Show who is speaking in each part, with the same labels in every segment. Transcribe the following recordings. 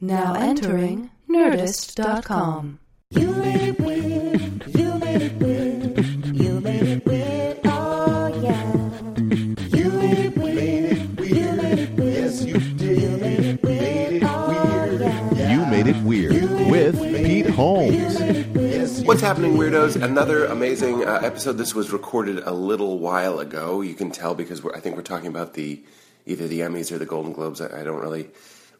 Speaker 1: Now entering Nerdist.com.
Speaker 2: You made it weird. You made it weird. You made it weird. Oh yeah. You made it weird. You made it weird. Yes, you did. You made it weird. Oh yeah.
Speaker 3: You Made It Weird with Pete Holmes.
Speaker 4: What's happening, weirdos? Another amazing uh, episode. This was recorded a little while ago. You can tell because we're, I think we're talking about the either the Emmys or the Golden Globes. I, I don't really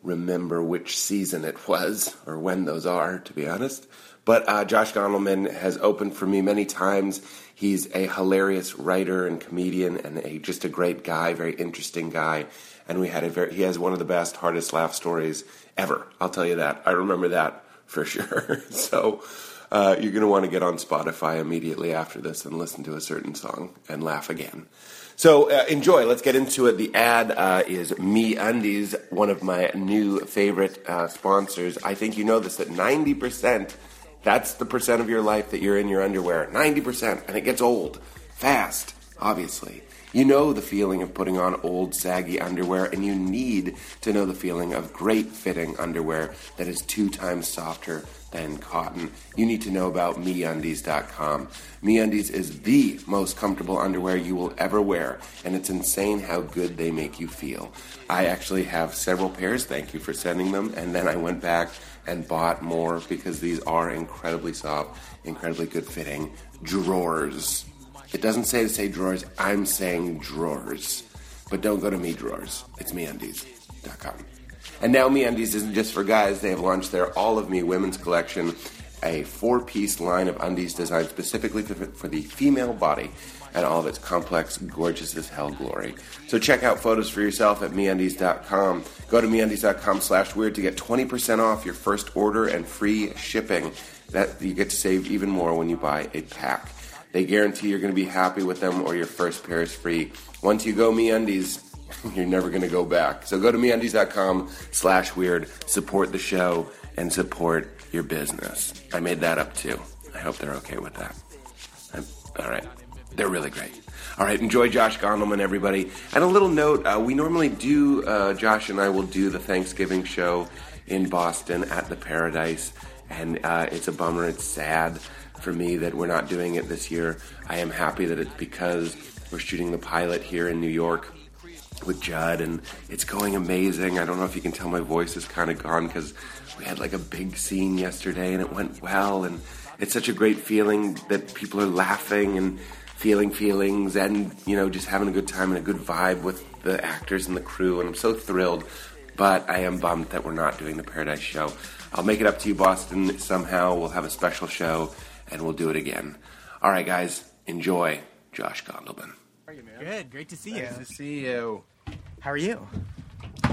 Speaker 4: remember which season it was or when those are, to be honest. But uh, Josh Gondelman has opened for me many times. He's a hilarious writer and comedian, and a, just a great guy, very interesting guy. And we had a very, he has one of the best, hardest laugh stories ever. I'll tell you that. I remember that for sure. so uh, you're going to want to get on Spotify immediately after this and listen to a certain song and laugh again. So uh, enjoy. Let's get into it. The ad uh, is Me Undies, one of my new favorite uh, sponsors. I think you know this that 90%, that's the percent of your life that you're in your underwear. 90%. And it gets old fast, obviously. You know the feeling of putting on old, saggy underwear, and you need to know the feeling of great fitting underwear that is two times softer than cotton. You need to know about MeUndies.com. MeUndies is the most comfortable underwear you will ever wear, and it's insane how good they make you feel. I actually have several pairs. Thank you for sending them. And then I went back and bought more because these are incredibly soft, incredibly good fitting drawers. It doesn't say to say drawers. I'm saying drawers. But don't go to me drawers. It's meundies.com. And now MeUndies isn't just for guys. They have launched their All of Me women's collection, a four-piece line of undies designed specifically for, for the female body and all of its complex, gorgeous as hell glory. So check out photos for yourself at MeUndies.com. Go to MeUndies.com slash weird to get 20% off your first order and free shipping. That You get to save even more when you buy a pack. They guarantee you're going to be happy with them or your first pair is free. Once you go MeUndies, you're never going to go back. So go to MeUndies.com slash weird, support the show, and support your business. I made that up too. I hope they're okay with that. I'm, all right. They're really great. All right, enjoy Josh Gondelman, everybody. And a little note uh, we normally do, uh, Josh and I will do the Thanksgiving show in Boston at the Paradise. And uh, it's a bummer. It's sad for me that we're not doing it this year. I am happy that it's because we're shooting the pilot here in New York with Judd, and it's going amazing. I don't know if you can tell my voice is kind of gone because we had like a big scene yesterday and it went well, and it's such a great feeling that people are laughing and feeling feelings and you know just having a good time and a good vibe with the actors and the crew, and I'm so thrilled. But I am bummed that we're not doing the Paradise Show. I'll make it up to you, Boston. Somehow we'll have a special show and we'll do it again. All right, guys, enjoy Josh Gondelman.
Speaker 5: Good. Great to see you.
Speaker 6: Nice to see you.
Speaker 5: How are you?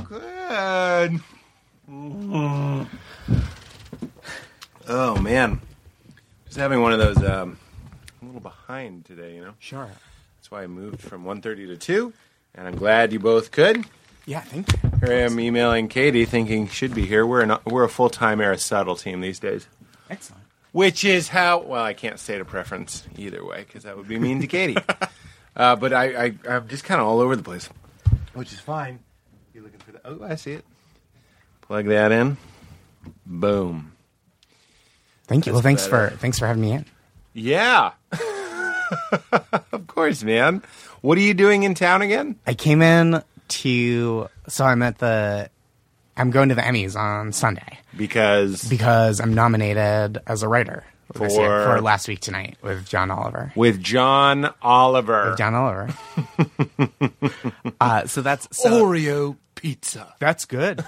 Speaker 6: Good. Oh man, just having one of those. Um, I'm a little behind today, you know.
Speaker 5: Sure.
Speaker 6: That's why I moved from 1:30 to two, and I'm glad you both could.
Speaker 5: Yeah, thank you.
Speaker 6: Here I am emailing Katie, thinking she'd be here. We're an, we're a full time Aristotle team these days,
Speaker 5: Excellent.
Speaker 6: which is how. Well, I can't state a preference either way because that would be mean to Katie. uh, but I, I I'm just kind of all over the place, which is fine. You looking for the? Oh, I see it. Plug that in. Boom.
Speaker 5: Thank you. Well, thanks
Speaker 6: better.
Speaker 5: for thanks for having me in.
Speaker 6: Yeah. of course, man. What are you doing in town again?
Speaker 5: I came in to so I'm at the I'm going to the Emmys on Sunday
Speaker 6: Because
Speaker 5: because I'm nominated as a writer this year
Speaker 6: For-
Speaker 5: for last week tonight with John Oliver.
Speaker 6: with John Oliver.
Speaker 5: With John Oliver. uh, so that's
Speaker 6: Oh,
Speaker 5: so
Speaker 6: Oreo pizza.
Speaker 5: that's good.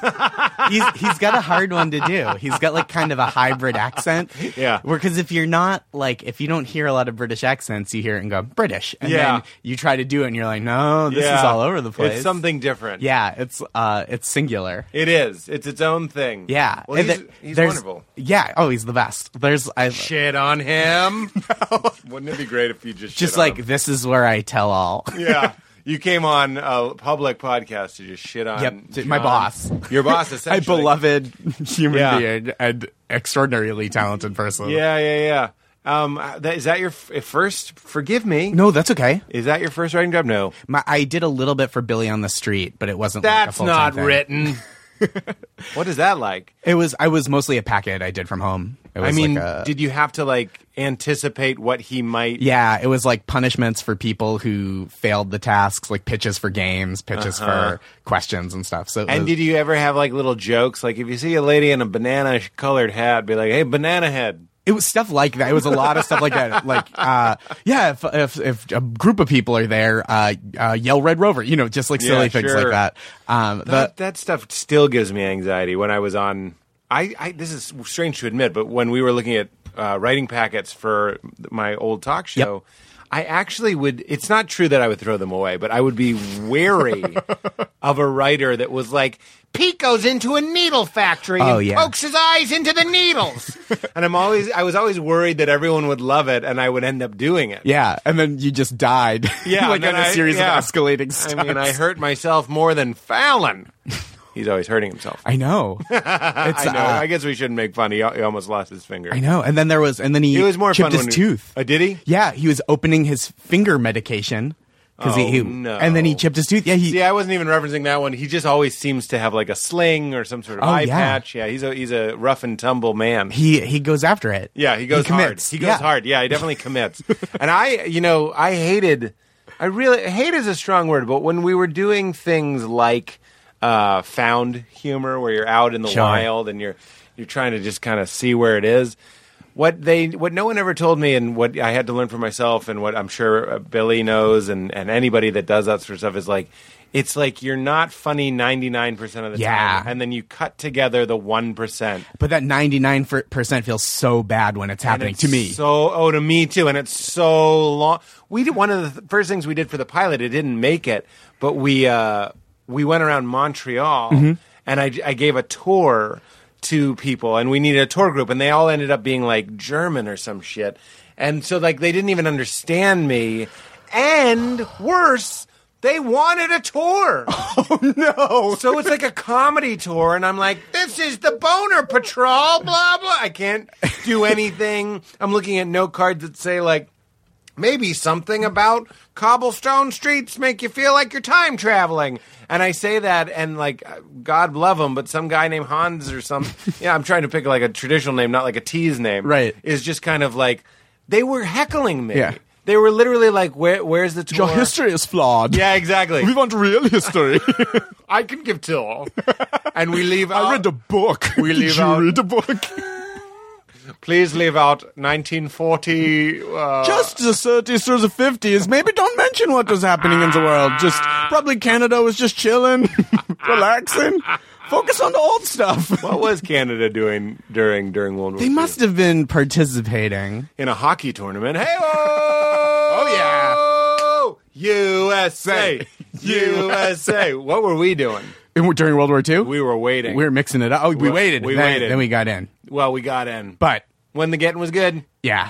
Speaker 5: he's he's got a hard one to do. He's got like kind of a hybrid accent.
Speaker 6: Yeah.
Speaker 5: Because if you're not like if you don't hear a lot of British accents, you hear it and go British, and
Speaker 6: Yeah.
Speaker 5: then you try to do it and you're like, no, this is all over the place.
Speaker 6: It's something different.
Speaker 5: Yeah, it's uh, it's singular.
Speaker 6: It is. It's its own thing.
Speaker 5: Yeah.
Speaker 6: Well,
Speaker 5: And
Speaker 6: he's,
Speaker 5: th-
Speaker 6: he's
Speaker 5: there's-
Speaker 6: wonderful.
Speaker 5: Yeah. Oh, he's the best. There's I
Speaker 6: Shit on him. Wouldn't it be great if you just
Speaker 5: just
Speaker 6: shit on
Speaker 5: like
Speaker 6: him?
Speaker 5: this is where I tell all.
Speaker 6: yeah. You came on a public podcast to just shit on
Speaker 5: Yep, to
Speaker 6: John.
Speaker 5: my boss.
Speaker 6: Your boss,
Speaker 5: My
Speaker 6: essentially.
Speaker 5: beloved human
Speaker 6: Yeah.
Speaker 5: being and extraordinarily talented person.
Speaker 6: Yeah, yeah, yeah. Um, that, is that your f- first? Forgive me.
Speaker 5: No, that's okay.
Speaker 6: Is that your first writing job? No.
Speaker 5: My, I did a little bit for Billy on the Street, but it wasn't. like, a
Speaker 6: That's
Speaker 5: full-time
Speaker 6: not
Speaker 5: thing.
Speaker 6: written. what is that like?
Speaker 5: It was I was mostly a packet I did from home. It was
Speaker 6: I mean,
Speaker 5: like a,
Speaker 6: did you have to like anticipate what he might?
Speaker 5: yeah, it was like punishments for people who failed the tasks, like pitches for games, pitches for questions and stuff. So it
Speaker 6: Uh-huh. And
Speaker 5: was-
Speaker 6: did you ever have like little jokes? Like if you see a lady in a banana colored hat, be like, "Hey, banana head."
Speaker 5: it was stuff like that. It was a lot of stuff like that. Like, uh, yeah, if, if if a group of people are there, uh, uh, yell Red Rover. You know, just like
Speaker 6: Yeah,
Speaker 5: silly things
Speaker 6: sure.
Speaker 5: like that. Um, the,
Speaker 6: That, that stuff still gives me anxiety when I was on. I, I this is strange to admit, but when we were looking at uh, writing packets for my old talk show, I actually would. It's not true that I would throw them away, but I would be wary of a writer that was like. Pete goes into a needle factory
Speaker 5: Oh,
Speaker 6: and
Speaker 5: yeah.
Speaker 6: pokes his eyes into the needles, and I'm always I was always worried that everyone would love it, and I would end up doing it.
Speaker 5: yeah, and then you just died.
Speaker 6: Yeah,
Speaker 5: like
Speaker 6: and
Speaker 5: on
Speaker 6: then
Speaker 5: a
Speaker 6: I-
Speaker 5: series
Speaker 6: yeah.
Speaker 5: of escalating stuff.
Speaker 6: I mean, I hurt myself more than Fallon. He's always hurting himself.
Speaker 5: I know. It's,
Speaker 6: I know.
Speaker 5: uh,
Speaker 6: I guess we shouldn't make fun. He, he almost lost his finger.
Speaker 5: I know. And then there was, and then he
Speaker 6: It was more
Speaker 5: chipped
Speaker 6: fun
Speaker 5: his
Speaker 6: when he-
Speaker 5: tooth.
Speaker 6: Oh, did he?
Speaker 5: Yeah, he was opening his finger medication because
Speaker 6: Oh,
Speaker 5: he, he-
Speaker 6: no.
Speaker 5: and then he chipped his tooth. Yeah, he.
Speaker 6: See, I wasn't even referencing that one. He just always seems to have like a sling or some sort of
Speaker 5: Oh,
Speaker 6: eye
Speaker 5: yeah.
Speaker 6: patch. Yeah, he's a he's a rough and tumble man.
Speaker 5: he, he goes after it.
Speaker 6: yeah, he goes hard.
Speaker 5: commits.
Speaker 6: He goes
Speaker 5: Yeah.
Speaker 6: hard. Yeah, he definitely commits. and I, you know, I hated. I really hate is a strong word, but when we were doing things like uh, found humor, where you're out in the
Speaker 5: Sure.
Speaker 6: wild and you're you're trying to just kind of see where it is. What they, what no one ever told me, and what I had to learn for myself, and what I'm sure uh, Billy knows, and, and anybody that does that sort of stuff is like, it's like you're not funny 99 percent of the
Speaker 5: Yeah.
Speaker 6: time, and then you cut together the one percent,
Speaker 5: But that 99% feels so bad when it's happening
Speaker 6: and
Speaker 5: to
Speaker 6: it's
Speaker 5: me.
Speaker 6: So oh, to me too, and it's so long. We did one of the th- first things we did for the pilot. It didn't make it, but we uh, we went around Montreal, and I, I gave a tour to people, and we needed a tour group, and they all ended up being like German or some shit, and so like they didn't even understand me, and worse. They wanted a tour. Oh no. So it's like a comedy tour and I'm like, this is the boner patrol, blah blah. I can't do anything. I'm looking at note cards that say like maybe something about cobblestone streets make you feel like you're time traveling. And I say that, and like, uh, God love him, but some guy named Hans or some, yeah, I'm trying to pick like a traditional name, not like a tease name,
Speaker 5: Right.
Speaker 6: Is just kind of like they were heckling me.
Speaker 5: Yeah.
Speaker 6: They were literally like, "Where, where's the tour?"
Speaker 5: Your history is flawed.
Speaker 6: Yeah, exactly.
Speaker 5: We want real history.
Speaker 6: I can give till, and we leave. out,
Speaker 5: I read the book.
Speaker 6: We
Speaker 5: Did
Speaker 6: leave
Speaker 5: you
Speaker 6: out-
Speaker 5: read the book?
Speaker 6: Please leave out 1940. Uh,
Speaker 5: Just the 30s through the 50s. Maybe don't mention what was happening in the world. Just probably Canada was just chilling, relaxing. Focus on the old stuff.
Speaker 6: what was Canada doing during during World War?
Speaker 5: They
Speaker 6: II?
Speaker 5: must have been participating.
Speaker 6: in a hockey tournament. Hey, oh yeah, USA, USA. What were we doing?
Speaker 5: In- During World War II?
Speaker 6: We were waiting.
Speaker 5: We were mixing it up. Oh, we
Speaker 6: We-
Speaker 5: waited.
Speaker 6: we
Speaker 5: then,
Speaker 6: waited.
Speaker 5: Then we got in.
Speaker 6: well, we got in,
Speaker 5: But
Speaker 6: when the getting was good,
Speaker 5: yeah,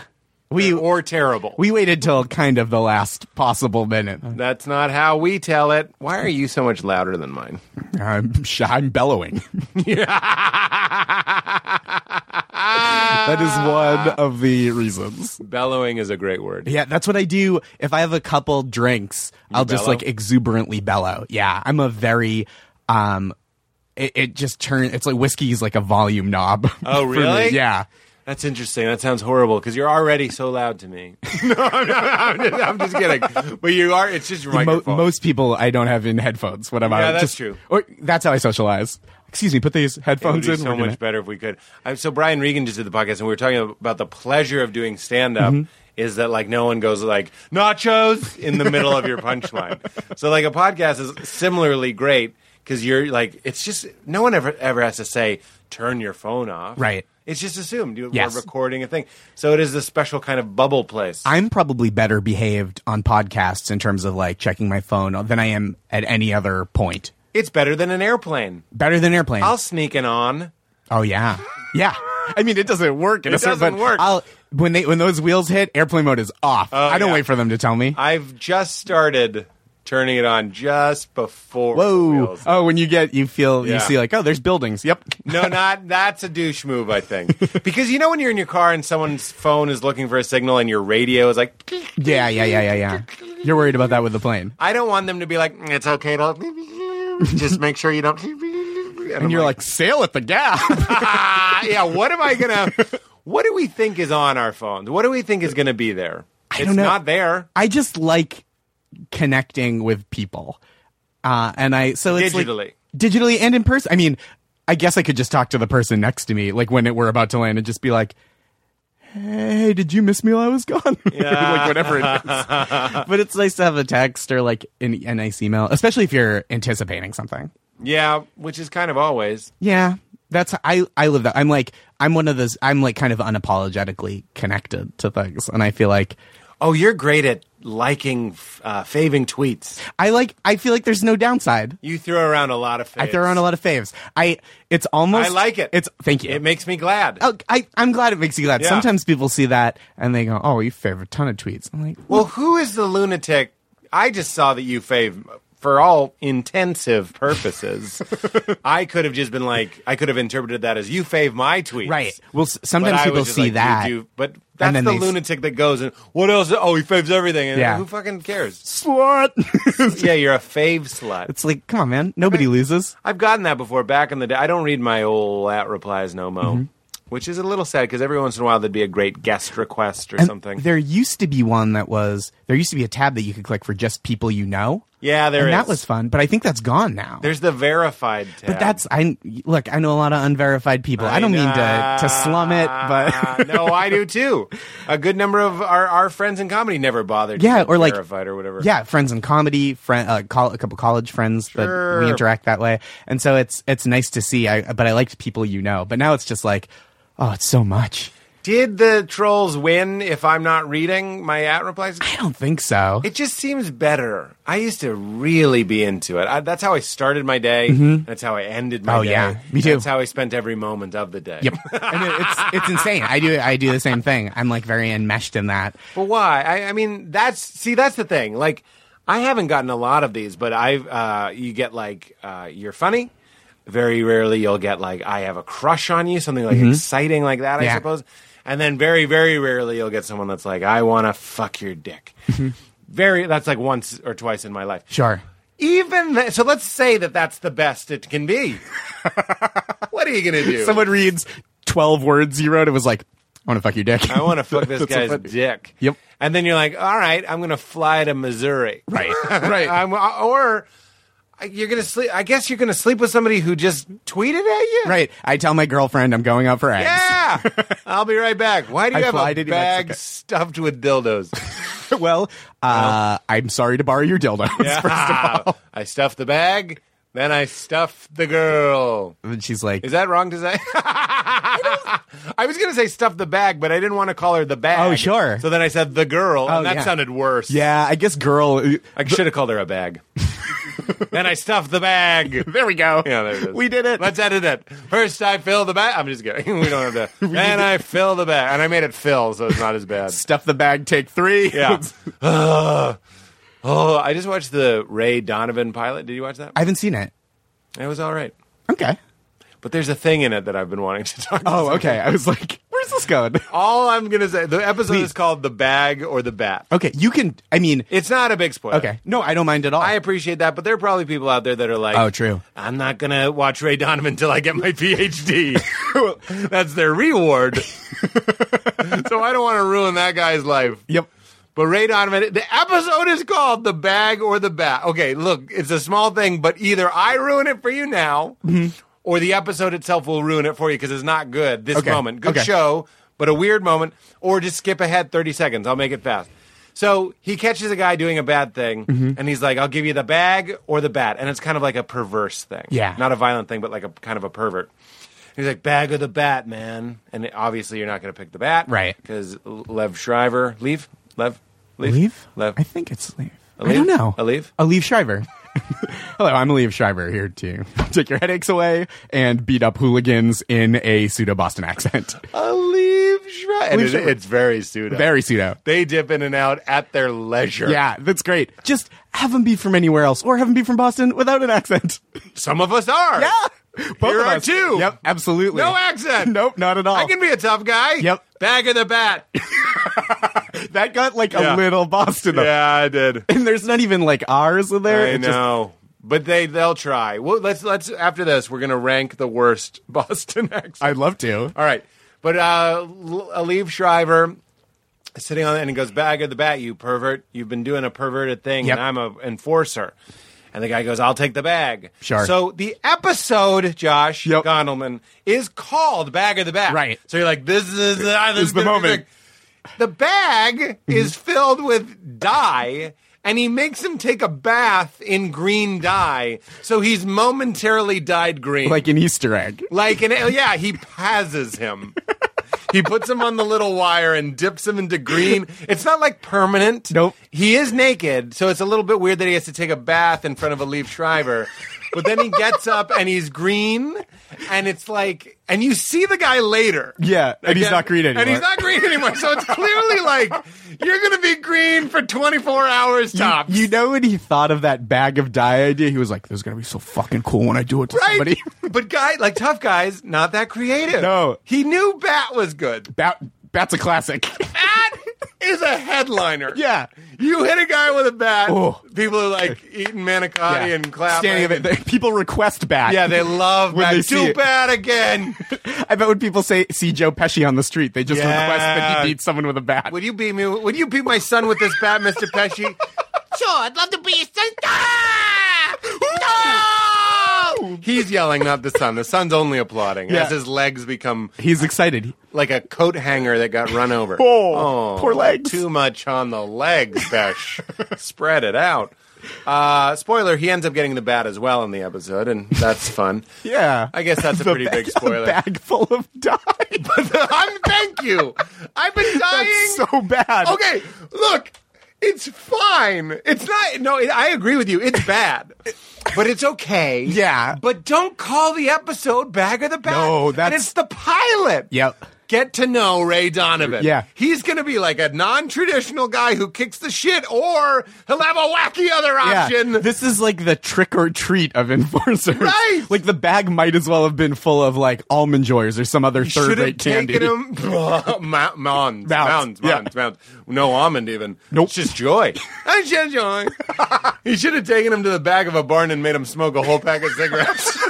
Speaker 5: we
Speaker 6: or terrible.
Speaker 5: we waited till kind of the last possible minute.
Speaker 6: That's not how we tell it. Why are you so much louder than mine?
Speaker 5: I'm sh- I'm bellowing. that is
Speaker 6: Ah.
Speaker 5: one of the reasons.
Speaker 6: Bellowing is a great word.
Speaker 5: Yeah, that's what I do. If I have a couple drinks, I'll just
Speaker 6: bellow?
Speaker 5: like exuberantly bellow. Yeah, I'm a very um. It, it just turn. It's like whiskey is like a volume knob.
Speaker 6: Oh,
Speaker 5: for me.
Speaker 6: really?
Speaker 5: Yeah.
Speaker 6: That's interesting. That sounds horrible because you're already so loud to me. no, I'm, not, I'm, just, I'm just kidding. But you are. It's just your
Speaker 5: Mo-
Speaker 6: microphone.
Speaker 5: most people I don't have in headphones when I'm out.
Speaker 6: Yeah, that's
Speaker 5: Just-
Speaker 6: true.
Speaker 5: Or that's how I socialize. Excuse me, put these
Speaker 6: It would
Speaker 5: headphones
Speaker 6: be
Speaker 5: in.
Speaker 6: so
Speaker 5: we're
Speaker 6: much
Speaker 5: gonna-
Speaker 6: better if we could. I, so Brian Regan just did the podcast, and we were talking about the pleasure of doing stand up.
Speaker 5: Mm-hmm.
Speaker 6: Is that like no one goes like nachos in the middle of your punchline? So like a podcast is similarly great because you're like it's just no one ever ever has to say turn your phone off.
Speaker 5: Right.
Speaker 6: It's just assumed you
Speaker 5: Yes.
Speaker 6: we're recording a thing. So it is this special kind of bubble place.
Speaker 5: I'm probably better behaved on podcasts in terms of like checking my phone than I am at any other point.
Speaker 6: it's better than an airplane.
Speaker 5: Better than airplane.
Speaker 6: I'll sneak it on.
Speaker 5: oh yeah, yeah. I mean, it doesn't work. In
Speaker 6: It
Speaker 5: a certain-
Speaker 6: doesn't
Speaker 5: but
Speaker 6: work. Oh,
Speaker 5: I'll, when they when those wheels hit, airplane mode is off. I don't
Speaker 6: yeah.
Speaker 5: wait for them to tell me.
Speaker 6: I've just started turning it on just before. the
Speaker 5: Whoa!
Speaker 6: wheels.
Speaker 5: Oh, when you get you feel
Speaker 6: Yeah.
Speaker 5: you see like oh, there's buildings. Yep.
Speaker 6: No, not that's a douche move, I think. Because you know when you're in your car and someone's phone is looking for a signal and your radio is like
Speaker 5: Yeah, yeah, yeah, yeah, yeah. You're worried about that with the plane.
Speaker 6: I don't want them to be like "Mm, it's okay to just make sure you don't And, I'm
Speaker 5: And you're like, sail at the gap.
Speaker 6: ah, yeah, what am I gonna? What do we think is on our phones? What do we think is gonna be there?
Speaker 5: I
Speaker 6: it's
Speaker 5: don't know.
Speaker 6: not there
Speaker 5: I just like connecting with people. Uh, and I, so it's like-
Speaker 6: Digitally.
Speaker 5: digitally and in person. I mean, I guess I could just talk to the person next to me, like when it, we're about to land and just be like, Hey, did you miss me while I was gone? like whatever it is. but it's nice to have a text or like an, a nice email, especially if you're anticipating something.
Speaker 6: Yeah, which is kind of always.
Speaker 5: Yeah, that's I I live that. I'm like I'm one of those. I'm like kind of unapologetically connected to things, and I feel like
Speaker 6: Oh, you're great at liking, f- uh, faving tweets.
Speaker 5: I like I feel like there's no downside.
Speaker 6: You throw around a lot of. Faves.
Speaker 5: I throw around a lot of faves. I it's almost
Speaker 6: I like it.
Speaker 5: It's thank you.
Speaker 6: It makes me glad.
Speaker 5: Oh, I I'm glad it makes you glad.
Speaker 6: Yeah.
Speaker 5: Sometimes people see that and they go, "Oh, you fave a ton of tweets." I'm like,
Speaker 6: Well, who is the lunatic? I just saw that you fave for all intensive purposes. I could have just been like, I could have interpreted that as you fave my tweets.
Speaker 5: right. Well, s-
Speaker 6: But
Speaker 5: sometimes
Speaker 6: I was
Speaker 5: people
Speaker 6: just
Speaker 5: see
Speaker 6: like, you
Speaker 5: that.
Speaker 6: do- but that's
Speaker 5: then
Speaker 6: the
Speaker 5: they s-
Speaker 6: lunatic that goes and what else? Oh, he faves everything. And
Speaker 5: Yeah.
Speaker 6: Who fucking cares?
Speaker 5: Slut.
Speaker 6: yeah, you're a fave slut.
Speaker 5: it's like, come on, man. Nobody loses.
Speaker 6: I've gotten that before back in the day. I don't read my old at replies no mo,
Speaker 5: Mm-hmm.
Speaker 6: which is a little sad because every once in a while there'd be a great guest request or
Speaker 5: And
Speaker 6: something.
Speaker 5: There used to be one that was there used to be a tab that you could click for just people you know.
Speaker 6: yeah, there
Speaker 5: and that
Speaker 6: is.
Speaker 5: was fun, but I think that's gone now.
Speaker 6: There's the verified tab.
Speaker 5: but that's I look. I know a lot of unverified people. I, don't mean to to slum it,
Speaker 6: Uh,
Speaker 5: but
Speaker 6: no, I do too. A good number of our, our friends in comedy never bothered. to
Speaker 5: yeah,
Speaker 6: get
Speaker 5: or like
Speaker 6: verified or whatever.
Speaker 5: Yeah, friends in comedy, friend, uh, col- a couple college friends that
Speaker 6: Sure.
Speaker 5: we interact that way, and so it's it's nice to see. I but I liked people you know, but now it's just like, oh, it's so much.
Speaker 6: Did the trolls win? If I'm not reading my at replies,
Speaker 5: I don't think so.
Speaker 6: it just seems better. I used to really be into it. I, that's how I started my day. That's how I ended my
Speaker 5: Mm-hmm. Oh,
Speaker 6: day.
Speaker 5: yeah. Me too.
Speaker 6: That's how I spent every moment of the day.
Speaker 5: Yep, and it, it's it's insane. I do I do the same thing. I'm like very enmeshed in that.
Speaker 6: But why? I, I mean, that's see, that's the thing. Like, I haven't gotten a lot of these, but I've uh, you get like uh, you're funny. Very rarely you'll get like I have a crush on you, something like exciting like that, I
Speaker 5: Yeah.
Speaker 6: suppose. And then very, very rarely you'll get someone that's like I want to fuck your dick. very, that's like once or twice in my life.
Speaker 5: Sure.
Speaker 6: Even th- so, let's say that that's the best it can be. what are you gonna do?
Speaker 5: Someone reads twelve words you wrote. It was like, I want to fuck your dick.
Speaker 6: I want to fuck this
Speaker 5: That's
Speaker 6: guy's
Speaker 5: so funny.
Speaker 6: dick.
Speaker 5: Yep.
Speaker 6: And then you're like, all right, I'm going to fly to Missouri.
Speaker 5: Right. Right.
Speaker 6: I'm, uh, or uh, you're going to sleep. I guess you're going to sleep with somebody who just tweeted at you.
Speaker 5: Right. I tell my girlfriend I'm going out for eggs.
Speaker 6: Yeah. I'll be right back. Why do you
Speaker 5: I fly
Speaker 6: have
Speaker 5: to
Speaker 6: a
Speaker 5: New
Speaker 6: bag
Speaker 5: Mexico.
Speaker 6: stuffed with dildos?
Speaker 5: well, uh, I'm sorry to borrow your dildo.
Speaker 6: Ah, I stuffed the bag. Then I stuffed the girl.
Speaker 5: And she's like,
Speaker 6: Is that wrong to say? I was going to say stuff the bag, but I didn't want to call her the bag.
Speaker 5: Oh, sure.
Speaker 6: So then I said the girl,
Speaker 5: Oh,
Speaker 6: and that
Speaker 5: yeah.
Speaker 6: sounded worse.
Speaker 5: Yeah, I guess girl.
Speaker 6: I should have called her a bag. then I stuffed the bag.
Speaker 5: There we go.
Speaker 6: Yeah, there it is.
Speaker 5: We did it.
Speaker 6: Let's edit it. First, I fill the bag. I'm just kidding. We don't have to. and I fill the bag. And I made it fill, so it's not as bad.
Speaker 5: Stuff the bag, take three.
Speaker 6: Yeah. Ugh. oh, I just watched the Ray Donovan pilot. Did you watch that?
Speaker 5: I haven't seen it.
Speaker 6: It was all right.
Speaker 5: Okay.
Speaker 6: But there's a thing in it that I've been wanting to talk about.
Speaker 5: Oh, okay. I was like, where's this going?
Speaker 6: All I'm going to say the episode
Speaker 5: Please.
Speaker 6: is called The Bag or The Bat.
Speaker 5: Okay, you can, I mean,
Speaker 6: It's not a big spoiler.
Speaker 5: okay. No, I don't mind at all.
Speaker 6: I appreciate that, but there are probably people out there that are like,
Speaker 5: Oh, true.
Speaker 6: I'm not gonna watch Ray Donovan until I get my PhD. Well, That's their reward. so I don't want to ruin that guy's life.
Speaker 5: yep.
Speaker 6: But Ray Donovan, the episode is called "The Bag or the Bat." Okay, look, it's a small thing, but either I ruin it for you now,
Speaker 5: Mm-hmm.
Speaker 6: or the episode itself will ruin it for you because it's not good. This
Speaker 5: Okay.
Speaker 6: moment, good
Speaker 5: Okay.
Speaker 6: show, but a weird moment, or just skip ahead thirty seconds. I'll make it fast. So he catches a guy doing a bad thing,
Speaker 5: Mm-hmm.
Speaker 6: and he's like, "I'll give you the bag or the bat," and it's kind of like a perverse thing,
Speaker 5: Yeah.
Speaker 6: not a violent thing, but like a kind of a pervert. He's like, "Bag or the bat, man," and obviously you're not going to pick the bat,
Speaker 5: Right.
Speaker 6: Because Lev Shriver, Lev, Lev, Lev,
Speaker 5: Leave?
Speaker 6: Lev.
Speaker 5: I think it's leave. I
Speaker 6: Aleve?
Speaker 5: don't know.
Speaker 6: Aleve?
Speaker 5: Aleve Shriver. Hello, I'm Aleve Shriver here to take your headaches away and beat up hooligans in a pseudo Boston accent.
Speaker 6: Lev Shriver. And
Speaker 5: Lev
Speaker 6: it-
Speaker 5: Shriver.
Speaker 6: it's very pseudo.
Speaker 5: Very pseudo.
Speaker 6: They dip in and out at their leisure.
Speaker 5: Yeah, that's great. Just have them be from anywhere else or have them be from Boston without an accent.
Speaker 6: Some of us are.
Speaker 5: Both
Speaker 6: Here
Speaker 5: of
Speaker 6: are
Speaker 5: us.
Speaker 6: two.
Speaker 5: Yep, absolutely.
Speaker 6: No accent.
Speaker 5: Nope, not at all.
Speaker 6: I can be a tough guy.
Speaker 5: Yep.
Speaker 6: Bag of the bat.
Speaker 5: that got like
Speaker 6: Yeah.
Speaker 5: a little Boston.
Speaker 6: yeah, I did.
Speaker 5: And there's not even like R's in there.
Speaker 6: I
Speaker 5: It just-
Speaker 6: know. But they they'll try. Well, let's let's after this we're gonna rank the worst Boston accents.
Speaker 5: I'd love to.
Speaker 6: All right, but uh, L- Aleve Shriver is sitting on it and he goes, "Bag of the bat, you pervert! You've been doing a perverted thing,
Speaker 5: Yep.
Speaker 6: and I'm a enforcer." And the guy goes, "I'll take the bag."
Speaker 5: Sure.
Speaker 6: So the episode, Josh
Speaker 5: Yep.
Speaker 6: Gondelman, is called "Bag of the Bat."
Speaker 5: Right.
Speaker 6: So you're like, "This is uh, this,
Speaker 5: This is the
Speaker 6: gonna be
Speaker 5: moment. Mm-hmm.
Speaker 6: big." The bag is filled with dye. And he makes him take a bath in green dye, so he's momentarily dyed green.
Speaker 5: Like an Easter egg.
Speaker 6: Like an yeah, he passes him. he puts him on the little wire and dips him into green. It's not like permanent.
Speaker 5: Nope.
Speaker 6: He is naked, so it's a little bit weird that he has to take a bath in front of a Leaf Shriver. But then he gets up and he's green, and it's like, and you see the guy later.
Speaker 5: Yeah, and he's not green anymore.
Speaker 6: And he's not green anymore. So it's clearly like you're going to be green for 24 hours tops.
Speaker 5: You know when he thought of that bag of dye idea, he was like, "This is gonna be so fucking cool when I do it to somebody."
Speaker 6: but guy, like tough guys, not that creative.
Speaker 5: No.
Speaker 6: he knew Bat was good.
Speaker 5: Bat, Bat's a classic.
Speaker 6: Bat is a headliner.
Speaker 5: yeah,
Speaker 6: you hit a guy with a bat.
Speaker 5: Oh.
Speaker 6: People are like eating manicotti and clapping.
Speaker 5: Standing of it, people request Bat.
Speaker 6: Yeah, they love
Speaker 5: When
Speaker 6: bat.
Speaker 5: they see
Speaker 6: Too
Speaker 5: it.
Speaker 6: bad again.
Speaker 5: I bet when people say see Joe Pesci on the street, they just
Speaker 6: Yeah.
Speaker 5: request that he beat someone with a bat.
Speaker 6: would you beat me? Would you beat my son with this bat, Mister Pesci? sure, I'd love to be your son. Ah! No! He's yelling, not the son. The son's only applauding
Speaker 5: Yeah.
Speaker 6: as his legs become
Speaker 5: He's excited.
Speaker 6: like a coat hanger that got run over.
Speaker 5: Oh, poor legs.
Speaker 6: Too much on the legs, Besh. Spread it out. Uh, spoiler: He ends up getting the bat as well in the episode, and that's fun.
Speaker 5: Yeah,
Speaker 6: I guess that's a
Speaker 5: The
Speaker 6: pretty
Speaker 5: bag-
Speaker 6: big spoiler.
Speaker 5: A bag full of dye.
Speaker 6: I'm thank you. I've been dying.
Speaker 5: That's so bad.
Speaker 6: Okay, look, it's fine. It's not. No, it, I agree with you. It's bad, but it's okay.
Speaker 5: Yeah.
Speaker 6: But don't call the episode "Bag of the Bat."
Speaker 5: No, that's-
Speaker 6: and it's the pilot.
Speaker 5: Yep.
Speaker 6: Get to know Ray Donovan.
Speaker 5: Yeah.
Speaker 6: He's going to be like a non traditional guy who kicks the shit, or he'll have a wacky other option.
Speaker 5: Yeah. This is like the trick or treat of enforcers.
Speaker 6: Right.
Speaker 5: Like the bag might as well have been full of like almond joys or some other third rate candy.
Speaker 6: him mounds, mounds, mounds,
Speaker 5: yeah.
Speaker 6: mounds, No almond even.
Speaker 5: Nope.
Speaker 6: It's just joy. I just joy. he should have taken him to the back of a barn and made him smoke a whole pack of cigarettes.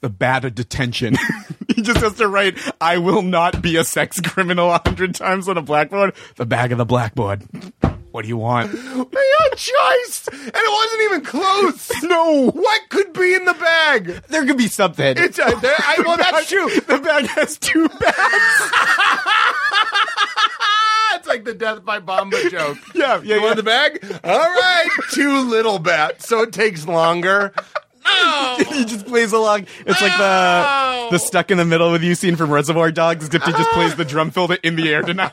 Speaker 5: the bat of detention. he just has to write, I will not be a sex criminal a hundred times on a blackboard. The bag of the blackboard. What do you want?
Speaker 6: Your choice, and it wasn't even close.
Speaker 5: no!
Speaker 6: What could be in the bag?
Speaker 5: There could be something.
Speaker 6: It's uh, there, I, well, that's true.
Speaker 5: The bag has two bags.
Speaker 6: Ah, it's like the death by Bomba joke.
Speaker 5: yeah, yeah,
Speaker 6: You
Speaker 5: yeah.
Speaker 6: want the bag? All right, two little bats, so it takes longer. No.
Speaker 5: he just plays along. It's like
Speaker 6: Uh,
Speaker 5: the the stuck in the middle with you scene from Reservoir Dogs, except he just plays the drum fill to in the air tonight.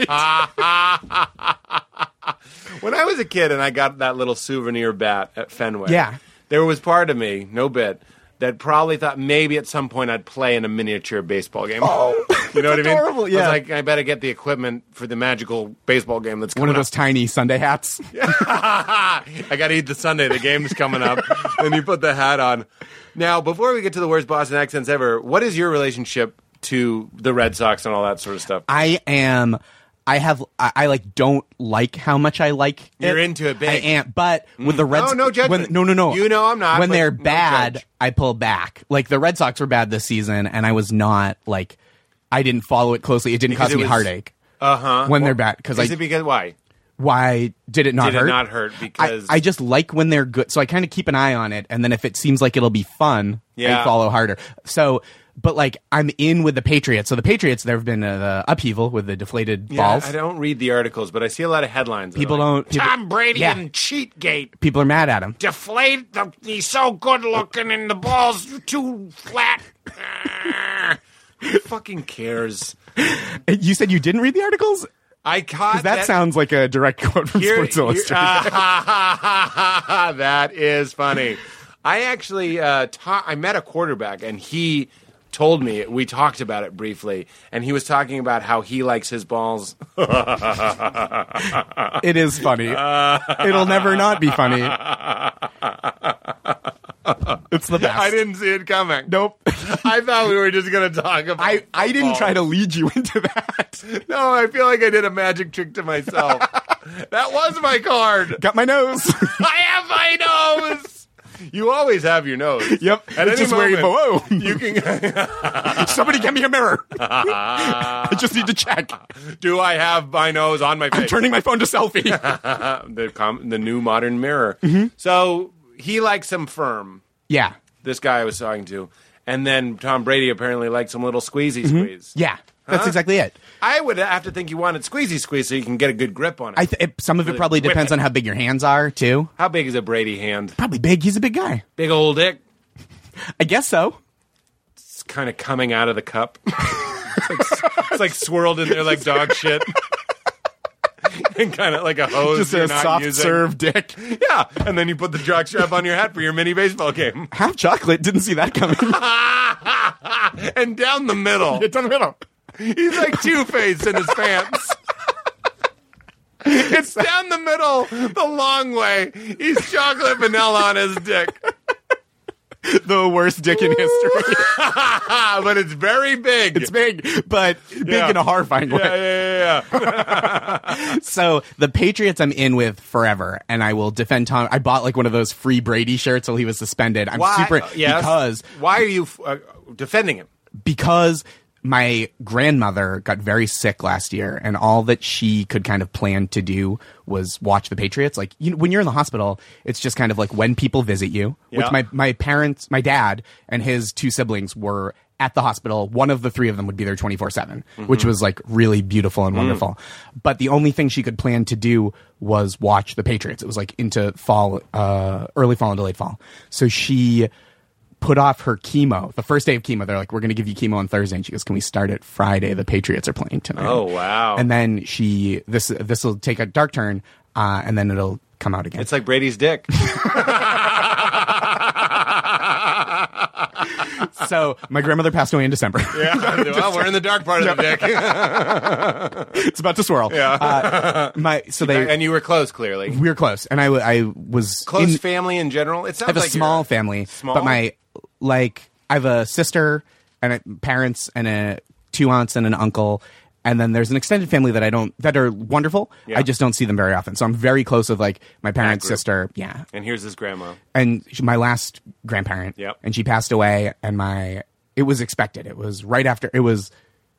Speaker 6: When I was a kid and I got that little souvenir bat at Fenway,
Speaker 5: Yeah.
Speaker 6: there was part of me, no bit, that probably thought maybe at some point I'd play in a miniature baseball game. Oh, you know what I mean?
Speaker 5: adorable,
Speaker 6: I
Speaker 5: yeah.
Speaker 6: was like, I better get the equipment for the magical baseball game that's
Speaker 5: One
Speaker 6: coming
Speaker 5: of those tiny Sunday hats.
Speaker 6: up. I got to eat the Sunday. The game's coming up, and you put the hat on. Now, before we get to the worst Boston accents ever, what is your relationship to the Red Sox and all that sort of stuff?
Speaker 5: I am. I have. I, I like. Don't like how much I like. it.
Speaker 6: You're into it big. Mm.
Speaker 5: I am. But with the Reds,
Speaker 6: No, no judgment.
Speaker 5: When, no, no, no.
Speaker 6: You know I'm not,
Speaker 5: When
Speaker 6: but
Speaker 5: they're
Speaker 6: no
Speaker 5: bad,
Speaker 6: judge.
Speaker 5: I pull back. Like the Red Sox were bad this season, and I was not like. I didn't follow it closely. It didn't
Speaker 6: Because
Speaker 5: cause
Speaker 6: it
Speaker 5: me
Speaker 6: was-
Speaker 5: heartache.
Speaker 6: Uh huh.
Speaker 5: When they're bad, because
Speaker 6: Is
Speaker 5: I
Speaker 6: it because why?
Speaker 5: why did it not
Speaker 6: Did
Speaker 5: hurt?
Speaker 6: it not hurt?
Speaker 5: I,
Speaker 6: Because
Speaker 5: I just like when they're good, so I kind of keep an eye on it, and then if it seems like it'll be fun,
Speaker 6: Yeah.
Speaker 5: I follow harder. So, but like I'm in with the Patriots. So the Patriots, there have been uh, the upheaval with the deflated
Speaker 6: Yeah,
Speaker 5: balls.
Speaker 6: I don't read the articles, but I see a lot of headlines. that
Speaker 5: People
Speaker 6: are
Speaker 5: don't-
Speaker 6: like,
Speaker 5: people-
Speaker 6: Tom Brady
Speaker 5: Yeah.
Speaker 6: and Cheatgate
Speaker 5: People are mad at him.
Speaker 6: deflate. The, he's so good looking, and the ball's too flat. Ah, Who fucking cares?
Speaker 5: You said you didn't read the articles.
Speaker 6: I caught
Speaker 5: 'Cause That, sounds like a direct quote from
Speaker 6: Here-
Speaker 5: Sports
Speaker 6: here-
Speaker 5: Illustrated.
Speaker 6: Ah, that is funny. I actually uh, ta- I met a quarterback, and he told me we talked about it briefly, and he was talking about how he likes his balls. uh,
Speaker 5: it is funny. It'll never not be funny. It's the best.
Speaker 6: I didn't see it coming.
Speaker 5: Nope.
Speaker 6: I thought we were just going to talk about.
Speaker 5: I, I didn't
Speaker 6: balls.
Speaker 5: try to lead you into that.
Speaker 6: No, I feel like I did a magic trick to myself. That was my card.
Speaker 5: Got my nose.
Speaker 6: I have my nose. You always have your nose.
Speaker 5: yep.
Speaker 6: At
Speaker 5: it's
Speaker 6: any
Speaker 5: just where you go.
Speaker 6: moment, You can.
Speaker 5: "Whoa, somebody get me a mirror. I just need to check.
Speaker 6: Do I have my nose on my face?
Speaker 5: I'm turning my phone to selfie.
Speaker 6: the com- the new modern mirror.
Speaker 5: Mm-hmm.
Speaker 6: So he likes some firm.
Speaker 5: yeah.
Speaker 6: This guy I was talking to, and then Tom Brady apparently liked some little squeezy squeeze.
Speaker 5: Mm-hmm. Yeah. That's exactly it.
Speaker 6: I would have to think you wanted squeezy squeeze so you can get a good grip on it.
Speaker 5: I th- it, some of it probably
Speaker 6: Whip
Speaker 5: depends
Speaker 6: it.
Speaker 5: on how big your hands are, too.
Speaker 6: How big is a Brady hand?
Speaker 5: Probably big. He's a big guy.
Speaker 6: Big old dick.
Speaker 5: I guess so.
Speaker 6: It's kind of coming out of the cup. it's, like, it's like swirled in there like dog shit. and kind of like a hose.
Speaker 5: Just
Speaker 6: you're
Speaker 5: a
Speaker 6: not
Speaker 5: soft
Speaker 6: using.
Speaker 5: serve dick.
Speaker 6: Yeah, and then you put the jock strap on your hat for your mini baseball game.
Speaker 5: Half chocolate. Didn't see that coming.
Speaker 6: and down the middle.
Speaker 5: It's on the middle.
Speaker 6: He's like Two Face in his pants. It's down the middle, the long way. He's chocolate vanilla on his dick,
Speaker 5: The worst dick in history.
Speaker 6: Ah, but it's very big.
Speaker 5: It's big, but big
Speaker 6: Yeah.
Speaker 5: in a horrifying way.
Speaker 6: yeah, yeah, yeah, yeah.
Speaker 5: So the Patriots I'm in with forever, and I will defend Tom. I bought like one of those free Brady shirts while he was suspended. I'm super
Speaker 6: yes.
Speaker 5: because
Speaker 6: why are you uh, defending him?
Speaker 5: because my grandmother got very sick last year, and all that she could kind of plan to do was watch the Patriots. Like you know, when you're in the hospital, it's just kind of like when people visit you. Which
Speaker 6: Yeah.
Speaker 5: my my parents, my dad, and his two siblings were at the hospital. One of the three of them would be there twenty four seven,
Speaker 6: Mm-hmm.
Speaker 5: which was like really beautiful
Speaker 6: Mm.
Speaker 5: and wonderful. But the only thing she could plan to do was watch the Patriots. It was like into fall, uh, early fall and late fall. So she put off her chemo. The first day of chemo, they're like, "We're going to give you chemo on Thursday." And she goes, "Can we start it Friday? The Patriots are playing tonight."
Speaker 6: Oh, wow.
Speaker 5: And then she this this will take a dark turn, uh, and then it'll come out again.
Speaker 6: It's like Brady's dick.
Speaker 5: so my grandmother passed away in December.
Speaker 6: well, we're in the dark part of the dick,
Speaker 5: it's about to swirl. Yeah. Uh, my so they
Speaker 6: and you were close, clearly.
Speaker 5: we were close, and I wa- I was
Speaker 6: Close
Speaker 5: in-
Speaker 6: family in general. It sounds
Speaker 5: I have a
Speaker 6: like you're-
Speaker 5: small family,
Speaker 6: Small?
Speaker 5: but my like I have a sister and a, parents and a two aunts and an uncle, and then there's an extended family that I don't that are wonderful.
Speaker 6: Yeah.
Speaker 5: I just don't see them very often, so I'm very close with like my parents,
Speaker 6: group.
Speaker 5: sister, yeah,
Speaker 6: And here's his grandma.
Speaker 5: and she- my last grandparent.
Speaker 6: Yep.
Speaker 5: and she passed away, and my it was expected. It was right after it was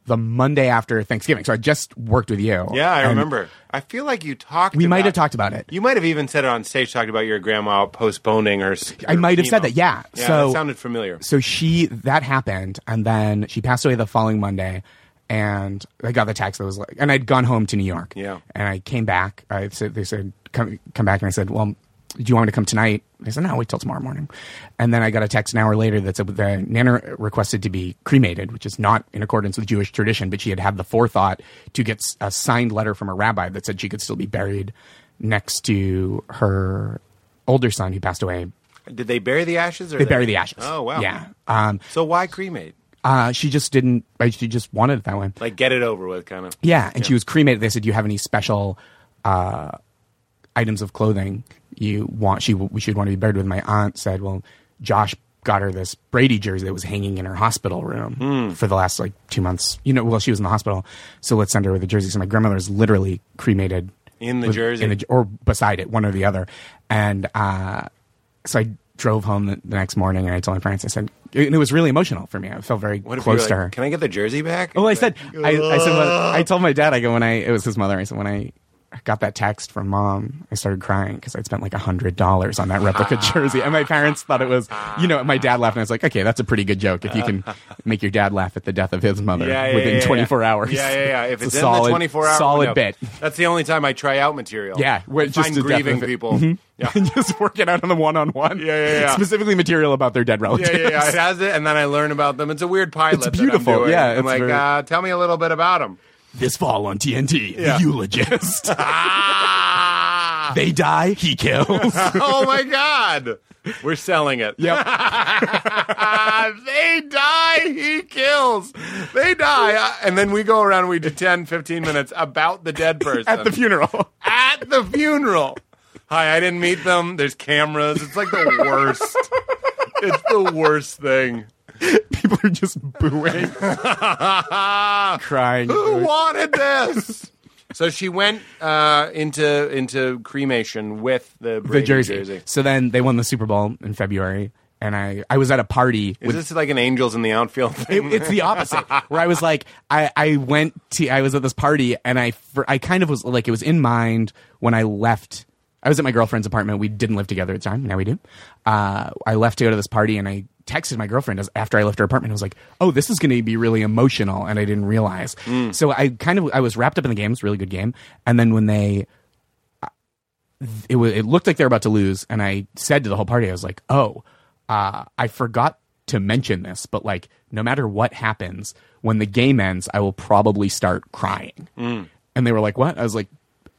Speaker 5: the Monday after Thanksgiving, so I just worked with you.
Speaker 6: Yeah, I
Speaker 5: Oh, and
Speaker 6: remember. I feel like you talked.
Speaker 5: We might
Speaker 6: about-
Speaker 5: have talked about it.
Speaker 6: You might have even said it on stage, talked about your grandma postponing her. s-
Speaker 5: I
Speaker 6: her
Speaker 5: might have said
Speaker 6: chemo.
Speaker 5: that, yeah.
Speaker 6: yeah
Speaker 5: So-
Speaker 6: that sounded familiar.
Speaker 5: so she that happened and then she passed away the following monday and i got the text that was like and i'd gone home to new york
Speaker 6: Yeah.
Speaker 5: and i came back i said they said come come back and i said well do you want me to come tonight they said no wait till tomorrow morning and then i got a text an hour later that said the nana requested to be cremated which is not in accordance with jewish tradition but she had had the forethought to get s- a signed letter from a rabbi that said she could still be buried next to her older son who passed away
Speaker 6: Did they bury the ashes? Or
Speaker 5: they bury the ashes
Speaker 6: Oh wow.
Speaker 5: yeah um,
Speaker 6: So why cremate?
Speaker 5: uh, she just didn't. like, She just wanted it that way.
Speaker 6: Like get it over with, kind of.
Speaker 5: Yeah, and she was cremated. They said, "Do you have any special uh, items of clothing you want?" She we should want to be buried with. My aunt said, "Well, Josh got her this Brady jersey that was hanging in her hospital room
Speaker 6: Hmm.
Speaker 5: for the last like two months. You know, well, she was in the hospital, so let's send her with a jersey." So my grandmother is literally cremated
Speaker 6: In the
Speaker 5: with-
Speaker 6: jersey.
Speaker 5: in the, or beside it, one or the other. And uh, so I drove home the, the next morning, and I told my parents. I said, and it was really emotional for me. I felt very
Speaker 6: What if you were
Speaker 5: close to
Speaker 6: like,
Speaker 5: her.
Speaker 6: Can I get the jersey back?
Speaker 5: Well, Oh, I said, I, I said, well, I told my dad, I go, when I, it was his mother, I said, when I got that text from mom, I started crying because I'd spent like a hundred dollars on that replica jersey. And my parents thought it was, you know, my dad laughed and I was like, okay, that's a pretty good joke. If you can make your dad laugh at the death of his mother
Speaker 6: Yeah, yeah,
Speaker 5: within
Speaker 6: yeah, yeah.
Speaker 5: 24 hours.
Speaker 6: Yeah, yeah, yeah. If it's,
Speaker 5: a
Speaker 6: in
Speaker 5: solid,
Speaker 6: the 24 hour
Speaker 5: solid
Speaker 6: window,
Speaker 5: bit.
Speaker 6: That's the only time I try out material.
Speaker 5: Yeah, where
Speaker 6: I
Speaker 5: it's just Mm-hmm.
Speaker 6: find
Speaker 5: the death
Speaker 6: grieving
Speaker 5: of it.
Speaker 6: people. Yeah.
Speaker 5: Just working out on the one-on-one.
Speaker 6: yeah, yeah.
Speaker 5: Specifically material about their dead relatives.
Speaker 6: Yeah, yeah, yeah. It has it, and then I learn about them. It's a weird pilot. that I'm
Speaker 5: beautiful.
Speaker 6: doing.
Speaker 5: Yeah,
Speaker 6: I'm
Speaker 5: it's
Speaker 6: like,
Speaker 5: very-
Speaker 6: uh, tell me a little bit about them.
Speaker 5: This fall on TNT,
Speaker 6: Yeah.
Speaker 5: the eulogist.
Speaker 6: Ah!
Speaker 5: they die, he kills.
Speaker 6: oh my god, we're selling it. Ah,
Speaker 5: yep.
Speaker 6: they die, he kills. They die, uh, and then we go around. and We do 10, 15 minutes about the dead person
Speaker 5: At the funeral.
Speaker 6: at the funeral. Hi, I didn't meet them. There's cameras. It's like the worst. it's the worst thing.
Speaker 5: people are just booing, crying.
Speaker 6: Who wanted this? So she went uh, into into cremation with the
Speaker 5: the
Speaker 6: Brady
Speaker 5: jersey. So then they won the Super Bowl in February, and I I was at a party
Speaker 6: Is
Speaker 5: with.
Speaker 6: this like an angels in the outfield
Speaker 5: It-
Speaker 6: thing?
Speaker 5: it's the opposite. Where I was like, I, I went to, I was at this party, and I, fr- I kind of was like, it was in mind when I left. I was at my girlfriend's apartment. We didn't live together at the time. Now we do. Uh, I left to go to this party, and I texted my girlfriend as, after I left her apartment. I was like, oh, this is going to be really emotional, and I didn't realize. So I kind of, I was wrapped up in the game. It's a really good game. And then when they it was it looked like they were about to lose and i said to the whole party i was like oh uh, i forgot to mention this but like no matter what happens when the game ends i will probably start crying and they were like what i was like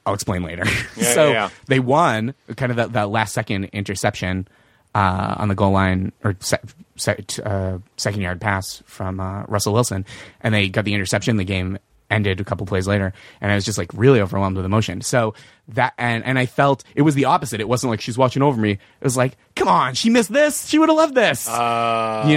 Speaker 5: i'll explain later so
Speaker 6: Mm. yeah, yeah.
Speaker 5: they won kind of that, that last second interception uh, on the goal line or se- se- uh, second yard pass from uh, Russell Wilson, and they got the interception. The game ended a couple plays later, and I was just like really overwhelmed with emotion. So that and and I felt it was the opposite. It wasn't like she's watching over me. It was like, come on, she missed this. She would have loved this. you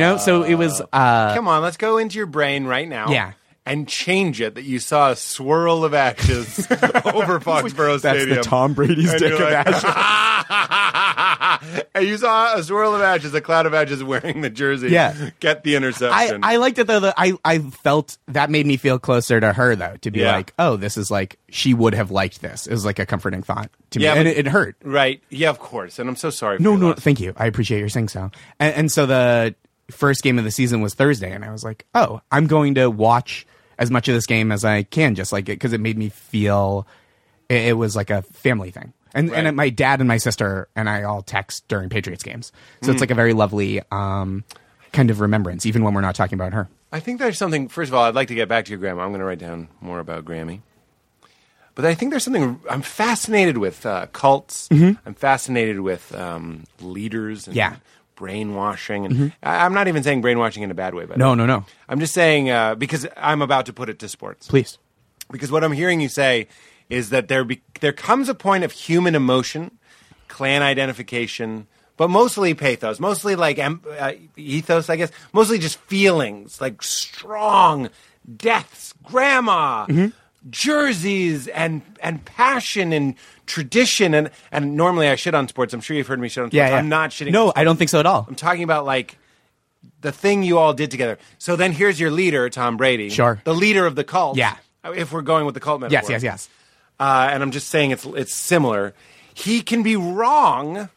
Speaker 5: know. So it was. Uh,
Speaker 6: Come on, let's go into your brain right now.
Speaker 5: Yeah.
Speaker 6: And change it that you saw a swirl of ashes over Foxborough
Speaker 5: that's
Speaker 6: Stadium.
Speaker 5: the Tom Brady's
Speaker 6: And
Speaker 5: dick
Speaker 6: you're
Speaker 5: of
Speaker 6: like,
Speaker 5: ashes.
Speaker 6: and you saw a swirl of ashes, a cloud of ashes wearing the jersey.
Speaker 5: Yeah.
Speaker 6: Get the
Speaker 5: I,
Speaker 6: interception.
Speaker 5: I liked it though. That I, I felt that made me feel closer to her though. To be
Speaker 6: Yeah.
Speaker 5: like, oh, this is like she would have liked this. It was like a comforting thought to
Speaker 6: Yeah,
Speaker 5: me, and
Speaker 6: but-
Speaker 5: it, it hurt.
Speaker 6: right. Yeah, of course. And I'm so sorry for
Speaker 5: No,
Speaker 6: your
Speaker 5: no,
Speaker 6: loss.
Speaker 5: thank you. I appreciate your saying so. And, and so the first game of the season was Thursday, and I was like, oh, I'm going to watch as much of this game as I can, just like it, because it made me feel it, it was like a family thing. And and
Speaker 6: Right.
Speaker 5: my dad and my sister and I all text during Patriots games, so
Speaker 6: Hmm.
Speaker 5: it's like a very lovely um, kind of remembrance, even when we're not talking about her.
Speaker 6: I think there's something. First of all, I'd like to get back to your grandma. I'm going to write down more about Grammy. But I think there's something I'm fascinated with uh, cults. I'm fascinated with um, leaders and
Speaker 5: Mm-hmm. Yeah. Mm-hmm.
Speaker 6: brainwashing. And I, I'm not even saying brainwashing in a bad way, but
Speaker 5: No, no, no.
Speaker 6: I'm just saying uh, because I'm about to put it to sports.
Speaker 5: Please.
Speaker 6: Because what I'm hearing you say is that there be, there comes a point of human emotion, clan identification, but mostly pathos, mostly like em, uh, ethos, I guess, mostly just feelings like strong deaths, grandma,
Speaker 5: Mm-hmm.
Speaker 6: jerseys, and and passion and tradition. And and normally I shit on sports. I'm sure you've heard me shit on sports.
Speaker 5: Yeah, yeah.
Speaker 6: I'm not shitting. on
Speaker 5: No, I don't think so at all.
Speaker 6: I'm talking about like the thing you all did together. So then here's your leader, Tom Brady.
Speaker 5: Sure.
Speaker 6: The leader of the cult.
Speaker 5: Yeah.
Speaker 6: If we're going with the cult
Speaker 5: Yes,
Speaker 6: metaphor.
Speaker 5: yes, yes.
Speaker 6: Uh, and I'm just saying it's it's similar. He can be wrong,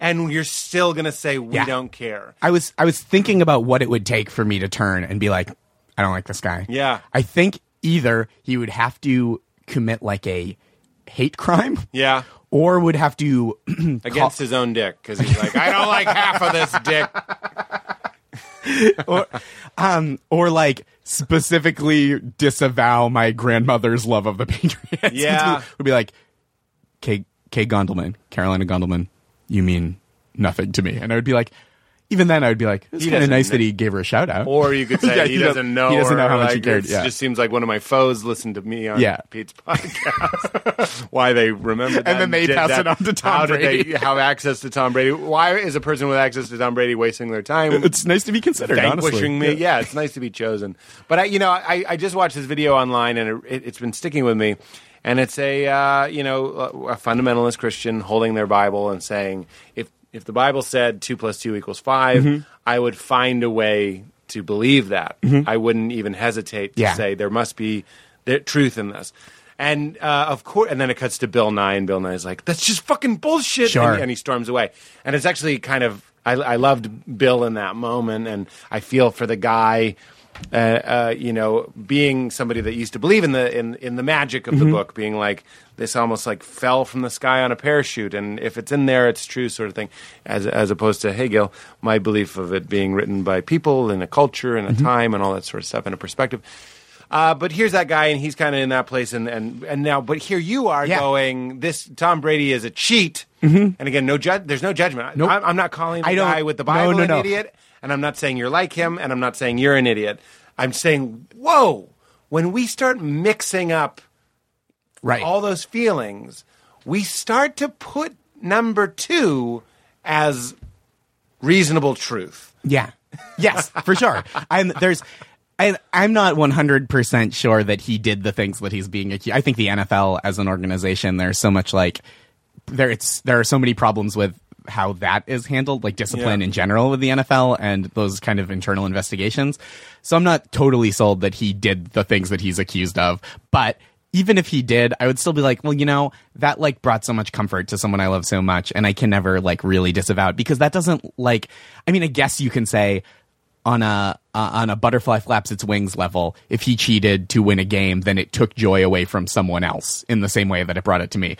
Speaker 6: and you're still gonna say we
Speaker 5: Mm-hmm. Yeah.
Speaker 6: don't care.
Speaker 5: I was I was thinking about what it would take for me to turn and be like, I don't like this guy.
Speaker 6: Yeah.
Speaker 5: I think either he would have to commit like a hate crime.
Speaker 6: Yeah.
Speaker 5: Or would have to
Speaker 6: Against his own dick, because he's like, I don't like half of this dick.
Speaker 5: um, or like specifically disavow my grandmother's love of the Patriots.
Speaker 6: Yeah.
Speaker 5: would be like, Kay Kay Gondelman, Carolina Gondelman, you mean nothing to me. And I would be like even then I would be like, it's
Speaker 6: He
Speaker 5: kind of
Speaker 6: doesn't
Speaker 5: nice that
Speaker 6: know.
Speaker 5: he gave her a shout out.
Speaker 6: Or you could say
Speaker 5: Yeah,
Speaker 6: he,
Speaker 5: he
Speaker 6: doesn't
Speaker 5: doesn't-
Speaker 6: know.
Speaker 5: he doesn't know
Speaker 6: or,
Speaker 5: how much he
Speaker 6: like,
Speaker 5: cared,
Speaker 6: It
Speaker 5: yeah.
Speaker 6: just seems like one of my foes listened to me on
Speaker 5: Yeah.
Speaker 6: Pete's podcast. why they remember that
Speaker 5: then they
Speaker 6: did
Speaker 5: pass
Speaker 6: that.
Speaker 5: it on to Tom
Speaker 6: how did
Speaker 5: Brady.
Speaker 6: they have access to Tom Brady? Why is a person with access to Tom Brady wasting their time?
Speaker 5: it's nice to be considered, honestly.
Speaker 6: vanquishing me. Yeah. it's nice to be chosen. But I, you know, I, I just watched this video online, and it, it, it's been sticking with me. And it's a uh, you know a fundamentalist Christian holding their Bible and saying, if if the Bible said two plus two equals 5
Speaker 5: Mm-hmm.
Speaker 6: I would find a way to believe that. I wouldn't even hesitate to
Speaker 5: Yeah.
Speaker 6: say there must be there, truth in this. And uh, of course, and then it cuts to Bill Nye, and Bill Nye's like, "That's just fucking bullshit."
Speaker 5: Sure.
Speaker 6: And, and he storms away. And it's actually kind of I, I loved Bill in that moment, and I feel for the guy, uh, uh, you know, being somebody that used to believe in the in in the magic of the book, being like this almost like fell from the sky on a parachute, and if it's in there, it's true, sort of thing, as as opposed to hey, Gil, my belief of it being written by people in a culture and a time and all that sort of stuff and a perspective. Uh, but here's that guy, and he's kind of in that place, and, and and now, but here you are
Speaker 5: Yeah. Mm-hmm.
Speaker 6: going. This Tom Brady is a cheat, and again, no judge. There's no judgment.
Speaker 5: Nope.
Speaker 6: I'm, I'm not calling the
Speaker 5: I don't-
Speaker 6: guy with the
Speaker 5: no,
Speaker 6: Bible
Speaker 5: no,
Speaker 6: an
Speaker 5: no.
Speaker 6: idiot, and I'm not saying you're like him, and I'm not saying you're an idiot. I'm saying, whoa, when we start mixing up
Speaker 5: Right.
Speaker 6: all those feelings, we start to put number two as reasonable truth.
Speaker 5: Yeah. Yes, for sure. And there's I, I'm not 100% sure that he did the things that he's being accused. I think the NFL as an organization, there's so much like there it's there are so many problems with how that is handled, like discipline
Speaker 6: Yeah.
Speaker 5: in general with the NFL and those kind of internal investigations. So I'm not totally sold that he did the things that he's accused of, but even if he did, I would still be like, well, you know, that like brought so much comfort to someone I love so much and I can never like really disavow it because that doesn't like I mean, I guess you can say on a uh, on a butterfly flaps its wings level if he cheated to win a game then it took joy away from someone else in the same way that it brought it to me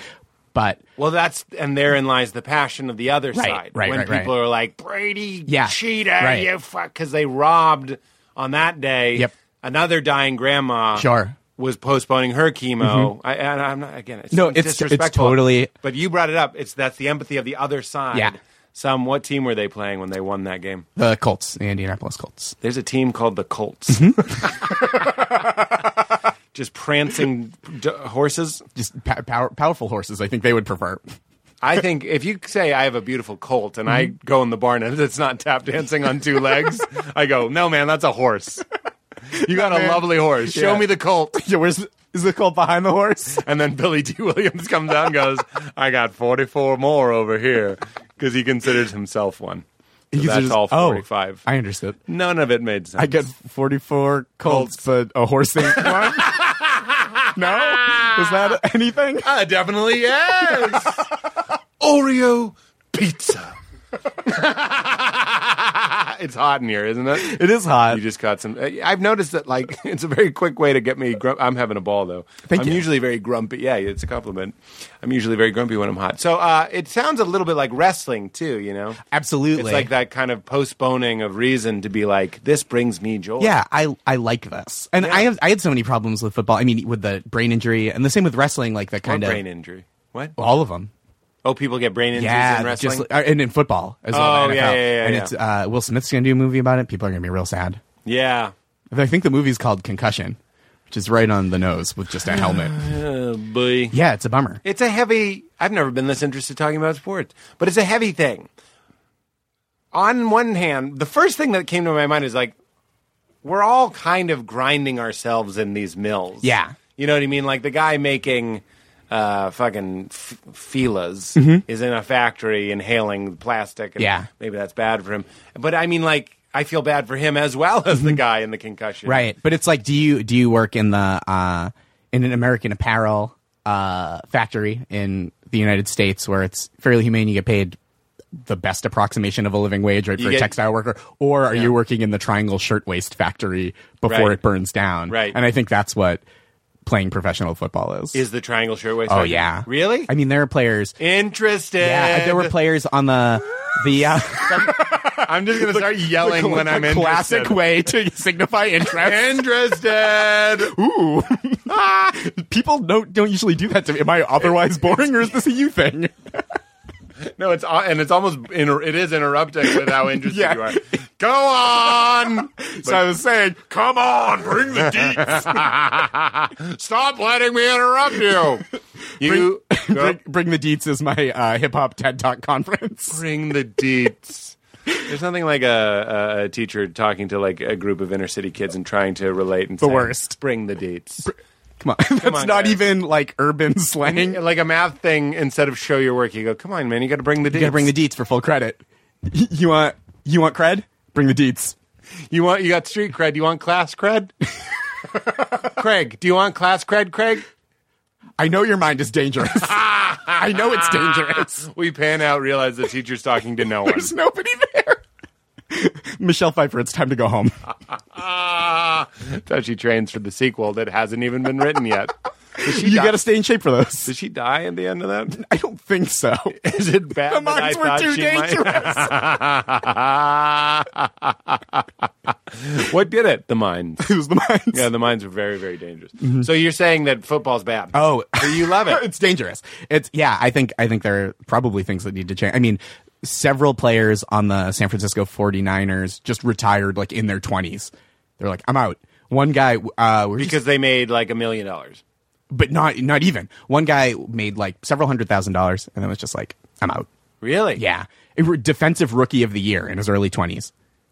Speaker 5: but
Speaker 6: Well, that's and therein lies the passion of the other
Speaker 5: Right,
Speaker 6: side.
Speaker 5: right,
Speaker 6: when
Speaker 5: right,
Speaker 6: people
Speaker 5: right.
Speaker 6: are like Brady,
Speaker 5: Yeah,
Speaker 6: cheater,
Speaker 5: right.
Speaker 6: you fuck, because they robbed on that day.
Speaker 5: Yep.
Speaker 6: Another dying grandma.
Speaker 5: Sure. Mm-hmm.
Speaker 6: Was postponing her chemo. I, and I'm not again. It's
Speaker 5: No,
Speaker 6: it's
Speaker 5: it's- it's
Speaker 6: disrespectful,
Speaker 5: totally-
Speaker 6: But you brought it up. It's that's the empathy of the other side.
Speaker 5: Yeah.
Speaker 6: Some what team were they playing when they won that game?
Speaker 5: the Colts, the Indianapolis Colts.
Speaker 6: There's a team called the Colts.
Speaker 5: Mm-hmm.
Speaker 6: Just prancing d- horses.
Speaker 5: Just pow- power, powerful horses, I think they would prefer.
Speaker 6: I think if you say I have a beautiful colt and I go in the barn and it's not tap dancing on two legs, I go, no, man, that's a horse. You got a lovely horse. Show
Speaker 5: Yeah.
Speaker 6: me the colt.
Speaker 5: Yeah, where's is the Colt behind the horse?
Speaker 6: And then Billy D. Williams comes out and goes, I got 44 more over here because he considers himself one. So that's all 45.
Speaker 5: oh. I understood.
Speaker 6: None of it made sense.
Speaker 5: I get 44 Colts, but a horse ain't one. no? Is that anything?
Speaker 6: Ah, definitely yes. Oreo pizza. it's hot in here, isn't it?
Speaker 5: It is hot.
Speaker 6: You just got some. uh, I've noticed that, like, it's a very quick way to get me. Grum- I'm having a ball, though.
Speaker 5: Thank
Speaker 6: I'm
Speaker 5: you.
Speaker 6: usually very grumpy. Yeah, it's a compliment. I'm usually very grumpy when I'm hot. So uh, it sounds a little bit like wrestling, too, you know?
Speaker 5: Absolutely.
Speaker 6: It's like that kind of postponing of reason to be like, this brings me joy.
Speaker 5: Yeah, I I like this, and I have I had so many problems with football. I mean, with the brain injury, and the same with wrestling, like the
Speaker 6: Or
Speaker 5: kind of
Speaker 6: brain injury. What?
Speaker 5: all of them.
Speaker 6: Oh, people get brain injuries
Speaker 5: Yeah,
Speaker 6: in wrestling?
Speaker 5: just uh, and in football as well.
Speaker 6: Oh,
Speaker 5: in the
Speaker 6: yeah,
Speaker 5: NFL.
Speaker 6: yeah, yeah,
Speaker 5: And
Speaker 6: yeah.
Speaker 5: it's uh, Will Smith's gonna do a movie about it. People are gonna be real sad.
Speaker 6: yeah.
Speaker 5: I think the movie's called Concussion, which is right on the nose with just a helmet. Uh,
Speaker 6: Oh, boy.
Speaker 5: yeah, it's a bummer.
Speaker 6: It's a heavy. I've never been this interested talking about sports, but it's a heavy thing. On one hand, the first thing that came to my mind is like, we're all kind of grinding ourselves in these mills.
Speaker 5: Yeah.
Speaker 6: you know what I mean. Like the guy making uh, fucking f- filas is in a factory inhaling plastic. And
Speaker 5: Mm-hmm. Yeah.
Speaker 6: maybe that's bad for him. But I mean, like, I feel bad for him as well as the guy in the concussion.
Speaker 5: Mm-hmm. Right, but it's like, do you do you work in the uh, in an American Apparel uh, factory in the United States where it's fairly humane? You get paid the best approximation of a living wage, right,
Speaker 6: You
Speaker 5: for
Speaker 6: get-
Speaker 5: a textile worker, or are you working in the Triangle Shirtwaist Factory before
Speaker 6: Right.
Speaker 5: it burns down?
Speaker 6: Right.
Speaker 5: and I think that's what playing professional football is.
Speaker 6: Is the triangle shirtwaist?
Speaker 5: oh
Speaker 6: factory-
Speaker 5: yeah,
Speaker 6: Really?
Speaker 5: I mean, there are players.
Speaker 6: Interested.
Speaker 5: Yeah, there were players on the the. Uh,
Speaker 6: I'm just gonna start yelling when
Speaker 5: the
Speaker 6: I'm
Speaker 5: classic
Speaker 6: interested.
Speaker 5: way to signify interest.
Speaker 6: Interested.
Speaker 5: Ooh. People don't don't usually do that to me. Am I otherwise boring or is this a you thing?
Speaker 6: no, it's al- and it's almost inter- it is interrupting with how interested
Speaker 5: Yeah.
Speaker 6: you are. Go on.
Speaker 5: so I was saying,
Speaker 6: Come on, bring the deets. Stop letting me interrupt you. You go-
Speaker 5: bring, bring the deets is my uh, hip hop TED Talk conference.
Speaker 6: bring the deets. There's nothing like a, a- a teacher talking to like a group of inner city kids and trying to relate and the
Speaker 5: worst.
Speaker 6: Bring the deets.
Speaker 5: Come on, that's
Speaker 6: on,
Speaker 5: not
Speaker 6: guys.
Speaker 5: even like urban slang. You
Speaker 6: like a math thing, instead of show your work, you go, come on, man, you got to bring the deets.
Speaker 5: gotta bring the deets for full credit. Y- You want you want cred? Bring the deets.
Speaker 6: You want you got street cred. You want class cred? Craig, do you want class cred, Craig?
Speaker 5: I know your mind is dangerous. I know Oh, it's dangerous.
Speaker 6: We pan out, realize the teacher's talking to no one.
Speaker 5: There's nobody there. Uh, Michelle Pfeiffer, it's time to go home.
Speaker 6: Ah, so she trains for the sequel that hasn't even been written yet. Does she
Speaker 5: You
Speaker 6: die?
Speaker 5: gotta stay in shape for those.
Speaker 6: Does she die at the end of that?
Speaker 5: I don't think so.
Speaker 6: Is it bad?
Speaker 5: The
Speaker 6: that I
Speaker 5: mines were
Speaker 6: thought
Speaker 5: too
Speaker 6: she might-
Speaker 5: dangerous.
Speaker 6: what did it? The mines.
Speaker 5: it was the mines.
Speaker 6: Yeah, the mines were very, very dangerous. So you're saying that football's bad?
Speaker 5: Mm-hmm. Oh,
Speaker 6: So you love it?
Speaker 5: it's dangerous. It's yeah. I think I think there are probably things that need to change. I mean, several players on the San Francisco 49ers just retired like in their 20s. They're like, I'm out. One guy, uh, we're just-
Speaker 6: because they made like a million dollars.
Speaker 5: but not not even. One guy made like several hundred thousand dollars, and then was just like, I'm out.
Speaker 6: Really?
Speaker 5: Yeah, a re- defensive rookie of the year in his early 20s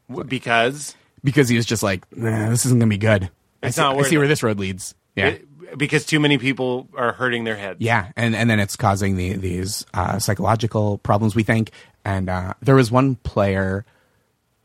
Speaker 6: W- Because
Speaker 5: because he was just like, nah, this isn't gonna be good. I
Speaker 6: It's
Speaker 5: see,
Speaker 6: not
Speaker 5: I
Speaker 6: worth
Speaker 5: see where
Speaker 6: it.
Speaker 5: this road leads. Yeah,
Speaker 6: It- because too many people are hurting their heads.
Speaker 5: yeah, and and then it's causing the, these uh, psychological problems. We think, and uh, there was one player,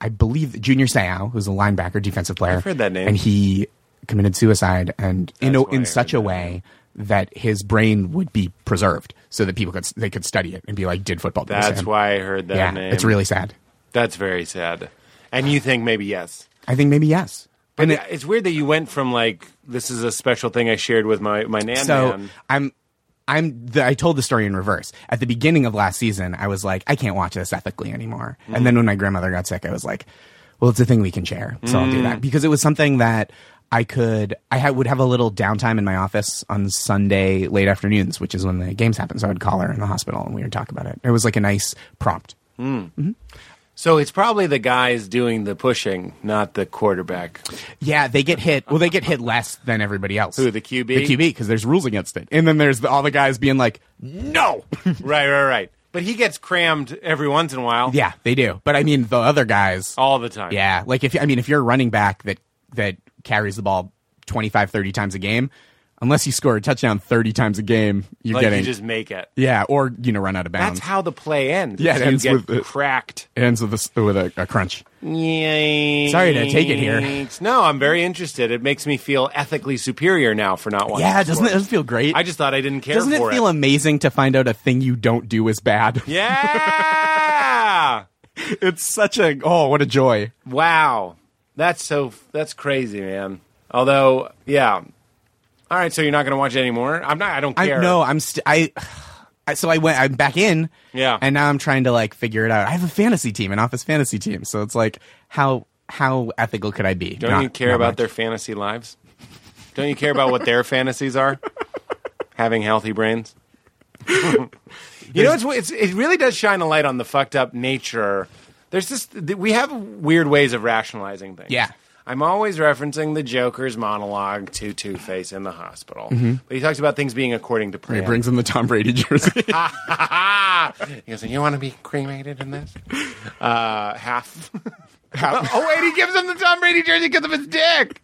Speaker 5: I believe Junior Seau, who's a linebacker, defensive player.
Speaker 6: I've heard that name.
Speaker 5: and he committed suicide, and in
Speaker 6: That's
Speaker 5: a,
Speaker 6: why I
Speaker 5: in such a
Speaker 6: heard that
Speaker 5: way that his brain would be preserved, so that people could s- they could study it and be like, did football? do this to
Speaker 6: That's
Speaker 5: him?
Speaker 6: why I heard that
Speaker 5: Yeah,
Speaker 6: name.
Speaker 5: it's really sad.
Speaker 6: That's very sad. And you think maybe yes.
Speaker 5: I think maybe yes.
Speaker 6: But it, it's weird that you went from like this is a special thing I shared with my my nan
Speaker 5: so
Speaker 6: man.
Speaker 5: I'm I'm the, I told the story in reverse. At the beginning of last season, I was like, I can't watch this ethically anymore.
Speaker 6: Mm-hmm.
Speaker 5: And then when my grandmother got sick, I was like, well, it's a thing we can share, so I'll do
Speaker 6: Mm.
Speaker 5: that because it was something that I could I had, would have a little downtime in my office on Sunday late afternoons, which is when the games happen. So I'd call her in the hospital and we would talk about it. It was like a nice prompt.
Speaker 6: So it's probably the guys doing the pushing, not the quarterback.
Speaker 5: Yeah, they get hit. Well, they get hit less than everybody else.
Speaker 6: Who, the QB?
Speaker 5: The QB because there's rules against it. And then there's the, all the guys being like, no.
Speaker 6: right, right, right. But he gets crammed every once in a while.
Speaker 5: Yeah, they do. But I mean, the other guys.
Speaker 6: All the time.
Speaker 5: Yeah, like if I mean, if you're a running back that that carries the ball 25, 30 times a game, unless you score a touchdown thirty times a game, you're
Speaker 6: Like
Speaker 5: getting
Speaker 6: you just make it.
Speaker 5: yeah, or you know, run out of bounds.
Speaker 6: That's how the play ends.
Speaker 5: Yeah, it
Speaker 6: is
Speaker 5: ends
Speaker 6: you get
Speaker 5: with-
Speaker 6: cracked.
Speaker 5: it ends with a, s- with a, a crunch.
Speaker 6: Sorry
Speaker 5: to take it here.
Speaker 6: No, I'm very interested. It makes me feel ethically superior now for not watching.
Speaker 5: Yeah, doesn't it, doesn't
Speaker 6: sports.
Speaker 5: it feel great?
Speaker 6: I just thought I didn't care
Speaker 5: doesn't it
Speaker 6: for
Speaker 5: feel amazing to find out a thing you don't do is bad?
Speaker 6: yeah.
Speaker 5: it's such a oh, what a joy.
Speaker 6: wow. That's so. That's crazy, man. Although, yeah. All right, so you're not going to watch it anymore. I'm not. I don't
Speaker 5: I
Speaker 6: care.
Speaker 5: no, I'm st- I. I- So I went. I'm back in.
Speaker 6: Yeah.
Speaker 5: And now I'm trying to like figure it out. I have a fantasy team, an office fantasy team. So it's like, how how ethical could I be?
Speaker 6: Don't you care about their fantasy lives? Don't you care about what their fantasies are? Having healthy brains. you know, it's, it's it really does shine a light on the fucked up nature. There's this th- we have weird ways of rationalizing things.
Speaker 5: Yeah.
Speaker 6: I'm always referencing the Joker's monologue to Two Face in the hospital, but he talks about things being according to plan.
Speaker 5: It brings in the Tom Brady jersey.
Speaker 6: "Ah." He goes, "You want to be cremated in this?" Uh, half. half. oh wait, he gives him the Tom Brady jersey because of his dick.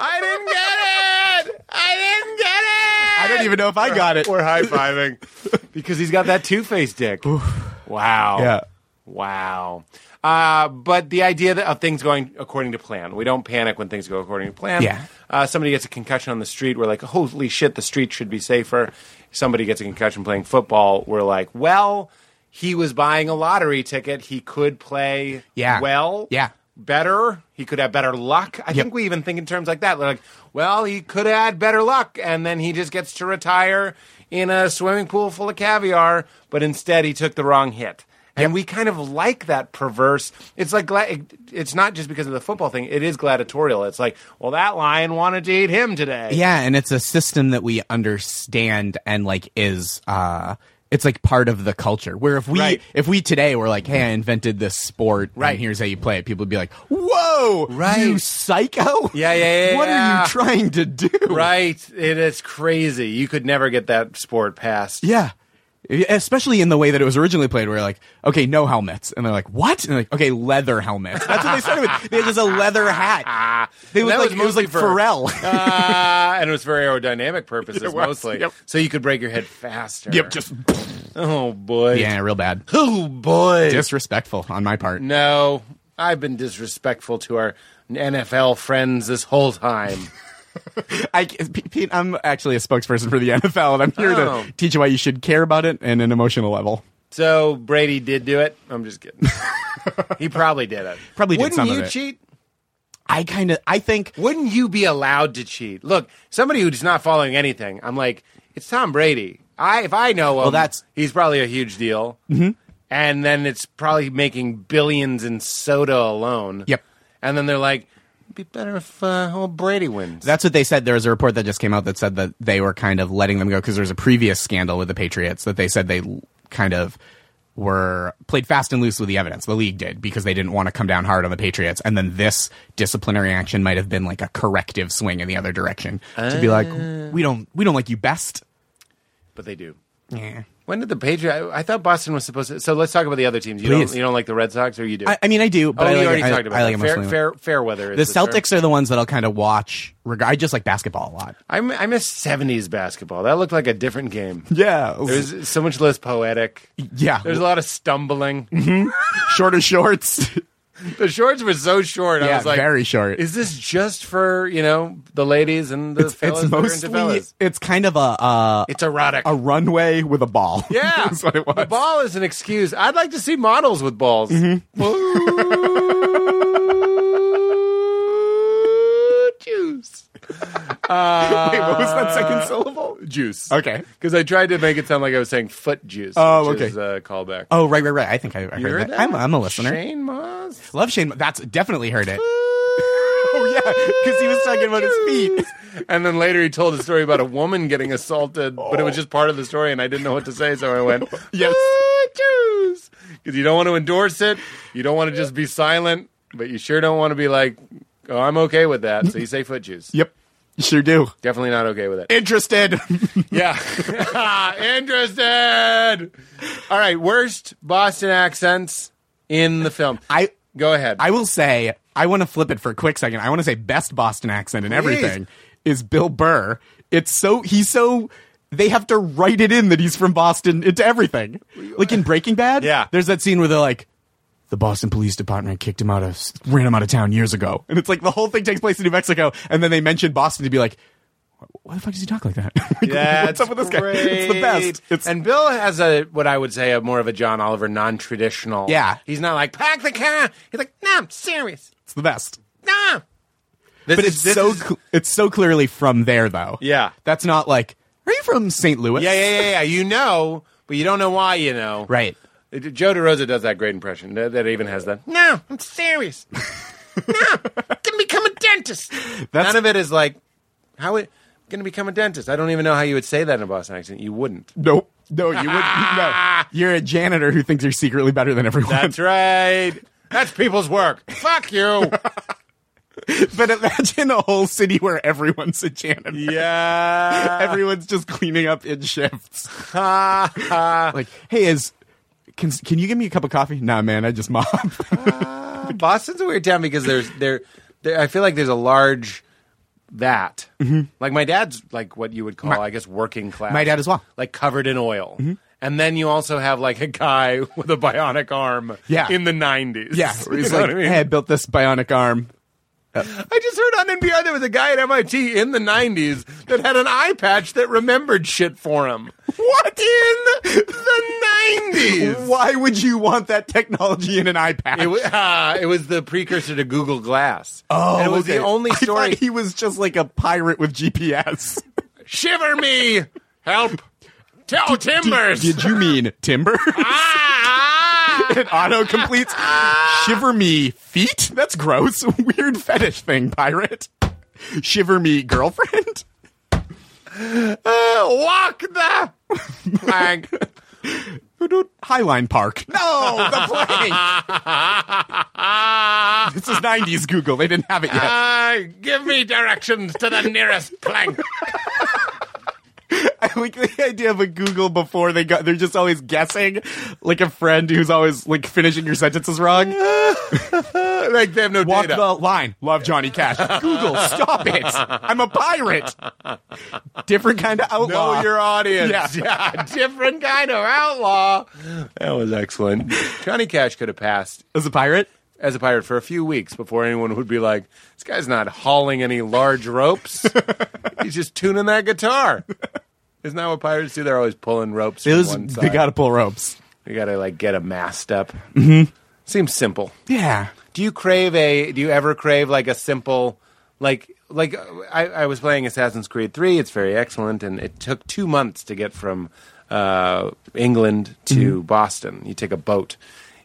Speaker 6: I didn't get it. I didn't get it.
Speaker 5: I don't even know if I got it.
Speaker 6: We're high fiving because he's got that two faced dick. Wow.
Speaker 5: Yeah.
Speaker 6: Wow. Uh, but the idea that, of things going according to plan. We don't panic when things go according to plan.
Speaker 5: Yeah.
Speaker 6: Uh, somebody gets a concussion on the street. We're like, holy shit, the street should be safer. Somebody gets a concussion playing football. We're like, well, he was buying a lottery ticket. He could play
Speaker 5: Yeah.
Speaker 6: well.
Speaker 5: Yeah.
Speaker 6: Better. He could have better luck. I
Speaker 5: Yep.
Speaker 6: think we even think in terms like that. We're like, well, he could have had better luck, and then he just gets to retire in a swimming pool full of caviar, but instead he took the wrong hit. And we kind of like that perverse. It's like gla- it- it's not just because of the football thing. It is gladiatorial. It's like, well, that lion wanted to eat him today.
Speaker 5: yeah, and it's a system that we understand and like is uh it's like part of the culture. Where if we
Speaker 6: Right.
Speaker 5: if we today were like, hey, I invented this sport,
Speaker 6: Right.
Speaker 5: and here's how you play it, people would be like, Whoa,
Speaker 6: Right.
Speaker 5: you psycho?
Speaker 6: Yeah, yeah, yeah,
Speaker 5: What are
Speaker 6: yeah.
Speaker 5: you trying to do?
Speaker 6: Right. It is crazy. You could never get that sport past.
Speaker 5: Yeah. Especially in the way that it was originally played, where you're like, okay, no helmets. And they're like, what? And they're like, okay, leather helmets. That's what they started with. They had just a leather hat. They looked
Speaker 6: Ah. That
Speaker 5: like,
Speaker 6: was
Speaker 5: it was like
Speaker 6: mostly for-
Speaker 5: Pharrell.
Speaker 6: uh, and it was for aerodynamic purposes
Speaker 5: It was,
Speaker 6: mostly.
Speaker 5: yep.
Speaker 6: So you could break your head faster.
Speaker 5: yep, just.
Speaker 6: oh boy.
Speaker 5: Yeah, real bad.
Speaker 6: Oh boy.
Speaker 5: Disrespectful on my part.
Speaker 6: no, I've been disrespectful to our NFL friends this whole time.
Speaker 5: I, Pete, Pete, I'm actually a spokesperson for the NFL, and I'm here
Speaker 6: Oh.
Speaker 5: to teach you why you should care about it and an emotional level.
Speaker 6: so Brady did do it. I'm just kidding. he probably did it.
Speaker 5: Probably did
Speaker 6: Wouldn't
Speaker 5: some of
Speaker 6: you
Speaker 5: it.
Speaker 6: cheat?
Speaker 5: I kind of, I think,
Speaker 6: Wouldn't you be allowed to cheat? Look, somebody who's not following anything. I'm like, it's Tom Brady. I if I know him,
Speaker 5: Well, that's-
Speaker 6: he's probably a huge deal. Mm-hmm. And then it's probably making billions in soda alone.
Speaker 5: Yep.
Speaker 6: And then they're like, it'd be better if uh, old Brady wins.
Speaker 5: That's what they said. There was a report that just came out that said that they were kind of letting them go because there was a previous scandal with the Patriots that they said they l- kind of were played fast and loose with the evidence. The league did because they didn't want to come down hard on the Patriots. And then this disciplinary action might have been like a corrective swing in the
Speaker 6: Ah.
Speaker 5: other direction to be like, we don't, we don't like you best.
Speaker 6: but they do.
Speaker 5: Yeah.
Speaker 6: When did the Patriots? I, I thought Boston was supposed to. So let's talk about the other teams. You
Speaker 5: Please.
Speaker 6: don't you don't like the Red Sox, or you do?
Speaker 5: I, I mean, I do, but
Speaker 6: oh,
Speaker 5: I
Speaker 6: you
Speaker 5: like,
Speaker 6: already
Speaker 5: I,
Speaker 6: talked about
Speaker 5: I like
Speaker 6: it.
Speaker 5: them
Speaker 6: fair,
Speaker 5: mostly.
Speaker 6: fair, fair weather.
Speaker 5: The
Speaker 6: is term.
Speaker 5: Celtics are the ones that I'll kind of watch. reg- I just like basketball a lot.
Speaker 6: I, mi- I miss '70s basketball. That looked like a different game.
Speaker 5: Yeah,
Speaker 6: There's so much less poetic.
Speaker 5: yeah,
Speaker 6: There's a lot of stumbling.
Speaker 5: shorter shorts.
Speaker 6: the shorts were so short. I
Speaker 5: Yeah,
Speaker 6: was like,
Speaker 5: very short.
Speaker 6: Is this just for you know the ladies and the
Speaker 5: it's,
Speaker 6: fellas?
Speaker 5: it's
Speaker 6: that are into
Speaker 5: mostly
Speaker 6: fellas?
Speaker 5: it's kind of a uh,
Speaker 6: It's erotic.
Speaker 5: a runway with a ball.
Speaker 6: yeah,
Speaker 5: That's what it
Speaker 6: the
Speaker 5: was. Mm-hmm.
Speaker 6: ball is an excuse. I'd like to see models with balls. Juice.
Speaker 5: Wait, what was that second syllable?
Speaker 6: Uh, Juice.
Speaker 5: Okay.
Speaker 6: Because I tried to make it sound like I was saying foot juice.
Speaker 5: Oh,
Speaker 6: which Is
Speaker 5: okay.
Speaker 6: a callback.
Speaker 5: Oh, right, right, right. I think I, I
Speaker 6: You
Speaker 5: heard
Speaker 6: heard
Speaker 5: that. I'm, I'm a listener.
Speaker 6: Shane Moss.
Speaker 5: Love Shane. That's definitely heard it. oh yeah, because he was talking about his feet.
Speaker 6: And then later he told a story about a woman getting assaulted, but it was just part of the story, and I didn't know what to say, so I went,
Speaker 5: Oh. Yes.
Speaker 6: Because you don't want to endorse it, you don't want to just be silent, but you sure don't want to be like, oh, I'm okay with that. So you say foot juice.
Speaker 5: Yep, sure do.
Speaker 6: Definitely not okay with it.
Speaker 5: Interested.
Speaker 6: Yeah. Interested. All right. Worst Boston accents in the film.
Speaker 5: I
Speaker 6: Go ahead.
Speaker 5: I will say I want to flip it for a quick second. I want to say best Boston accent and everything is Bill Burr. It's so he's so they have to write it in that he's from Boston into everything. Like in Breaking Bad,
Speaker 6: Yeah.
Speaker 5: There's that scene where they're like. The Boston Police Department kicked him out of, ran him out of town years ago, and it's like the whole thing takes place in New Mexico, and then they mention Boston to be like, "Why the fuck does he talk like that? Like,
Speaker 6: That's
Speaker 5: what's up with this guy? It's the best.
Speaker 6: great.
Speaker 5: It's
Speaker 6: and Bill has a what I would say a more of a John Oliver non-traditional.
Speaker 5: Yeah.
Speaker 6: he's not like pack the car. He's like, no, I'm serious.
Speaker 5: it's the best."
Speaker 6: No. This
Speaker 5: But
Speaker 6: is-
Speaker 5: it's
Speaker 6: this
Speaker 5: so
Speaker 6: is-
Speaker 5: cl- it's so clearly from there though.
Speaker 6: Yeah.
Speaker 5: that's not like. Are you from St. Louis?
Speaker 6: yeah, yeah, yeah, yeah. You know, but you don't know why you know.
Speaker 5: Right.
Speaker 6: It- Joe DeRosa does that great impression. That, that even has that. No, I'm serious. no, gonna become a dentist. None of it is like how it gonna become a dentist. I don't even know how you would say that in a Boston accent. You wouldn't.
Speaker 5: Nope. No, you wouldn't. no. You're a janitor who thinks you're secretly better than everyone.
Speaker 6: That's right. That's people's work. Fuck you.
Speaker 5: but imagine a whole city where everyone's a janitor.
Speaker 6: Yeah.
Speaker 5: Everyone's just cleaning up in shifts. like, hey, is can can you give me a cup of coffee? Nah, man, I just mop.
Speaker 6: Boston's a weird town because there's there, there I feel like there's a large that. Like my dad's like what you would call I guess working class.
Speaker 5: Mm-hmm. my dad as well. Mm-hmm.
Speaker 6: Like covered in oil. And then you also have like a guy with a bionic arm
Speaker 5: Yeah.
Speaker 6: in the 90s.
Speaker 5: yeah,
Speaker 6: You
Speaker 5: he's
Speaker 6: know
Speaker 5: like,
Speaker 6: what I mean?
Speaker 5: hey, I built this bionic arm.
Speaker 6: I just heard on NPR there was a guy at MIT in the 90s that had an eye patch that remembered shit for him. What? In the 90s.
Speaker 5: Why would you want that technology in an iPad?
Speaker 6: It was, uh, it was the precursor to Google Glass.
Speaker 5: oh,
Speaker 6: and it was
Speaker 5: okay.
Speaker 6: the only
Speaker 5: I thought
Speaker 6: story.
Speaker 5: he was just like a pirate with GPS.
Speaker 6: Shiver me! Help! Tell timbers!
Speaker 5: Did you mean timber?
Speaker 6: Ah!
Speaker 5: It auto completes. Shiver me feet? That's gross. Weird fetish thing, pirate. Shiver me girlfriend?
Speaker 6: Uh, walk the plank.
Speaker 5: Highline Park. No, the plane. this is 90s Google. They didn't have it yet.
Speaker 6: Uh, Ah, give me directions to the nearest plank.
Speaker 5: I like the idea of a Google before they got, they're just always guessing. Like a friend who's always like finishing your sentences wrong.
Speaker 6: like they have no
Speaker 5: Walk
Speaker 6: data.
Speaker 5: the line. Love Johnny Cash. Google, stop it. I'm a pirate. Different kind of outlaw.
Speaker 6: Know your audience.
Speaker 5: Yeah.
Speaker 6: yeah, different kind of outlaw. That was excellent. Johnny Cash could have passed
Speaker 5: As a pirate?
Speaker 6: as a pirate for a few weeks before anyone would be like, this guy's not hauling any large ropes. He's just tuning that guitar. Isn't that what pirates do? They're always pulling ropes.
Speaker 5: It
Speaker 6: from
Speaker 5: was,
Speaker 6: one side.
Speaker 5: they gotta pull ropes.
Speaker 6: You gotta like get a mast up. Mm-hmm. Seems simple.
Speaker 5: Yeah.
Speaker 6: Do you crave a? Do you ever crave like a simple, like like uh, I, I was playing Assassin's Creed Three. It's very excellent, and it took two months to get from uh, England
Speaker 5: Mm-hmm.
Speaker 6: to Boston. You take a boat.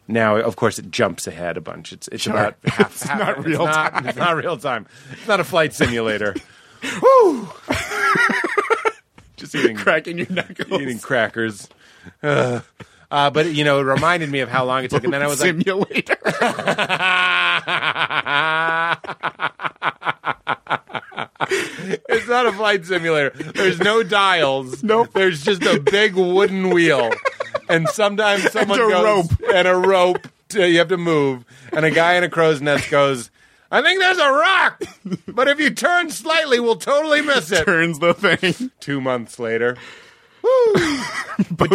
Speaker 6: Now, of course, it jumps ahead a bunch. It's it's about half.
Speaker 5: It's
Speaker 6: half
Speaker 5: not real
Speaker 6: it's
Speaker 5: time.
Speaker 6: Not, it's not real time. It's not a flight simulator.
Speaker 5: Woo!
Speaker 6: Just eating
Speaker 5: Cracking your knuckles.
Speaker 6: eating crackers. Ugh. Uh, but you know, it reminded me of how long it took, and then I was like,
Speaker 5: Simulator.
Speaker 6: it's not a flight simulator. There's no dials. Nope. There's just a big wooden wheel, and sometimes someone
Speaker 5: a
Speaker 6: goes
Speaker 5: rope.
Speaker 6: and a rope. To, you have to move, and a guy in a crow's nest goes. I think there's a rock, but if you turn slightly, we'll totally miss it.
Speaker 5: turns the thing.
Speaker 6: Two months later, But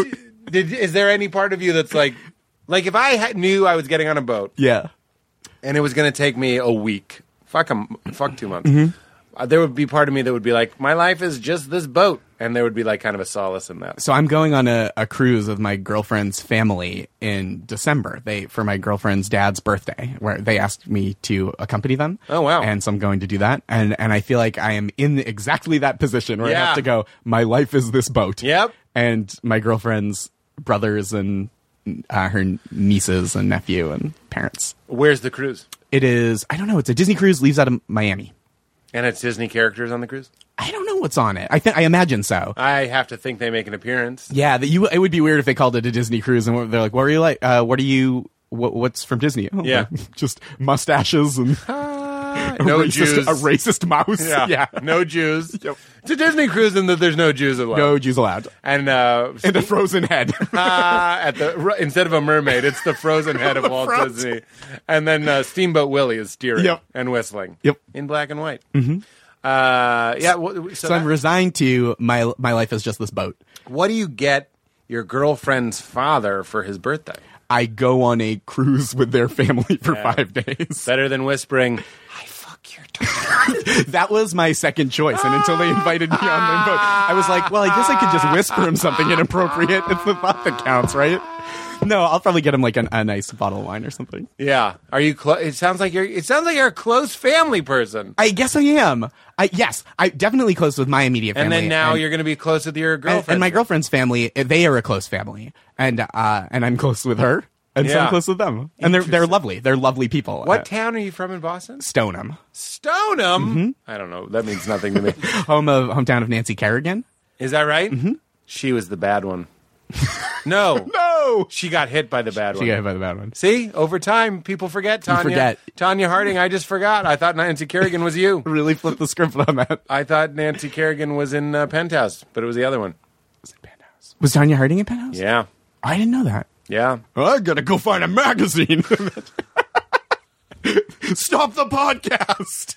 Speaker 6: did, is there any part of you that's like, like if I had, knew I was getting on a boat
Speaker 5: Yeah.
Speaker 6: and it was going to take me a week, fuck a m fuck two months,
Speaker 5: Mm-hmm.
Speaker 6: uh, there would be part of me that would be like, my life is just this boat, and there would be like kind of a solace in that.
Speaker 5: So I'm going on a, a cruise with my girlfriend's family in December. They for my girlfriend's dad's birthday, where they asked me to accompany them.
Speaker 6: Oh, wow.
Speaker 5: And so I'm going to do that, and and I feel like I am in exactly that position where I
Speaker 6: Yeah.
Speaker 5: have to go. My life is this boat.
Speaker 6: Yep.
Speaker 5: And my girlfriend's brothers and uh, her nieces and nephew and parents.
Speaker 6: Where's the cruise?
Speaker 5: It is I don't know. It's a Disney cruise. Leaves out of Miami.
Speaker 6: And it's Disney characters on the cruise.
Speaker 5: I don't know what's on it. I think I imagine so.
Speaker 6: I have to think they make an appearance.
Speaker 5: Yeah, that you. It would be weird if they called it a Disney cruise and what- they're like, "What are you like? Uh, what are you? What, what's from Disney? Oh,
Speaker 6: Yeah.
Speaker 5: just mustaches and a
Speaker 6: Ah, no
Speaker 5: racist,
Speaker 6: Jews.
Speaker 5: a racist mouse.
Speaker 6: Yeah. No Jews. It's a Disney cruise and that there's no Jews allowed.
Speaker 5: no Jews allowed.
Speaker 6: And uh,
Speaker 5: And a frozen head.
Speaker 6: Ah, at the r- instead of a mermaid, it's the frozen head of Walt
Speaker 5: Frozen.
Speaker 6: Disney, and then uh, Steamboat Willie is steering
Speaker 5: Yep.
Speaker 6: and whistling.
Speaker 5: Yep.
Speaker 6: in black and white. Mm-hmm. Uh, yeah. What, so
Speaker 5: so I'm
Speaker 6: that-
Speaker 5: resigned to my my life is just this boat.
Speaker 6: what do you get your girlfriend's father for his birthday?
Speaker 5: I go on a cruise with their family for five days.
Speaker 6: Better than whispering.
Speaker 5: That was my second choice, and until they invited me on their boat, I was like, "Well, I guess I could just whisper him something inappropriate. It's the thought that counts, right?" No, I'll probably get him like an, a nice bottle of wine or something.
Speaker 6: Yeah. Are you? Clo- it sounds like you're. It sounds like you're a close family person.
Speaker 5: I guess I am. I yes, I definitely close with my immediate family.
Speaker 6: and then now
Speaker 5: and-
Speaker 6: you're going to be close with your
Speaker 5: and,
Speaker 6: girlfriend.
Speaker 5: and my girlfriend's family. eh, They are a close family, and uh, and I'm close with her, and so
Speaker 6: Yeah.
Speaker 5: I'm close with them, and they're they're
Speaker 6: Interesting.
Speaker 5: lovely. They're lovely people.
Speaker 6: What
Speaker 5: Uh,
Speaker 6: town are you from in Boston?
Speaker 5: Stoneham,
Speaker 6: Stoneham.
Speaker 5: Mm-hmm.
Speaker 6: I don't know. That means nothing to me.
Speaker 5: home of hometown of Nancy Kerrigan.
Speaker 6: Is that right? Mm-hmm. She was the bad one. no.
Speaker 5: No,
Speaker 6: She got hit by the bad
Speaker 5: Oh, she
Speaker 6: one.
Speaker 5: got hit by the bad one.
Speaker 6: See, over time, people forget Tanya.
Speaker 5: forget.
Speaker 6: Tanya Harding, I just forgot. I thought Nancy Kerrigan was you.
Speaker 5: Really flipped the script on that.
Speaker 6: I thought Nancy Kerrigan was in uh, Penthouse, but it was the other one.
Speaker 5: Was it Penthouse? Was Tanya Harding in Penthouse?
Speaker 6: Yeah.
Speaker 5: I didn't know that.
Speaker 6: Yeah.
Speaker 5: I gotta go find a magazine. Stop the podcast.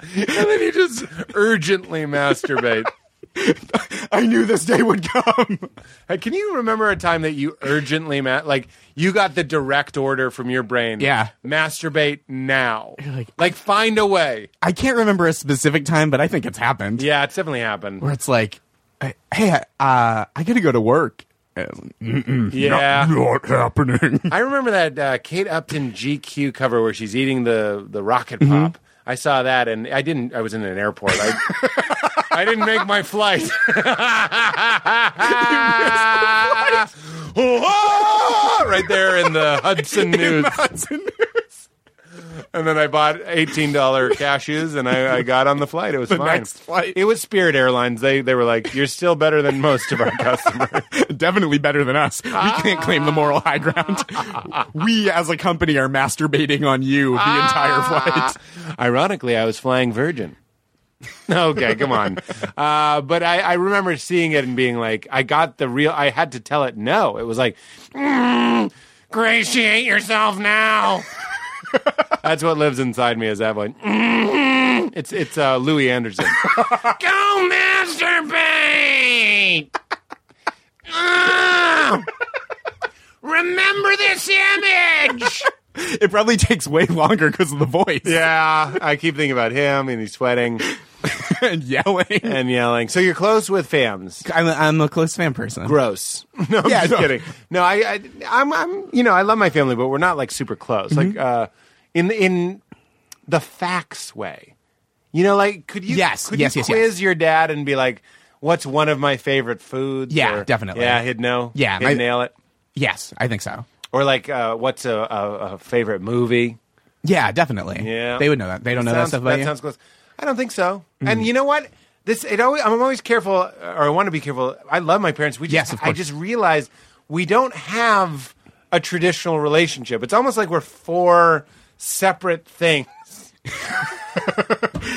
Speaker 6: And then you just urgently masturbate.
Speaker 5: I knew this day would come.
Speaker 6: Hey, Can you remember a time that you urgently, ma- like, you got the direct order from your brain?
Speaker 5: Yeah.
Speaker 6: Masturbate now.
Speaker 5: like-
Speaker 6: like, find a way.
Speaker 5: I can't remember a specific time, but I think it's happened.
Speaker 6: Yeah, it's definitely happened.
Speaker 5: Where it's like, I- hey, I- uh, I gotta go to work. And
Speaker 6: Yeah.
Speaker 5: Not happening.
Speaker 6: I remember that uh, Kate Upton GQ cover where she's eating the the rocket pop. I saw that, and I didn't. I was in an airport. I, I didn't make my flight. right there in the Hudson News. And then I bought eighteen dollar cashews, and I, I got on the flight. It was fine.
Speaker 5: next flight.
Speaker 6: It was Spirit Airlines. They they were like, "You're still better than most of our customers."
Speaker 5: Definitely better than us. We can't claim the moral high ground. we, as a company, are masturbating on you the entire
Speaker 6: Ah.
Speaker 5: flight.
Speaker 6: Ironically, I was flying Virgin. okay, come on. Uh, but I, I remember seeing it and being like, I got the real. I had to tell it no. It was like, mm, gratiate yourself now. That's what lives inside me is that one. Mm, it's it's uh, Louis Anderson. Go masturbate. Mm. remember this image.
Speaker 5: It probably takes way longer because of the voice
Speaker 6: Yeah, I keep thinking about him, and he's sweating
Speaker 5: and yelling.
Speaker 6: and yelling. So you're close with fams.
Speaker 5: I'm a, I'm a close fan person.
Speaker 6: Gross. No, I'm
Speaker 5: Yeah,
Speaker 6: just
Speaker 5: no.
Speaker 6: kidding. No, I, I, I'm, I'm, you know, I love my family, but we're not like super close. Like,
Speaker 5: Mm-hmm.
Speaker 6: uh, in the in the facts way, you know, like could you,
Speaker 5: Yes,
Speaker 6: could
Speaker 5: yes,
Speaker 6: you
Speaker 5: yes, yes.
Speaker 6: quiz your dad and be like, what's one of my favorite foods?
Speaker 5: Yeah, definitely.
Speaker 6: Yeah, he'd know.
Speaker 5: Yeah,
Speaker 6: he'd
Speaker 5: my-
Speaker 6: nail it.
Speaker 5: Yes, I think so.
Speaker 6: Or like, uh, what's a, a, a favorite movie?
Speaker 5: Yeah, definitely.
Speaker 6: Yeah.
Speaker 5: They would know that. They don't know
Speaker 6: Sounds-
Speaker 5: that stuff about you. Hmm.
Speaker 6: sounds close. I don't think so. And you know what? This it always, I'm always careful, or I want to be careful. I love my parents. We just,
Speaker 5: Yes, of
Speaker 6: I
Speaker 5: course.
Speaker 6: just realized we don't have a traditional relationship. It's almost like we're four separate things.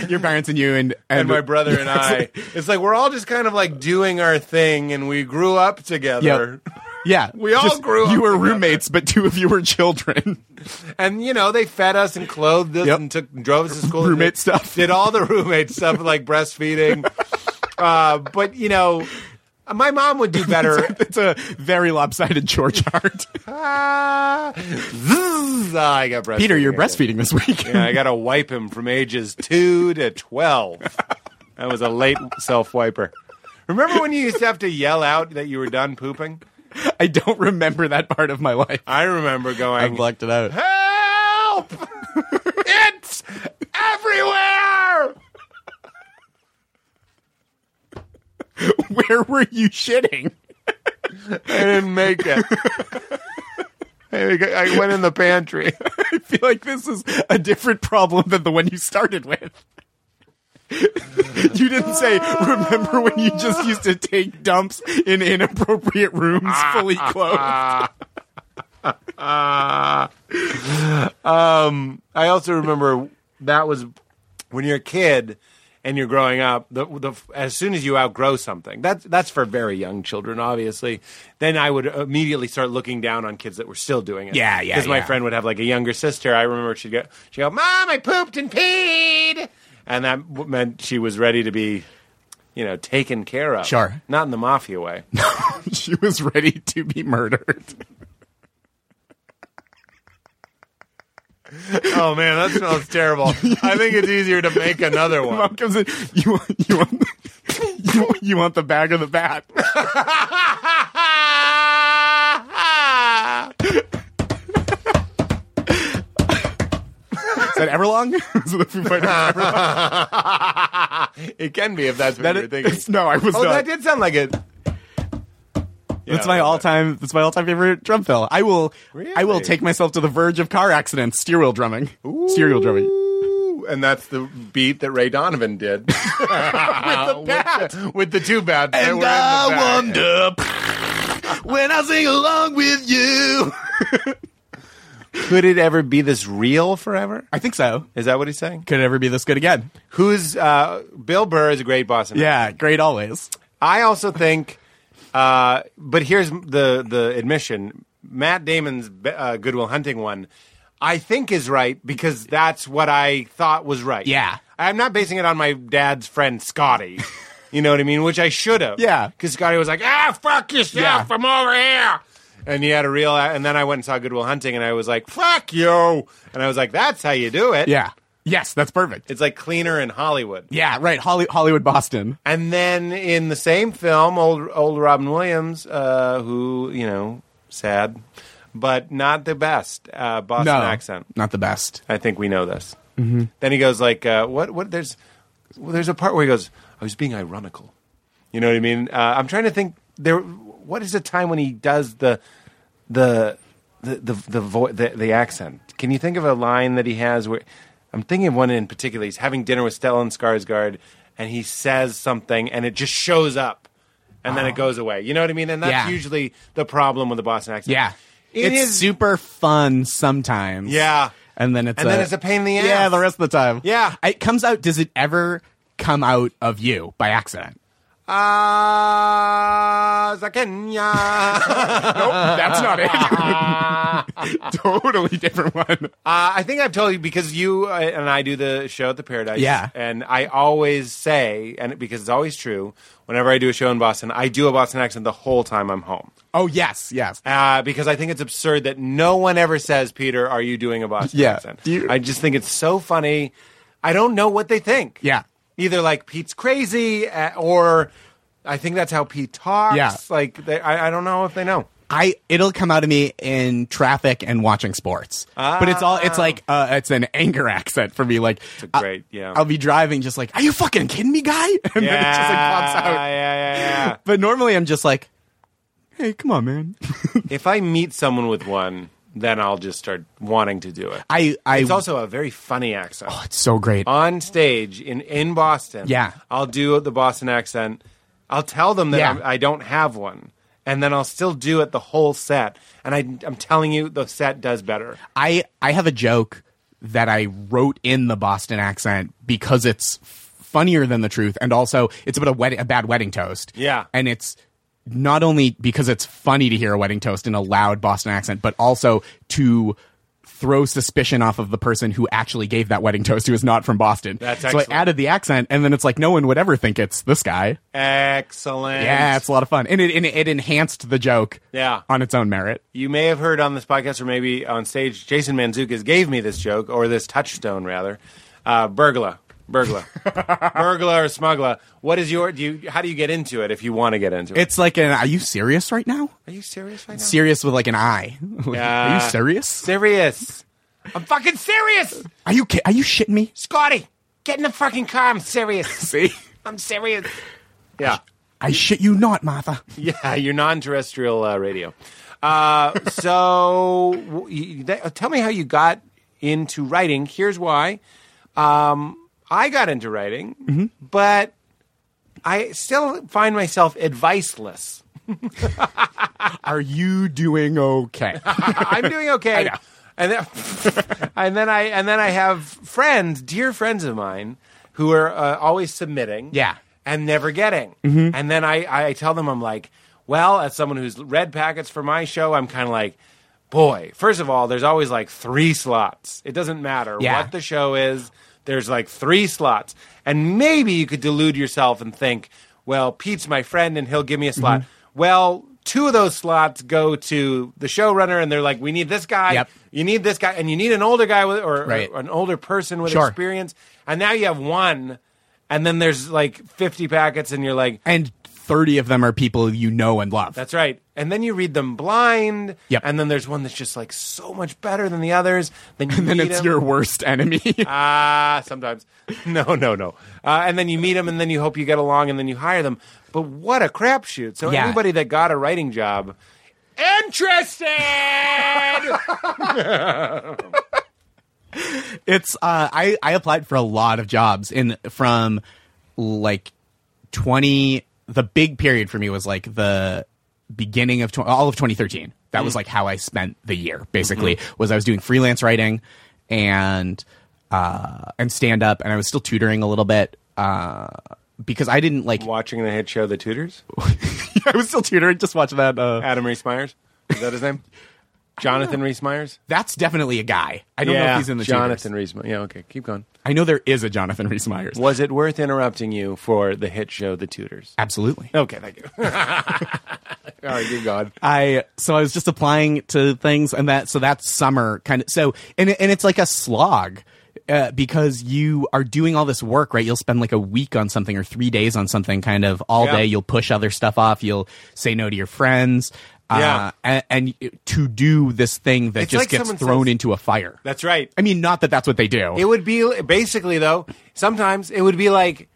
Speaker 5: your parents and you and
Speaker 6: and my brother and I. It's like we're all just kind of like doing our thing, and we grew up together.
Speaker 5: Yeah,
Speaker 6: We all grew up
Speaker 5: You were
Speaker 6: together.
Speaker 5: roommates, but two of you were children.
Speaker 6: And you know, they fed us and clothed us
Speaker 5: Yep.
Speaker 6: and took and drove us to school.
Speaker 5: Roommate
Speaker 6: Did-
Speaker 5: stuff.
Speaker 6: Did all the roommate stuff like breastfeeding. uh, but you know, my mom would do better.
Speaker 5: it's a very lopsided George Hart.
Speaker 6: Ah, zzz, ah, I got breastfeeding.
Speaker 5: Peter, you're
Speaker 6: again.
Speaker 5: breastfeeding this week.
Speaker 6: Yeah, I got to wipe him from ages two to 12. That was a late self wiper. Remember when you used to have to yell out that you were done pooping?
Speaker 5: I don't remember that part of my life.
Speaker 6: I remember
Speaker 5: I
Speaker 6: going,
Speaker 5: blacked it out.
Speaker 6: Help! it's everywhere!
Speaker 5: Where were you shitting?
Speaker 6: I didn't make it. I I went in the pantry.
Speaker 5: I feel like this is a different problem than the one you started with. you didn't say, remember when you just used to take dumps in inappropriate rooms
Speaker 6: Ah,
Speaker 5: fully clothed?
Speaker 6: Um, I also remember that was when you're a kid and you're growing up. The, the, as soon as you outgrow something, that's that's for very young children, obviously. Then I would immediately start looking down on kids that were still doing it.
Speaker 5: Yeah, yeah,
Speaker 6: Because my
Speaker 5: yeah.
Speaker 6: friend would have like a younger sister. I remember she'd go, she would go, "Mom, I pooped and peed," and that w- meant she was ready to be, you know, taken care of.
Speaker 5: Sure.
Speaker 6: not in the mafia way.
Speaker 5: she was ready to be murdered.
Speaker 6: oh man, that smells terrible. I think it's easier to make another one.
Speaker 5: Mom comes in, you want, you want, you, you want the bag of the bat. Is that Everlong? Is it the Foo Fighters Everlong?
Speaker 6: it can be if that's what
Speaker 5: That
Speaker 6: you're
Speaker 5: is-
Speaker 6: thinking.
Speaker 5: no, I was
Speaker 6: Oh,
Speaker 5: not.
Speaker 6: that did sound like it.
Speaker 5: that's my all-time. That's my all-time favorite drum fill. I will. I will
Speaker 6: Really?
Speaker 5: take myself to the verge of car accidents. Steer wheel drumming. Steer wheel drumming.
Speaker 6: Ooh, And that's the beat that Ray Donovan did with the bat, with the, two bats. that were in the back.
Speaker 5: when I sing along with you.
Speaker 6: Could it ever be this real forever?
Speaker 5: I think so.
Speaker 6: Is that what he's saying?
Speaker 5: Could it ever be this good again?
Speaker 6: Who's uh, Bill Burr is a great boss. in that.
Speaker 5: Yeah, great always.
Speaker 6: I also think, uh, but here's the the admission: Matt Damon's uh, Goodwill Hunting one, I think is right because that's what I thought was right.
Speaker 5: Yeah.
Speaker 6: I'm not basing it on my dad's friend Scotty. you know what I mean? Which I should have.
Speaker 5: Yeah.
Speaker 6: because Scotty was like, "Ah, fuck
Speaker 5: Yeah.
Speaker 6: yourself! I'm over here." And he had a real, and then I went and saw Goodwill Hunting, and I was like, "Fuck you!" And I was like, "That's how you do it."
Speaker 5: Yeah. Yes, that's perfect.
Speaker 6: it's like cleaner in Hollywood.
Speaker 5: Yeah, right. Holly- Hollywood, Boston.
Speaker 6: And then in the same film, old old Robin Williams, uh, who you know, sad, but not the best uh, Boston
Speaker 5: no,
Speaker 6: accent.
Speaker 5: not the best.
Speaker 6: I think we know this. Mm-hmm. Then he goes like, uh, "What? What?" There's well, there's a part where he goes, "I was being ironical." You know what I mean? Uh, I'm trying to think. There, what is the time when he does the the the the the, vo- the the accent? Can you think of a line that he has where I'm thinking of one in particular? He's having dinner with Stellan Skarsgård, and he says something, and it just shows up, and then it goes away. You know what I mean? And that's
Speaker 5: Oh. Yeah.
Speaker 6: usually the problem with the Boston accent.
Speaker 5: Yeah,
Speaker 6: It
Speaker 5: it's
Speaker 6: is-
Speaker 5: super fun sometimes.
Speaker 6: Yeah.
Speaker 5: and then it's
Speaker 6: And
Speaker 5: a,
Speaker 6: then it's a pain in the ass.
Speaker 5: Yeah, the rest of the time.
Speaker 6: Yeah.
Speaker 5: it comes out. Does it ever come out of you by accident?
Speaker 6: Ah, Zakenya. uh,
Speaker 5: That's not it. totally different one.
Speaker 6: Uh, I think I've told you because you uh, and I do the show at the Paradise.
Speaker 5: Yeah.
Speaker 6: And I always say, and because it's always true, whenever I do a show in Boston, I do a Boston accent the whole time I'm home.
Speaker 5: Oh yes, yes.
Speaker 6: Uh, because I think it's absurd that no one ever says, Peter, are you doing a Boston
Speaker 5: Yeah.
Speaker 6: accent?
Speaker 5: Do you-
Speaker 6: I just think it's so funny. I don't know what they think.
Speaker 5: Yeah.
Speaker 6: Either like Pete's crazy uh, or I think that's how Pete talks.
Speaker 5: Yeah.
Speaker 6: Like, they, I, I don't know if they know.
Speaker 5: I it'll come out of me in traffic and watching sports, but it's all it's like uh, it's an anger accent for me. Like
Speaker 6: Ah. a great-
Speaker 5: I,
Speaker 6: yeah.
Speaker 5: I'll be driving, just like, are you fucking kidding me, guy? And then it just like pops out.
Speaker 6: Yeah, yeah, yeah.
Speaker 5: But normally I'm just like, hey, come on, man.
Speaker 6: if I meet someone with one, then I'll just start wanting to do it.
Speaker 5: I I Oh,
Speaker 6: It's also a very funny accent.
Speaker 5: it's so great.
Speaker 6: On stage in, in Boston,
Speaker 5: Yeah.
Speaker 6: I'll do the Boston accent. I'll tell them that
Speaker 5: Yeah.
Speaker 6: I'm- I don't have one, and then I'll still do it the whole set. And I, I'm telling you, the set does better.
Speaker 5: I I have a joke that I wrote in the Boston accent because it's f- funnier than the truth, and also it's about a wedding, a bad wedding toast.
Speaker 6: Yeah.
Speaker 5: and it's not only because it's funny to hear a wedding toast in a loud Boston accent, but also to throw suspicion off of the person who actually gave that wedding toast, who is not from Boston.
Speaker 6: That's
Speaker 5: so
Speaker 6: excellent.
Speaker 5: I added the accent, and then it's like no one would ever think it's this guy.
Speaker 6: Excellent.
Speaker 5: Yeah, it's a lot of fun, and it and it, it enhanced the joke.
Speaker 6: Yeah.
Speaker 5: on its own merit.
Speaker 6: You may have heard on this podcast, or maybe on stage, Jason Manzukis gave me this joke, or this touchstone rather. Uh, burgla, burgla, burgla or smuggler. What is your? Do you? How do you get into it if you want to get into it?
Speaker 5: It's like an are you serious right now?
Speaker 6: Are you serious right now?
Speaker 5: Serious with like an eye. are
Speaker 6: Yeah.
Speaker 5: you serious?
Speaker 6: serious. I'm fucking serious,
Speaker 5: Are you ki- are you shitting me?
Speaker 6: Scotty. Get in the fucking car. I'm serious.
Speaker 5: See,
Speaker 6: I'm serious. Yeah.
Speaker 5: I shit you not, Martha.
Speaker 6: Yeah, your non-terrestrial uh, radio. Uh, so, w- you, that, uh, tell me how you got into writing. Here's why: um, I got into writing, but I still find myself adviceless.
Speaker 5: Are you doing okay?
Speaker 6: I'm doing okay.
Speaker 5: know.
Speaker 6: And then, and then I and then I have friends, dear friends of mine, who are uh, always submitting,
Speaker 5: Yeah. Mm-hmm.
Speaker 6: and never getting. And then I I tell them I'm like, well, as someone who's read packets for my show, I'm kind of like, boy. First of all, there's always like three slots. It doesn't matter
Speaker 5: Yeah.
Speaker 6: what the show is. There's like three slots, and maybe you could delude yourself and think, well, Pete's my friend and he'll give
Speaker 5: Mm-hmm.
Speaker 6: me a slot. Well, two of those slots go to the showrunner, and they're like, we need this guy.
Speaker 5: Yep.
Speaker 6: You need this guy, and you need an older guy with, or, or
Speaker 5: Right.
Speaker 6: an older person with
Speaker 5: Sure.
Speaker 6: experience. And now you have one, and then there's like 50 packets, and you're like,
Speaker 5: and thirty of them are people you know and love.
Speaker 6: that's right. And then you read them blind.
Speaker 5: Yep.
Speaker 6: And then there's one that's just like so much better than the others. Then you
Speaker 5: and then
Speaker 6: meet
Speaker 5: it's
Speaker 6: him.
Speaker 5: your worst enemy.
Speaker 6: Ah, sometimes. No, no, no. Uh, and then you meet them, and then you hope you get along, and then you hire them. But what a crapshoot! So
Speaker 5: Yeah.
Speaker 6: anybody that got a writing job, interested?
Speaker 5: it's uh, I I applied for a lot of jobs in from like twenty. The big period for me was like the beginning of tw- all of 2013. That was like how I spent the year. Basically, was I was doing freelance writing and uh, and stand up, and I was still tutoring a little bit uh, because I didn't like.
Speaker 6: Watching the hit show, The Tutors.
Speaker 5: I was still tutoring. Just watch that. Uh,
Speaker 6: Adam Reese Myers. Is that his name? Jonathan Reese Myers.
Speaker 5: that's definitely a guy. I don't know if he's in the
Speaker 6: Jonathan
Speaker 5: Tutors.
Speaker 6: Reese. Myers. Yeah, okay, keep going.
Speaker 5: I know there is a Jonathan Rhys Meyers.
Speaker 6: Was it worth interrupting you for the hit show, The Tutors?
Speaker 5: Absolutely.
Speaker 6: Okay, thank you. All right, keep going.
Speaker 5: I so I was just applying to things and that so that summer kind of so and it- and it's like a slog uh, because you are doing all this work right you'll spend like a week on something or 3 days on something kind of all
Speaker 6: Yeah.
Speaker 5: day you'll push other stuff off you'll say no to your friends
Speaker 6: Yeah.
Speaker 5: uh, and, and to do this thing that
Speaker 6: It's
Speaker 5: just
Speaker 6: like
Speaker 5: gets
Speaker 6: someone
Speaker 5: thrown
Speaker 6: says-
Speaker 5: into a fire
Speaker 6: That's right.
Speaker 5: I mean not that that's what they do
Speaker 6: It would be basically though. Sometimes it would be like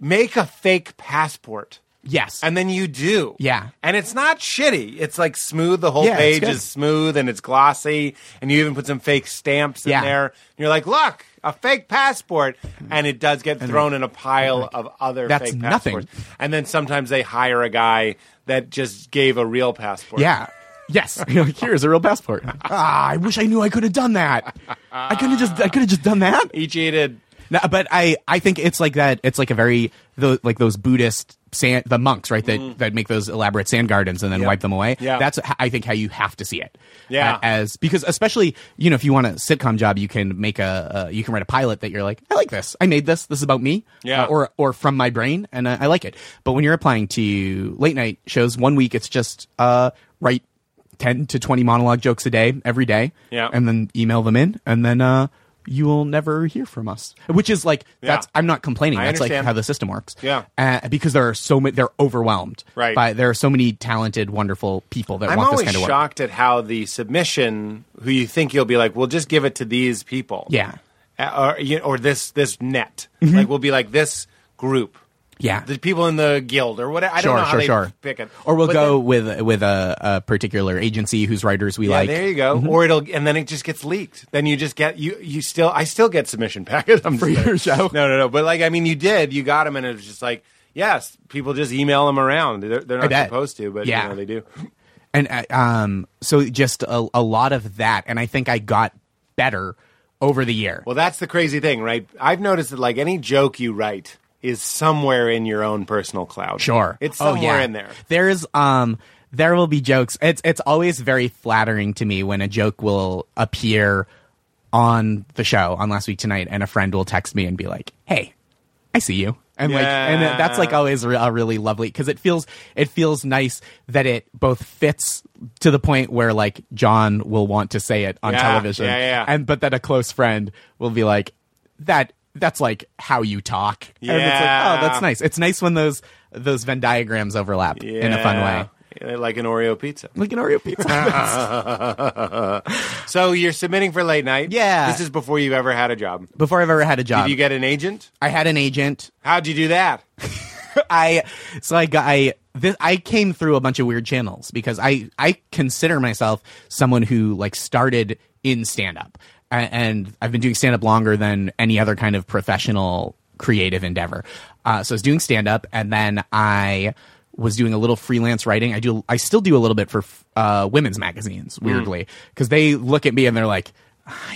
Speaker 6: make a fake passport,
Speaker 5: yes
Speaker 6: and then you do.
Speaker 5: Yeah.
Speaker 6: and it's not shitty. It's like smooth. The whole
Speaker 5: Yeah, it's
Speaker 6: page
Speaker 5: good.
Speaker 6: is smooth and it's glossy, and you even put some fake stamps in
Speaker 5: Yeah. Mm.
Speaker 6: there. And you're like, look, a fake passport, and it does get thrown in a pile of other.
Speaker 5: That's
Speaker 6: fake
Speaker 5: nothing.
Speaker 6: passports. And then sometimes they hire a guy that just gave a real passport.
Speaker 5: Yeah. Yes. You're like, Here's a real passport. ah, I wish I knew I could have done that. I could have just I could have just done that.
Speaker 6: he cheated.
Speaker 5: No, but I I think it's like that. It's like a very tho- like those Buddhist sand the monks right that that make those elaborate sand gardens and then wipe them away.
Speaker 6: Mm. Yeah.
Speaker 5: That's h- I think how you have to see it.
Speaker 6: Yeah.
Speaker 5: Uh, as because especially you know if you want a sitcom job you can make a uh, you can write a pilot that you're like I like this I made this this is about me
Speaker 6: Yeah.
Speaker 5: Uh, or or from my brain and I, I like it. But when you're applying to late night shows, one week it's just uh write. 10 to 20 monologue jokes a day every day
Speaker 6: Yeah.
Speaker 5: and then email them in and then uh you will never hear from us which is like that's
Speaker 6: Yeah.
Speaker 5: i'm not complaining
Speaker 6: I
Speaker 5: that's like
Speaker 6: understand.
Speaker 5: how the system works
Speaker 6: Yeah.
Speaker 5: uh, because there are so many they're overwhelmed
Speaker 6: Right.
Speaker 5: by there are so many talented wonderful people that
Speaker 6: I'm
Speaker 5: want this
Speaker 6: always
Speaker 5: kind of work
Speaker 6: shocked at how the submission, who you think you'll be like, we'll just give it to these people,
Speaker 5: yeah Mm-hmm.
Speaker 6: Uh, or you know, or this this net, like we'll be like this group,
Speaker 5: yeah
Speaker 6: the people in the guild or whatever. I
Speaker 5: sure
Speaker 6: don't know how
Speaker 5: sure
Speaker 6: they
Speaker 5: sure
Speaker 6: pick it,
Speaker 5: or we'll
Speaker 6: But
Speaker 5: go
Speaker 6: then-
Speaker 5: with with a, a particular agency whose writers we
Speaker 6: yeah,
Speaker 5: like mm-hmm.
Speaker 6: there you go. Or it'll, and then it just gets leaked. Then you just get you you still. I still get submission packets I'm
Speaker 5: For
Speaker 6: just
Speaker 5: your show?
Speaker 6: kidding. No, no, no. But like, I mean, you did. You got them, and it was just like, yes, people just email them around. They're, they're not
Speaker 5: bet.
Speaker 6: supposed to, but
Speaker 5: Yeah.
Speaker 6: you know they do.
Speaker 5: and uh, um so just a, a lot of that and i think i got better over the year.
Speaker 6: Well, that's the crazy thing, right? I've noticed that like any joke you write is somewhere in your own personal cloud.
Speaker 5: Sure. Oh,
Speaker 6: It's somewhere
Speaker 5: yeah.
Speaker 6: in there.
Speaker 5: There is um there will be jokes. It's it's always very flattering to me when a joke will appear on the show on last week tonight and a friend will text me and be like, "Hey, I see you." And like and
Speaker 6: Yeah.
Speaker 5: that's like always re- a really lovely cuz it feels it feels nice that it both fits to the point where like John will want to say it on
Speaker 6: Yeah,
Speaker 5: television
Speaker 6: yeah, yeah.
Speaker 5: and but that a close friend will be like that that's like how you talk. And it's like,
Speaker 6: Yeah.
Speaker 5: "Oh, that's nice." nice. It's nice when those those Venn diagrams overlap in a fun way.
Speaker 6: Yeah, Like an Oreo pizza.
Speaker 5: Like an Oreo pizza.
Speaker 6: So you're submitting for late night.
Speaker 5: Yeah. Um,
Speaker 6: This is before you've ever had a job.
Speaker 5: Before I've ever had a job,
Speaker 6: Did you get an agent?
Speaker 5: I had an agent.
Speaker 6: How'd you do that?
Speaker 5: I so I got I this I came through a bunch of weird channels because I I consider myself someone who like started in stand up and I've been doing stand up longer than any other kind of professional creative endeavor. Uh, so I was doing stand up and then I was doing a little freelance writing. I do I still do a little bit for uh, women's magazines weirdly because they look at me and they're like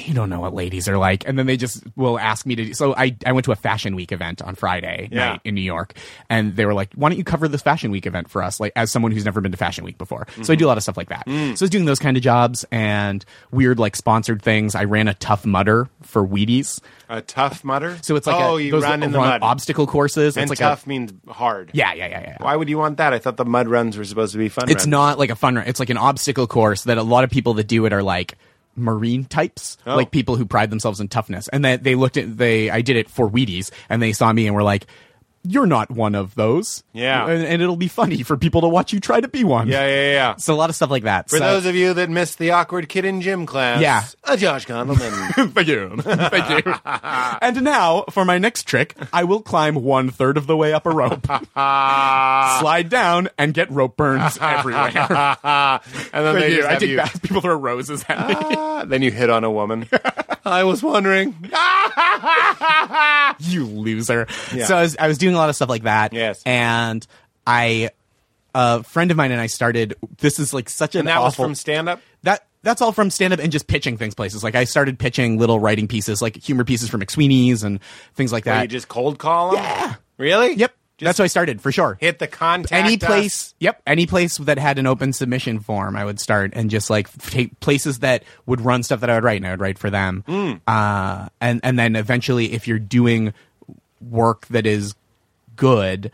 Speaker 5: you don't know what ladies are like and then they just will ask me to do so i, I went to a fashion week event on friday
Speaker 6: Yeah.
Speaker 5: night in new york and they were like why don't you cover this fashion week event for us like as someone who's never been to fashion week before so i do a lot of stuff like that
Speaker 6: Mm.
Speaker 5: so i was doing those kind of jobs and weird like sponsored things i ran a tough mutter for wheaties
Speaker 6: A tough mutter?
Speaker 5: so it's like
Speaker 6: oh,
Speaker 5: a,
Speaker 6: you
Speaker 5: those
Speaker 6: run in the
Speaker 5: run
Speaker 6: mud.
Speaker 5: obstacle courses
Speaker 6: and
Speaker 5: it's like
Speaker 6: tough
Speaker 5: a
Speaker 6: means hard.
Speaker 5: yeah yeah yeah yeah
Speaker 6: Why would you want that? I thought the mud runs were supposed to be fun.
Speaker 5: it's
Speaker 6: runs.
Speaker 5: not like a fun run. It's like an obstacle course that a lot of people that do it are like marine types,
Speaker 6: Oh.
Speaker 5: like people who pride themselves in toughness. And that they looked at they I did it for Wheaties and they saw me and were like, "You're not one of those."
Speaker 6: Yeah.
Speaker 5: and, and it'll be funny for people to watch you try to be one.
Speaker 6: Yeah, yeah, yeah.
Speaker 5: So a lot of stuff like that.
Speaker 6: For
Speaker 5: So-
Speaker 6: those of you that missed the awkward kid in gym class,
Speaker 5: Yeah.
Speaker 6: uh, Josh Gondelman.
Speaker 5: Thank you. Thank you. and now, for my next trick, I will climb one third of the way up a rope, slide down, and get rope burns everywhere.
Speaker 6: and then
Speaker 5: Thank
Speaker 6: they
Speaker 5: you.
Speaker 6: just
Speaker 5: I
Speaker 6: have
Speaker 5: take
Speaker 6: you.
Speaker 5: that. People throw roses at me.
Speaker 6: Ah, then you hit on a woman. I was wondering.
Speaker 5: you loser.
Speaker 6: Yeah.
Speaker 5: So I was, I was doing a lot of stuff like that.
Speaker 6: Yes.
Speaker 5: And I, a friend of mine and I started, this is like such an
Speaker 6: And that was
Speaker 5: awful-
Speaker 6: from stand up.
Speaker 5: that that's all from stand up and just pitching things places. Like I started pitching little writing pieces, like humor pieces from McSweeney's and things like
Speaker 6: Where
Speaker 5: that.
Speaker 6: you just cold call them? Yeah. Really?
Speaker 5: yep. That's how I started for sure.
Speaker 6: Hit the contact.
Speaker 5: any
Speaker 6: us.
Speaker 5: place, yep, any place that had an open submission form, I would start and just like take places that would run stuff that I would write, and I would write for them.
Speaker 6: Hmm.
Speaker 5: Uh, and and then eventually, if you're doing work that is good,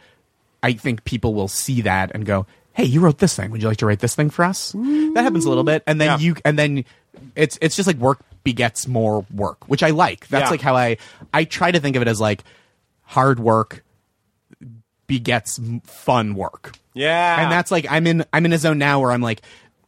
Speaker 5: I think people will see that and go, "Hey, you wrote this thing. Would you like to write this thing for us?" That happens a little bit, and then
Speaker 6: Yeah.
Speaker 5: you and then it's it's just like work begets more work, which I like. That's
Speaker 6: Yeah.
Speaker 5: like how I I try to think of it as like hard work begets m- fun work.
Speaker 6: Yeah.
Speaker 5: And that's like I'm in I'm in a zone now where I'm like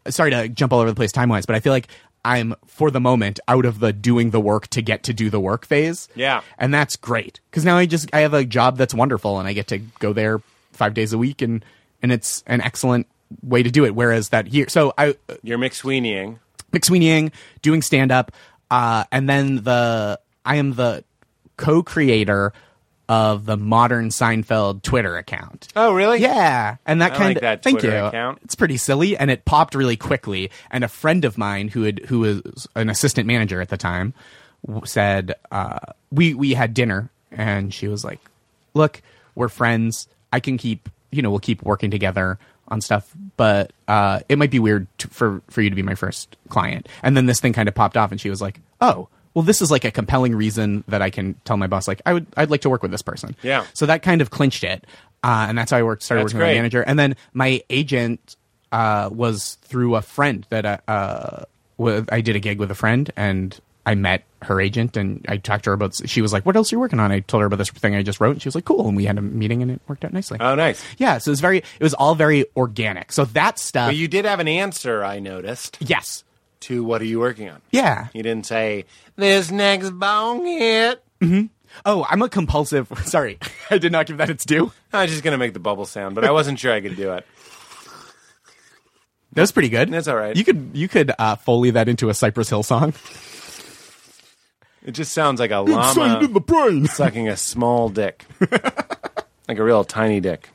Speaker 5: sorry to jump all over the place time wise, but I feel like I'm for the moment out of the doing the work to get to do the work phase.
Speaker 6: Yeah.
Speaker 5: And that's great. Cuz now I just I have a job that's wonderful and I get to go there 5 days a week and and it's an excellent way to do it whereas that here so I
Speaker 6: You're McSweeneying.
Speaker 5: McSweeneying, doing stand up, uh, and then the I am the co-creator of the modern Seinfeld Twitter account.
Speaker 6: Oh, really?
Speaker 5: Yeah, and that
Speaker 6: I
Speaker 5: kind
Speaker 6: like
Speaker 5: of
Speaker 6: that
Speaker 5: thank
Speaker 6: Twitter
Speaker 5: you.
Speaker 6: account.
Speaker 5: It's pretty silly, and it popped really quickly. And a friend of mine who had who was an assistant manager at the time w- said uh, we we had dinner, and she was like, "Look, we're friends. I can keep you know we'll keep working together." on stuff but uh, it might be weird to, for for you to be my first client and then this thing kind of popped off and she was like oh well this is like a compelling reason that i can tell my boss like i would i'd like to work with this person
Speaker 6: Yeah.
Speaker 5: so that kind of clinched it uh, and that's how i worked started
Speaker 6: That's
Speaker 5: working with
Speaker 6: great.
Speaker 5: my manager. And then my agent uh, was through a friend that I, uh, wa- I did a gig with a friend and I met her agent and I talked to her about, she was like, what else are you working on? I told her about this thing I just wrote and she was like, cool. And we had a meeting and it worked out nicely.
Speaker 6: Oh, nice.
Speaker 5: yeah. So it was very, it was all very organic. So that stuff.
Speaker 6: But you did have an answer, I noticed,
Speaker 5: yes.
Speaker 6: to what are you working on?
Speaker 5: Yeah.
Speaker 6: You didn't say, this next bong hit.
Speaker 5: Oh, I'm a compulsive. Sorry. I did not give that its due.
Speaker 6: I was just going to make the bubble sound, but I wasn't sure I could do it.
Speaker 5: That was pretty good.
Speaker 6: That's all right.
Speaker 5: You could, you could uh, Foley that into a Cypress Hill song.
Speaker 6: It just sounds like a
Speaker 5: Excited in the
Speaker 6: llama
Speaker 5: brain.
Speaker 6: sucking a small dick, like a real tiny dick.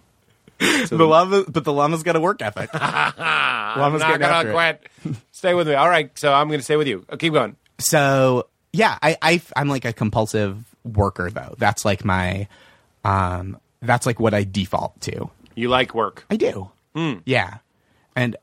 Speaker 5: The llama, but the llama's got a work ethic. llama's
Speaker 6: I'm not
Speaker 5: getting after
Speaker 6: gonna
Speaker 5: it.
Speaker 6: quit. Stay with me. All right, so I'm gonna stay with you. Oh, keep going.
Speaker 5: So yeah, I, I I'm like a compulsive worker though. That's like my um that's like what I default to.
Speaker 6: You like work.
Speaker 5: I do.
Speaker 6: Hmm.
Speaker 5: Yeah. And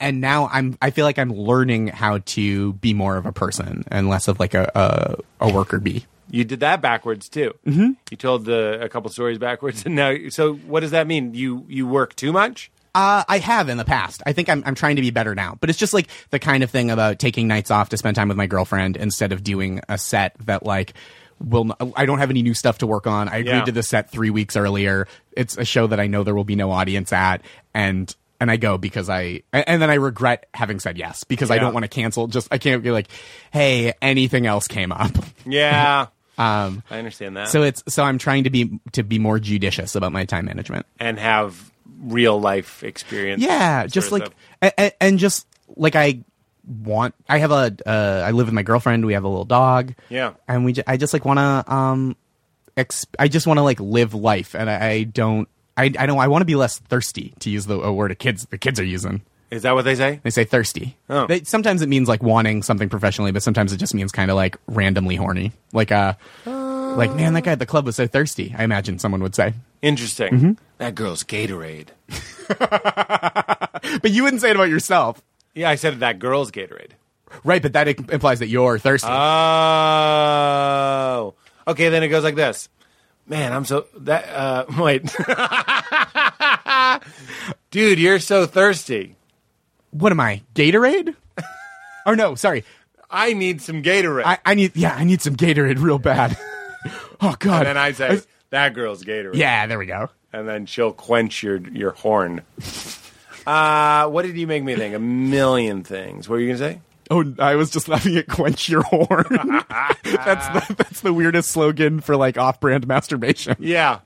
Speaker 5: and now I'm I feel like I'm learning how to be more of a person and less of like a a, a worker bee.
Speaker 6: You did that backwards too. Mm-hmm. You told the, a couple stories backwards, and now. So what does that mean? You you work too much?
Speaker 5: Uh, I have in the past. I think I'm, I'm trying to be better now, but it's just like the kind of thing about taking nights off to spend time with my girlfriend instead of doing a set that like will n I don't have any new stuff to work on. I agreed
Speaker 6: Yeah.
Speaker 5: to the set three weeks earlier. It's a show that I know there will be no audience at, and and I go because I a- and then I regret having said yes because I
Speaker 6: Yeah.
Speaker 5: don't want to cancel. Just I can't be like, hey, anything else came up.
Speaker 6: Yeah,
Speaker 5: Um,
Speaker 6: I understand that.
Speaker 5: so it's so I'm trying to be to be more judicious about my time management.
Speaker 6: and have real life experience.
Speaker 5: Yeah,
Speaker 6: sort
Speaker 5: just
Speaker 6: of
Speaker 5: like
Speaker 6: stuff.
Speaker 5: and, and just like I want. I have a. Uh, I live with my girlfriend. We have a little dog.
Speaker 6: Yeah.
Speaker 5: and we. J- I just like want to. Um, exp- I just want to like live life, and I, I don't. I I don't. I want to be less thirsty. To use the a word the kids the kids are using.
Speaker 6: is that what they say?
Speaker 5: They say thirsty.
Speaker 6: Oh.
Speaker 5: They, sometimes it means like wanting something professionally, but sometimes it just means kind of like randomly horny. Like uh, like man, that guy at the club was so thirsty. I imagine someone would say.
Speaker 6: Interesting.
Speaker 5: Mm-hmm.
Speaker 6: That girl's Gatorade.
Speaker 5: But you wouldn't say it about yourself,
Speaker 6: Yeah, I said that girl's Gatorade.
Speaker 5: right? But that im- implies that you're thirsty.
Speaker 6: Oh, okay. Then it goes like this. Man, I'm so that. Uh, wait, dude, you're so thirsty.
Speaker 5: what am I? Gatorade? or no, sorry.
Speaker 6: I need some Gatorade.
Speaker 5: I, I need yeah, I need some Gatorade real bad. oh god.
Speaker 6: and then I say that girl's Gatorade.
Speaker 5: Yeah, there we go.
Speaker 6: and then she'll quench your your horn. uh, what did you make me think? A million things. What were you gonna say?
Speaker 5: Oh, I was just laughing at quench your horn. that's the, that's the weirdest slogan for like off-brand masturbation.
Speaker 6: Yeah.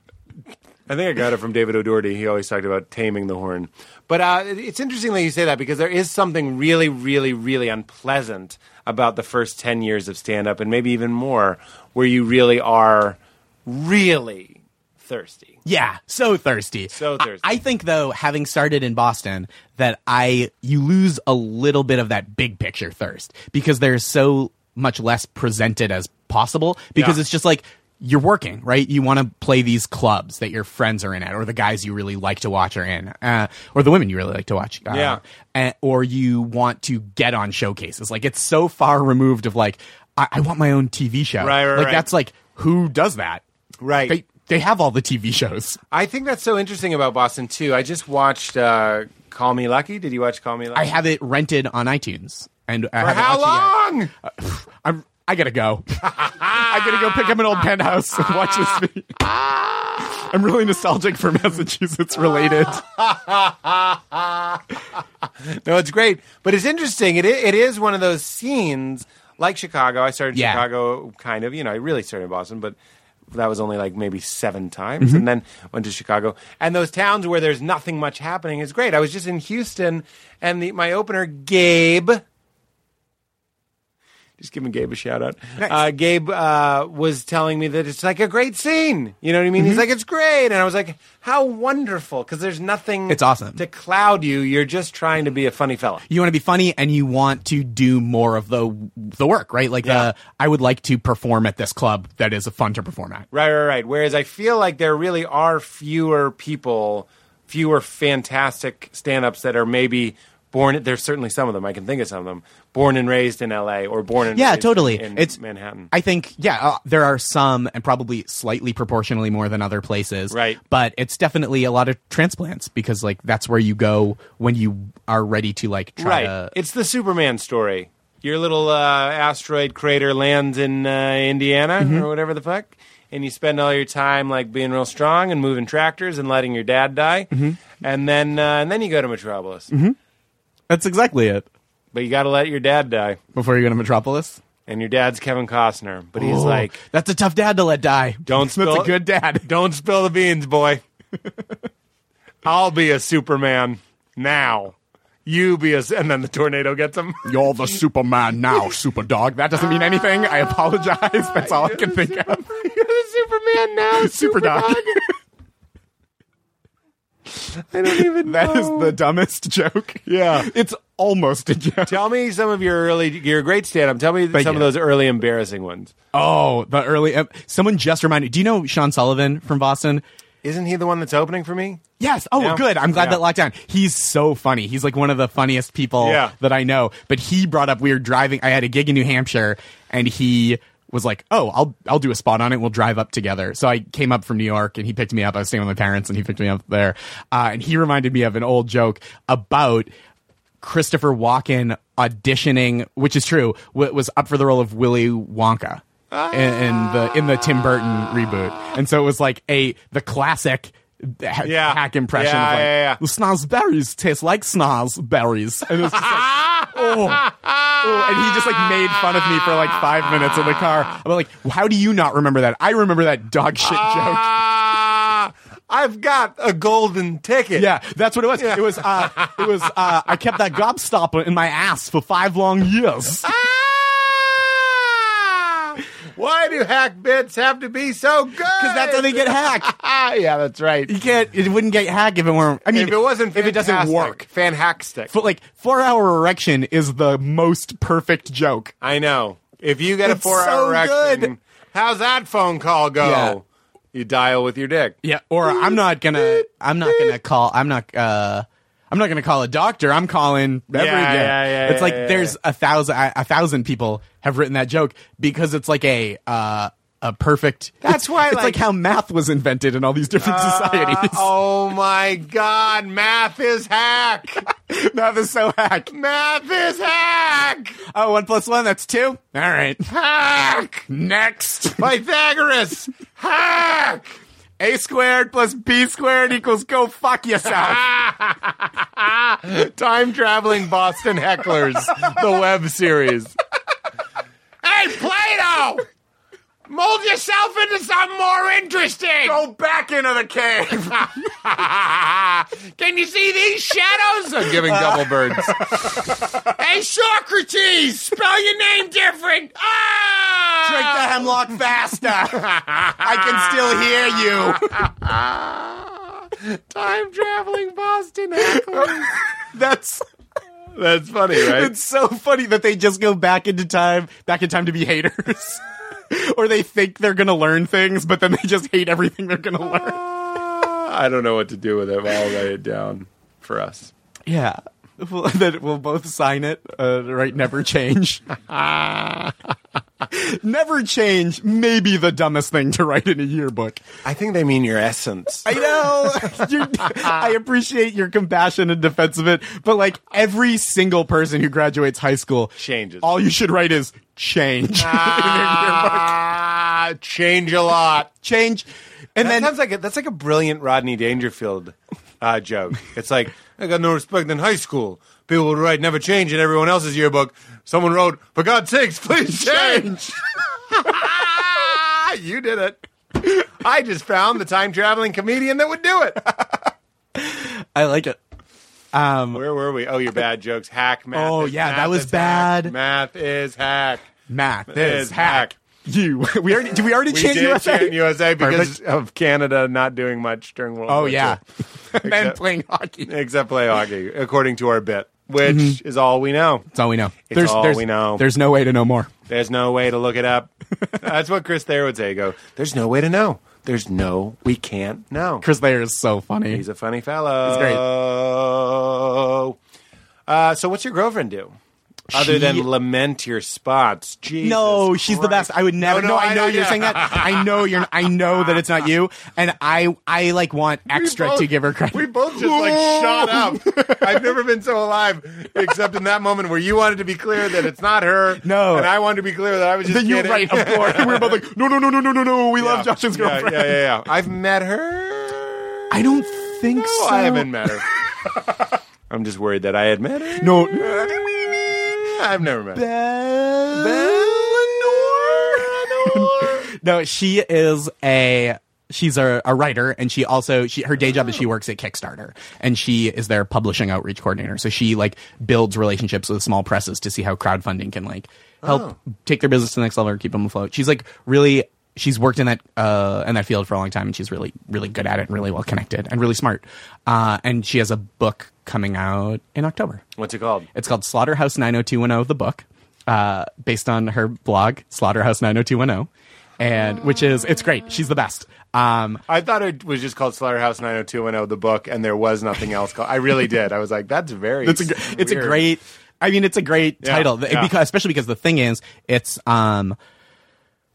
Speaker 6: I think I got it from David O'Doherty. He always talked about taming the horn. But uh, it- it's interesting that you say that because there is something really, really, really unpleasant about the first 10 years of stand up and maybe even more where you really are really thirsty.
Speaker 5: Yeah, so thirsty.
Speaker 6: So
Speaker 5: I-
Speaker 6: thirsty.
Speaker 5: I, think though, having started in Boston, that I you lose a little bit of that big picture thirst because there's so much less presented as possible because
Speaker 6: Yeah.
Speaker 5: it's just like you're working, right? You want to play these clubs that your friends are in at, or the guys you really like to watch are in, uh, or the women you really like to watch. Uh,
Speaker 6: Yeah.
Speaker 5: and, or you want to get on showcases. Like it's so far removed of like I, I want my own TV show.
Speaker 6: Right, right,
Speaker 5: like
Speaker 6: right.
Speaker 5: that's like who does that?
Speaker 6: Right.
Speaker 5: They they have all the TV shows.
Speaker 6: I think that's so interesting about Boston, too. I just watched uh, Call Me Lucky. Did you watch Call Me Lucky?
Speaker 5: I have it rented on iTunes, and I
Speaker 6: For
Speaker 5: haven't
Speaker 6: how
Speaker 5: watched
Speaker 6: long?
Speaker 5: it yet. I'm I gotta go. I gotta go pick up an old penthouse and watch this. Video. I'm really nostalgic for Massachusetts related.
Speaker 6: No, it's great, but it's interesting. It i- it is one of those scenes like Chicago. I started in
Speaker 5: Yeah.
Speaker 6: Chicago, kind of. You know, I really started in Boston, but that was only like maybe seven times,
Speaker 5: Mm-hmm.
Speaker 6: and then went to Chicago. And those towns where there's nothing much happening is great. I was just in Houston, and the, my opener Gabe. Just giving Gabe a shout out. Uh, Gabe uh, was telling me that it's like a great scene. You know what I
Speaker 5: Mm-hmm.
Speaker 6: mean? He's like, it's great. And I was like, how wonderful. Because there's nothing
Speaker 5: It's awesome.
Speaker 6: to cloud you. You're just trying to be a funny fella.
Speaker 5: You want to be funny, and you want to do more of the the work, right? Like
Speaker 6: Yeah.
Speaker 5: the I would like to perform at this club that is fun to perform at.
Speaker 6: Right, right, right. Whereas I feel like there really are fewer people, fewer fantastic stand ups that are maybe born. There's certainly some of them. I can think of some of them. Born and raised in LA or born and
Speaker 5: yeah
Speaker 6: raised
Speaker 5: totally
Speaker 6: in
Speaker 5: it's
Speaker 6: Manhattan.
Speaker 5: i think yeah uh, there are some and probably slightly proportionally more than other places
Speaker 6: Right.
Speaker 5: but it's definitely a lot of transplants because like that's where you go when you are ready to like try
Speaker 6: right.
Speaker 5: to
Speaker 6: It's the Superman story. Your little uh, asteroid crater lands in uh, Indiana
Speaker 5: Mm-hmm.
Speaker 6: or whatever the fuck, and you spend all your time like being real strong and moving tractors and letting your dad die,
Speaker 5: Mm-hmm.
Speaker 6: and then uh, and then you go to Metropolis.
Speaker 5: that's exactly it
Speaker 6: But you got to let your dad die,
Speaker 5: before you go to metropolis
Speaker 6: and your dad's Kevin Costner, but he's
Speaker 5: Oh,
Speaker 6: like,
Speaker 5: that's a tough dad to let die
Speaker 6: Don't
Speaker 5: that's
Speaker 6: spill-
Speaker 5: a good dad
Speaker 6: "Don't spill the beans, boy. I'll be a Superman now. You be a," s-" and then the tornado gets him.
Speaker 5: you're the superman now super dog that doesn't mean anything i apologize that's all i can think of
Speaker 6: You're the Superman now,
Speaker 5: super dog
Speaker 6: I don't even
Speaker 5: That is the dumbest joke. Yeah. It's almost a joke.
Speaker 6: Tell me some of your early, your great stand-up. Tell me
Speaker 5: Thank
Speaker 6: some of
Speaker 5: you.
Speaker 6: those early embarrassing ones.
Speaker 5: Oh, the early. ep- someone just reminded. Do you know Sean Sullivan from Boston?
Speaker 6: Isn't he the one that's opening for me?
Speaker 5: Yes. Oh,
Speaker 6: Yeah.
Speaker 5: good. I'm glad
Speaker 6: Yeah.
Speaker 5: that locked down. He's so funny. He's like one of the funniest people
Speaker 6: Yeah.
Speaker 5: that I know. But he brought up we were driving. I had a gig in New Hampshire, and he was like, "Oh, I'll I'll do a spot on it. We'll drive up together." So I came up from New York, and he picked me up. I was staying with my parents, and he picked me up there. Uh, and he reminded me of an old joke about Christopher Walken auditioning, which is true, w- was up for the role of Willy Wonka in, in the in the Tim Burton reboot, and so it was like a the classic ha-
Speaker 6: Yeah.
Speaker 5: hack impression.
Speaker 6: Yeah,
Speaker 5: of like,
Speaker 6: yeah, yeah.
Speaker 5: The snaz berries taste like snaz berries, and it was just like, oh, oh, and he just like made fun of me for like five minutes in the car. I'm like, how do you not remember that? I remember that dog shit joke.
Speaker 6: Ah, I've got a golden ticket.
Speaker 5: Yeah, that's what it was. It was. Uh, it was. Uh, I kept that gobstopper in my ass for five long years.
Speaker 6: Ah! Why do hack bits have to be so good?
Speaker 5: Because that's how they get hacked.
Speaker 6: Ah, yeah, that's right.
Speaker 5: You can't. It wouldn't get hacked if it weren't. I mean,
Speaker 6: if it wasn't,
Speaker 5: if it doesn't
Speaker 6: fantastic,
Speaker 5: work.
Speaker 6: fantastic.
Speaker 5: But like four-hour erection is the most perfect joke.
Speaker 6: I know. If you get a
Speaker 5: It's
Speaker 6: four-hour
Speaker 5: so
Speaker 6: erection,
Speaker 5: good.
Speaker 6: how's that phone call go?
Speaker 5: Yeah.
Speaker 6: You dial with your dick.
Speaker 5: Yeah. Or I'm not gonna. I'm not gonna call. I'm not. uh I'm not gonna call a doctor. I'm calling every
Speaker 6: Yeah,
Speaker 5: day.
Speaker 6: yeah, yeah,
Speaker 5: it's
Speaker 6: yeah,
Speaker 5: like
Speaker 6: yeah,
Speaker 5: there's a thousand. I- A thousand people have written that joke because it's like a. uh a perfect.
Speaker 6: That's
Speaker 5: it's-
Speaker 6: why,
Speaker 5: it's
Speaker 6: like- Uh,
Speaker 5: like how math was invented in all these different societies.
Speaker 6: Oh my God! Math is hack.
Speaker 5: Math is so hack.
Speaker 6: math is hack.
Speaker 5: Oh, one plus one, that's two. All right.
Speaker 6: Hack.
Speaker 5: Next.
Speaker 6: Pythagoras. hack.
Speaker 5: A squared plus B squared equals go fuck yourself.
Speaker 6: Time traveling Boston hecklers. the web series. hey, Plato. Mold yourself into something more interesting.
Speaker 5: go back into the cave.
Speaker 6: Can you see these shadows? I'm giving double birds. Uh. hey, Socrates, spell your name different. Ah!
Speaker 5: Drink the hemlock faster. I can still hear
Speaker 6: Time traveling Boston hecklers.
Speaker 5: you. That's
Speaker 6: That's funny, right?
Speaker 5: it's so funny that they just go back into time, back in time to be haters. or they think they're going to learn things, but then they just hate everything they're going to learn.
Speaker 6: Ah, I don't know what to do with it. But I'll write it down for us.
Speaker 5: Yeah. We'll, that we'll both sign it, uh, right? Never change. never change may be the dumbest thing to write in a yearbook.
Speaker 6: I think they mean your essence.
Speaker 5: I know. You- I appreciate your compassion and defense of it, but like every single person who graduates high school
Speaker 6: Changes.
Speaker 5: All you should write is change in your yearbook.
Speaker 6: Ah, change a lot.
Speaker 5: Change. And
Speaker 6: That
Speaker 5: then
Speaker 6: sounds like a, that's like a brilliant Rodney Dangerfield uh, joke. It's like I got no respect in high school. People would write "never change" in everyone else's yearbook. Someone wrote, "For God's sakes, please change." Ah, you did it. I just found the time traveling comedian that would do it.
Speaker 5: I like it.
Speaker 6: Where were we? Oh, your bad jokes. Hack math.
Speaker 5: Oh,
Speaker 6: is-
Speaker 5: yeah,
Speaker 6: math
Speaker 5: that was
Speaker 6: is hack.
Speaker 5: bad.
Speaker 6: Math is hack.
Speaker 5: Math
Speaker 6: Is
Speaker 5: is hack.
Speaker 6: hack.
Speaker 5: You. We already did we already
Speaker 6: We
Speaker 5: chant
Speaker 6: did
Speaker 5: USA?
Speaker 6: chant USA because
Speaker 5: Perfect.
Speaker 6: of Canada not doing much during World
Speaker 5: Oh
Speaker 6: War
Speaker 5: yeah.
Speaker 6: II.
Speaker 5: Men playing hockey.
Speaker 6: except play hockey, according to our bit, which is all we know.
Speaker 5: That's Mm-hmm. all we know.
Speaker 6: It's all we know.
Speaker 5: There's no way to know more.
Speaker 6: There's no way to look it up. That's what Chris Thayer would say. He'd Go, there's no way to know. There's no, we can't know.
Speaker 5: Chris Lair is so funny.
Speaker 6: He's a funny fellow.
Speaker 5: He's great.
Speaker 6: Uh, so, what's your girlfriend do? Other
Speaker 5: She-
Speaker 6: than lament your spots, Jesus
Speaker 5: no, she's the
Speaker 6: Christ.
Speaker 5: best. I would never.
Speaker 6: No,
Speaker 5: No,
Speaker 6: no, I
Speaker 5: I know
Speaker 6: know,
Speaker 5: you're
Speaker 6: yeah.
Speaker 5: saying that. I know you're. I know that it's not you. And I, I like want
Speaker 6: We
Speaker 5: extra
Speaker 6: both-
Speaker 5: to give her credit.
Speaker 6: We both just like shot up. I've never been so alive, except in that moment where you wanted to be clear that it's not her.
Speaker 5: No.
Speaker 6: and I wanted to be clear that I was just
Speaker 5: Then you're
Speaker 6: kidding.
Speaker 5: right, of course. We were both like, no, no, no, no, no, no, no. We love Josh's
Speaker 6: Yeah,
Speaker 5: girlfriend.
Speaker 6: Yeah, yeah, yeah. I've met her.
Speaker 5: I don't think
Speaker 6: no,
Speaker 5: so.
Speaker 6: I haven't met her. I'm just worried that I had met her.
Speaker 5: No.
Speaker 6: I've never met. her.
Speaker 5: Eleanor. no, she is a she's a, a writer and she also she her day job is she works at Kickstarter and she is their publishing outreach coordinator. So she like builds relationships with small presses to see how crowdfunding can like help take their business to the next level or keep them afloat. She's like really she's worked in that uh, in that field for a long time, and she's really really good at it, and really well connected, and really smart. Uh, and she has a book coming out in October.
Speaker 6: What's it called?
Speaker 5: It's called Slaughterhouse 90210, the book, uh, based on her blog, Slaughterhouse 90210, and which is it's great. She's the best. Um,
Speaker 6: I thought it was just called Slaughterhouse 90210, the book, and there was nothing else called. I really did. I was like, that's very.
Speaker 5: it's a gr- it's a
Speaker 6: weird.
Speaker 5: great. I mean, it's a great
Speaker 6: Yeah,
Speaker 5: title
Speaker 6: yeah.
Speaker 5: because especially because the thing is, it's um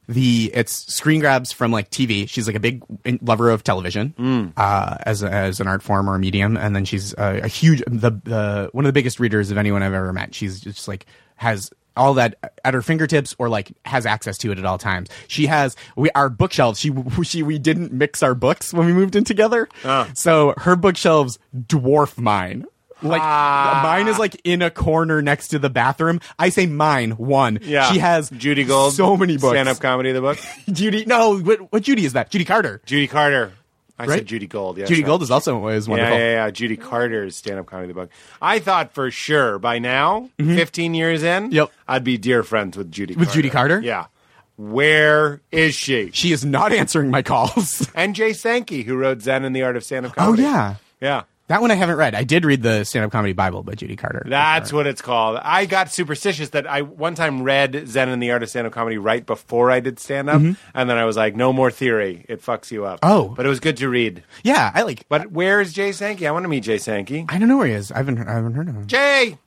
Speaker 5: the it's screen grabs from like TV. She's like a big in- lover of television
Speaker 6: Mm.
Speaker 5: uh, as a- as an art form or a medium, and then she's uh, a huge the the one of the biggest readers of anyone I've ever met. She's just like has all that at her fingertips or like has access to it at all times. She has we our bookshelves. She she we didn't mix our books when we moved in together,
Speaker 6: Ah.
Speaker 5: so her bookshelves dwarf mine. Like
Speaker 6: Ah.
Speaker 5: mine is like in a corner next to the bathroom. I say mine one.
Speaker 6: Yeah.
Speaker 5: she has
Speaker 6: Judy Gold.
Speaker 5: so many books.
Speaker 6: Stand up comedy, the book.
Speaker 5: Judy. No, what, what Judy is that? Judy Carter.
Speaker 6: Judy Carter. I
Speaker 5: Right?
Speaker 6: said Judy Gold. Yeah,
Speaker 5: Judy
Speaker 6: sorry.
Speaker 5: Gold is also is
Speaker 6: Yeah,
Speaker 5: wonderful.
Speaker 6: yeah, yeah. Judy Carter's stand up comedy, the book. I thought for sure by now, 15 years in,
Speaker 5: Mm-hmm. Yep.
Speaker 6: I'd be dear friends with Judy
Speaker 5: With Judy Carter?
Speaker 6: Yeah. Where is she?
Speaker 5: She is not answering my calls.
Speaker 6: And Jay Sankey, who wrote Zen and the Art of Stand Up
Speaker 5: oh
Speaker 6: Comedy.
Speaker 5: yeah,
Speaker 6: Yeah.
Speaker 5: that one I haven't read. I did read the stand up comedy Bible by Judy Carter.
Speaker 6: That's what it's called. I got superstitious that I one time read Zen and the Art of Stand Up Comedy right before I did stand up. And then I was like, no more theory. It fucks you up.
Speaker 5: Mm-hmm. Oh.
Speaker 6: But it was good to read.
Speaker 5: yeah, I like.
Speaker 6: But where is Jay Sankey? I want to meet Jay Sankey.
Speaker 5: I don't know where he is. I haven't I haven't heard of him.
Speaker 6: Jay!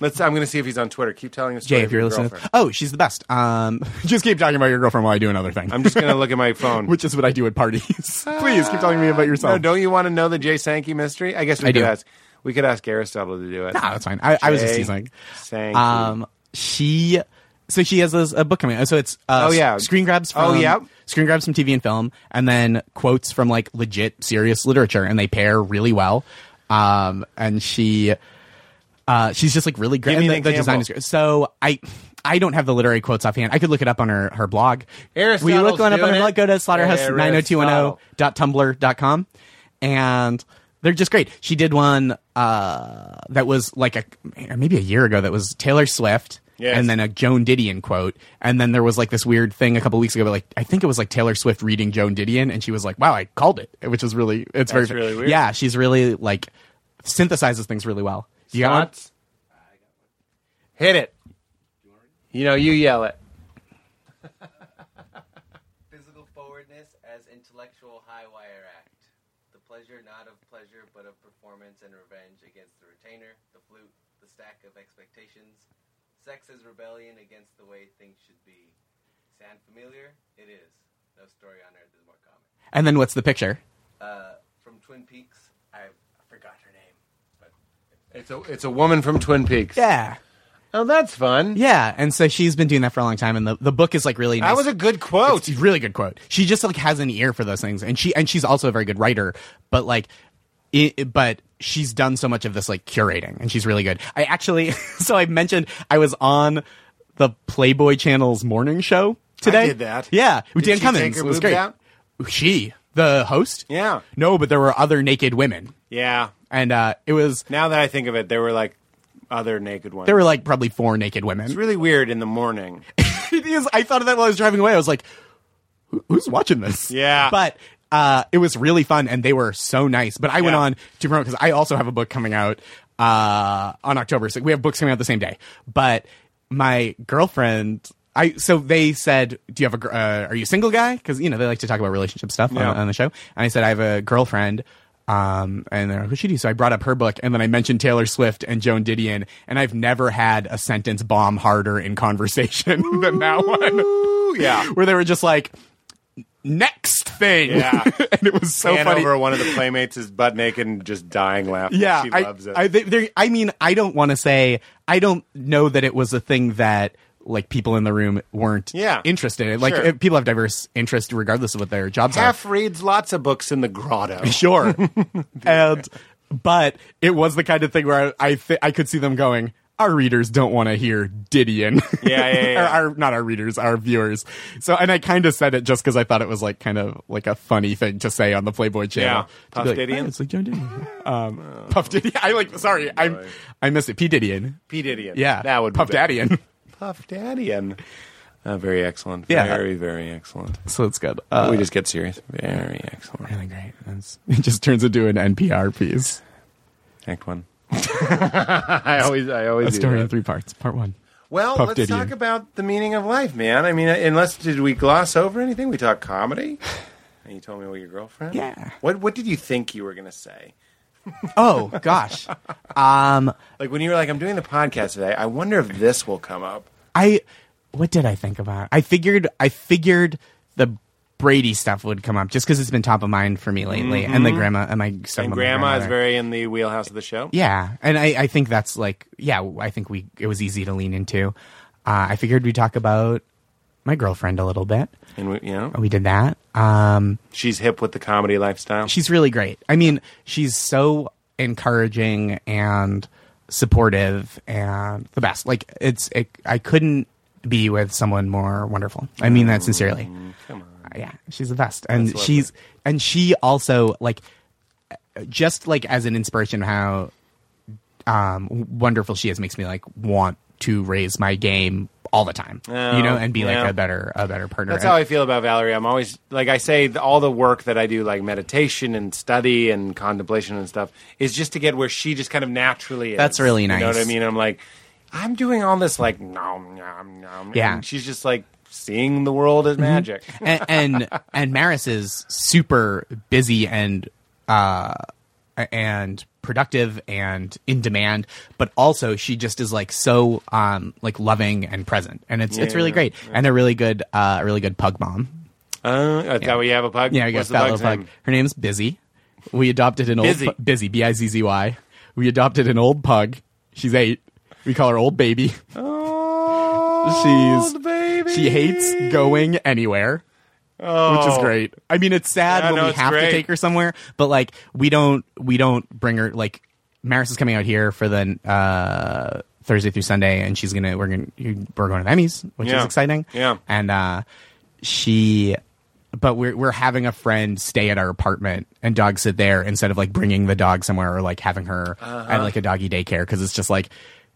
Speaker 6: Let's. I'm going to see if he's on Twitter. Keep telling us.
Speaker 5: Jay, if you're listening, oh, she's the best. Um, just keep talking about your girlfriend while I do another thing,
Speaker 6: I'm just going to look at my phone.
Speaker 5: which is what I do at parties. Please keep telling me about
Speaker 6: Ah. no,
Speaker 5: yourself.
Speaker 6: don't you want to know the Jay Sankey mystery? I guess we
Speaker 5: I
Speaker 6: could
Speaker 5: do.
Speaker 6: ask. We could ask Aristotle to do it.
Speaker 5: Ah, that's fine. I, I was just
Speaker 6: Jay
Speaker 5: teasing.
Speaker 6: Sankey.
Speaker 5: Um, she, so she has this, a book coming out. So it's uh,
Speaker 6: Oh, yeah.
Speaker 5: screen grabs from
Speaker 6: Oh, yep.
Speaker 5: screen grabs from TV and film, and then quotes from like legit serious literature, and they pair really well. Um, and she, uh, she's just like really great.
Speaker 6: Give me
Speaker 5: and
Speaker 6: an
Speaker 5: the, the design
Speaker 6: example.
Speaker 5: is great. So I. I don't have the literary quotes offhand. I could look it up on her, her blog.
Speaker 6: Aristotle's
Speaker 5: Will you look one up on
Speaker 6: doing
Speaker 5: her
Speaker 6: it.
Speaker 5: blog? Go to slaughterhouse90210
Speaker 6: Aristotle.
Speaker 5: www.tumblr.com and they're just great. She did one uh, that was like a maybe a year ago that was Taylor Swift
Speaker 6: Yes.
Speaker 5: and then a Joan Didion quote and then there was like this weird thing a couple weeks ago but like I think it was like Taylor Swift reading Joan Didion and she was like wow I called it which is really it's
Speaker 6: That's
Speaker 5: very
Speaker 6: really weird.
Speaker 5: Yeah, she's really like synthesizes things really well. You got one?
Speaker 6: Thoughts? Hit it. You know, you yell it.
Speaker 7: physical forwardness as intellectual high wire act. The pleasure not of pleasure, but of performance and revenge against the retainer, the flute, the stack of expectations. Sex is rebellion against the way things should be. Sound familiar? It is. No story on earth is more common. Uh,
Speaker 5: And then what's the picture?
Speaker 7: From Twin Peaks, I I forgot her name, but
Speaker 6: It's a it's a woman from Twin Peaks.
Speaker 5: Yeah.
Speaker 6: Oh, that's fun.
Speaker 5: Yeah, and so she's been doing that for a long time and the, the book is like really nice.
Speaker 6: That was a good quote.
Speaker 5: Oh, It's a really good quote. She just like has an ear for those things, and she and she's also a very good writer. But like, i but she's done so much of this like curating, and she's really good. I actually, so I mentioned I was on the Playboy Channel's morning show today.
Speaker 6: did that.
Speaker 5: Yeah, with
Speaker 6: Did
Speaker 5: Dan
Speaker 6: she
Speaker 5: Cummins.
Speaker 6: take her
Speaker 5: it was
Speaker 6: boobs
Speaker 5: great.
Speaker 6: out?
Speaker 5: She, the host.
Speaker 6: Yeah.
Speaker 5: No, but there were other naked women,
Speaker 6: Yeah.
Speaker 5: and uh, it was
Speaker 6: Now that I think of it, there were like other naked ones.
Speaker 5: there were like probably four naked
Speaker 6: it's
Speaker 5: women.
Speaker 6: really weird in the morning.
Speaker 5: it is. I thought of that while I was driving away. I was like, "Who- who's watching this?
Speaker 6: Yeah.
Speaker 5: But uh, it was really fun and they were so nice. But I went
Speaker 6: Yeah.
Speaker 5: on to promote because I also have a book coming out uh, on October 6th. We have books coming out the same day. But my girlfriend. I so they said, "Do you have a? gr- Uh, are you a single guy?" Because you know they like to talk about relationship stuff on-
Speaker 6: Yeah.
Speaker 5: on, the show. And I said, "I have a girlfriend." Um, and they're like, "What she do?" So I brought up her book, and then I mentioned Taylor Swift and Joan Didion, and I've never had a sentence bomb harder in conversation than that one
Speaker 6: Ooh, yeah.
Speaker 5: where they were just like next thing
Speaker 6: Yeah.
Speaker 5: and it was so
Speaker 6: Pan
Speaker 5: funny
Speaker 6: over one of the playmates is butt naked and just dying laughing.
Speaker 5: yeah
Speaker 6: She
Speaker 5: I,
Speaker 6: loves it.
Speaker 5: I, they, they're- I mean i don't want to say i don't know that it was a thing that like people in the room weren't
Speaker 6: Yeah.
Speaker 5: interested in like
Speaker 6: Sure.
Speaker 5: if people have diverse interests regardless of what their jobs are
Speaker 6: Half reads lots of books in the grotto.
Speaker 5: sure and but it was the kind of thing where i I, th- I could see them going our readers don't want to hear Didion.
Speaker 6: Yeah, yeah, yeah.
Speaker 5: Or our, not our readers, our viewers. So, and I kind of said it just because I thought it was like kind of like a funny thing to say on the Playboy channel.
Speaker 6: Yeah.
Speaker 5: To be
Speaker 6: Puff
Speaker 5: like,
Speaker 6: Didion?
Speaker 5: "Oh, it's like Joan Didion. Um, Puff Didion. I like, sorry, I I miss it. P. Didion.
Speaker 6: P. Diddy.
Speaker 5: Yeah.
Speaker 6: That would be
Speaker 5: Puff
Speaker 6: better.
Speaker 5: Daddian.
Speaker 6: Puff Daddy. Uh, very excellent.
Speaker 5: Yeah.
Speaker 6: Very, very excellent.
Speaker 5: So it's good. Uh,
Speaker 6: we just get serious. Very excellent.
Speaker 5: really great. That's- it just turns into an NPR piece.
Speaker 6: Act one. I always, I always
Speaker 5: A
Speaker 6: do
Speaker 5: story
Speaker 6: that.
Speaker 5: in three parts. Part one.
Speaker 6: Well,
Speaker 5: Puff
Speaker 6: let's
Speaker 5: Daddy.
Speaker 6: talk about the meaning of life, man. I mean, unless did we gloss over anything? We talked comedy. And you told me about your girlfriend.
Speaker 5: Yeah.
Speaker 6: What What did you think you were going to say?
Speaker 5: Oh gosh. um,
Speaker 6: Like when you were like, "I'm doing the podcast today. I wonder if this will come up."
Speaker 5: I what did I think about? I figured I figured the Brady stuff would come up just because it's been top of mind for me lately, and the grandma and my stuff.
Speaker 6: Mm-hmm. And
Speaker 5: with my
Speaker 6: Grandma is
Speaker 5: grandmother.
Speaker 6: very in the wheelhouse of the show.
Speaker 5: Yeah, and I, I think that's like yeah, I think we it was easy to lean into. Uh, I figured we'd talk about my girlfriend a little bit.
Speaker 6: And we, you know,
Speaker 5: We did that. Um,
Speaker 6: she's hip with the comedy lifestyle.
Speaker 5: she's really great. I mean, she's so encouraging and supportive and the best. Like it's it, I couldn't be with someone more wonderful. I mean that sincerely.
Speaker 6: Mm,
Speaker 5: Uh,
Speaker 6: come
Speaker 5: Yeah, she's the best. And she's and she also like just like as an inspiration of how um wonderful she is makes me like want to raise my game all the time. you know, and be
Speaker 6: yeah.
Speaker 5: like a better a better partner.
Speaker 6: That's how I feel about Valerie. I'm always like I say th- all the work that I do, like meditation and study and contemplation and stuff, is just to get where she just kind of naturally is.
Speaker 5: That's really
Speaker 6: You know what I
Speaker 5: nice.
Speaker 6: mean? I'm like, I'm doing all this like nom nom nom.
Speaker 5: Yeah. Mm-hmm.
Speaker 6: and she's just like seeing the world as magic.
Speaker 5: and and, and Maris is super busy and uh and productive and in demand, but also she just is like so um like loving and present, and it's it's really
Speaker 6: Yeah,
Speaker 5: great. And a really good uh a really good pug mom.
Speaker 6: Uh, is that what you have a pug?
Speaker 5: Yeah, I
Speaker 6: What's
Speaker 5: guess
Speaker 6: the
Speaker 5: that little
Speaker 6: pug's
Speaker 5: pug.
Speaker 6: name?
Speaker 5: Her name's Busy. We adopted an old
Speaker 6: Busy.
Speaker 5: pu- busy B I Z Z Y. We adopted an old pug. She's eight. We call her old baby.
Speaker 6: Oh,
Speaker 5: She's-
Speaker 6: baby.
Speaker 5: She hates going anywhere. Which is great. I mean, it's sad
Speaker 6: Oh. Yeah,
Speaker 5: when
Speaker 6: no,
Speaker 5: we
Speaker 6: it's
Speaker 5: have
Speaker 6: great.
Speaker 5: to take her somewhere, but like we don't we don't bring her like Maris is coming out here for the uh, Thursday through Sunday, and she's gonna we're gonna we're going to the Emmys, which
Speaker 6: Yeah.
Speaker 5: is exciting.
Speaker 6: Yeah.
Speaker 5: and uh, she. But we're we're having a friend stay at our apartment and dog sit there instead of like bringing the dog somewhere or like having her at like a doggy daycare because it's just like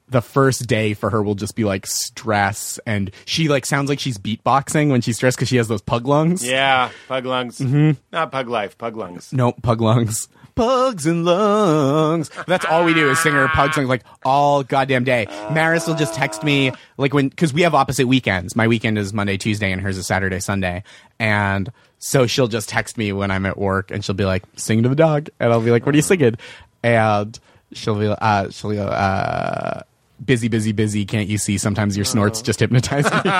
Speaker 5: the first day for her will just be like stress and she like sounds like she's beatboxing when she's stressed because she has those pug lungs.
Speaker 6: Yeah, pug lungs.
Speaker 5: Mm-hmm.
Speaker 6: Not pug life, pug lungs.
Speaker 5: Nope, pug lungs. Pugs and lungs. That's all we do is sing her pug songs like all goddamn day. Maris will just text me like when because we have opposite weekends. My weekend is Monday, Tuesday, and hers is Saturday, Sunday. And so she'll just text me when I'm at work, and she'll be like, "Sing to the dog," and I'll be like, "What are you singing?" And she'll be uh, she'll go, uh, "Busy, busy, busy. Can't you see? Sometimes your snorts just hypnotize me."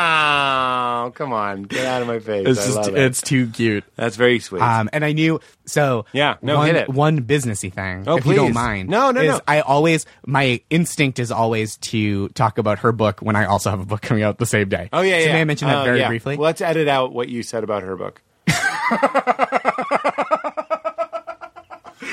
Speaker 6: Oh, come on. Get out of my face.
Speaker 5: it's
Speaker 6: I
Speaker 5: just
Speaker 6: love it.
Speaker 5: it's too cute.
Speaker 6: That's very sweet.
Speaker 5: Um, and I knew so.
Speaker 6: Yeah, no,
Speaker 5: one,
Speaker 6: hit it.
Speaker 5: One businessy thing,
Speaker 6: Oh,
Speaker 5: if you don't
Speaker 6: please.
Speaker 5: mind.
Speaker 6: No, no,
Speaker 5: is
Speaker 6: no.
Speaker 5: I always my instinct is always to talk about her book when I also have a book coming out the same day.
Speaker 6: Oh yeah,
Speaker 5: so
Speaker 6: yeah.
Speaker 5: May I mention that
Speaker 6: Oh,
Speaker 5: very
Speaker 6: yeah.
Speaker 5: briefly?
Speaker 6: Well, let's edit out what you said about her book.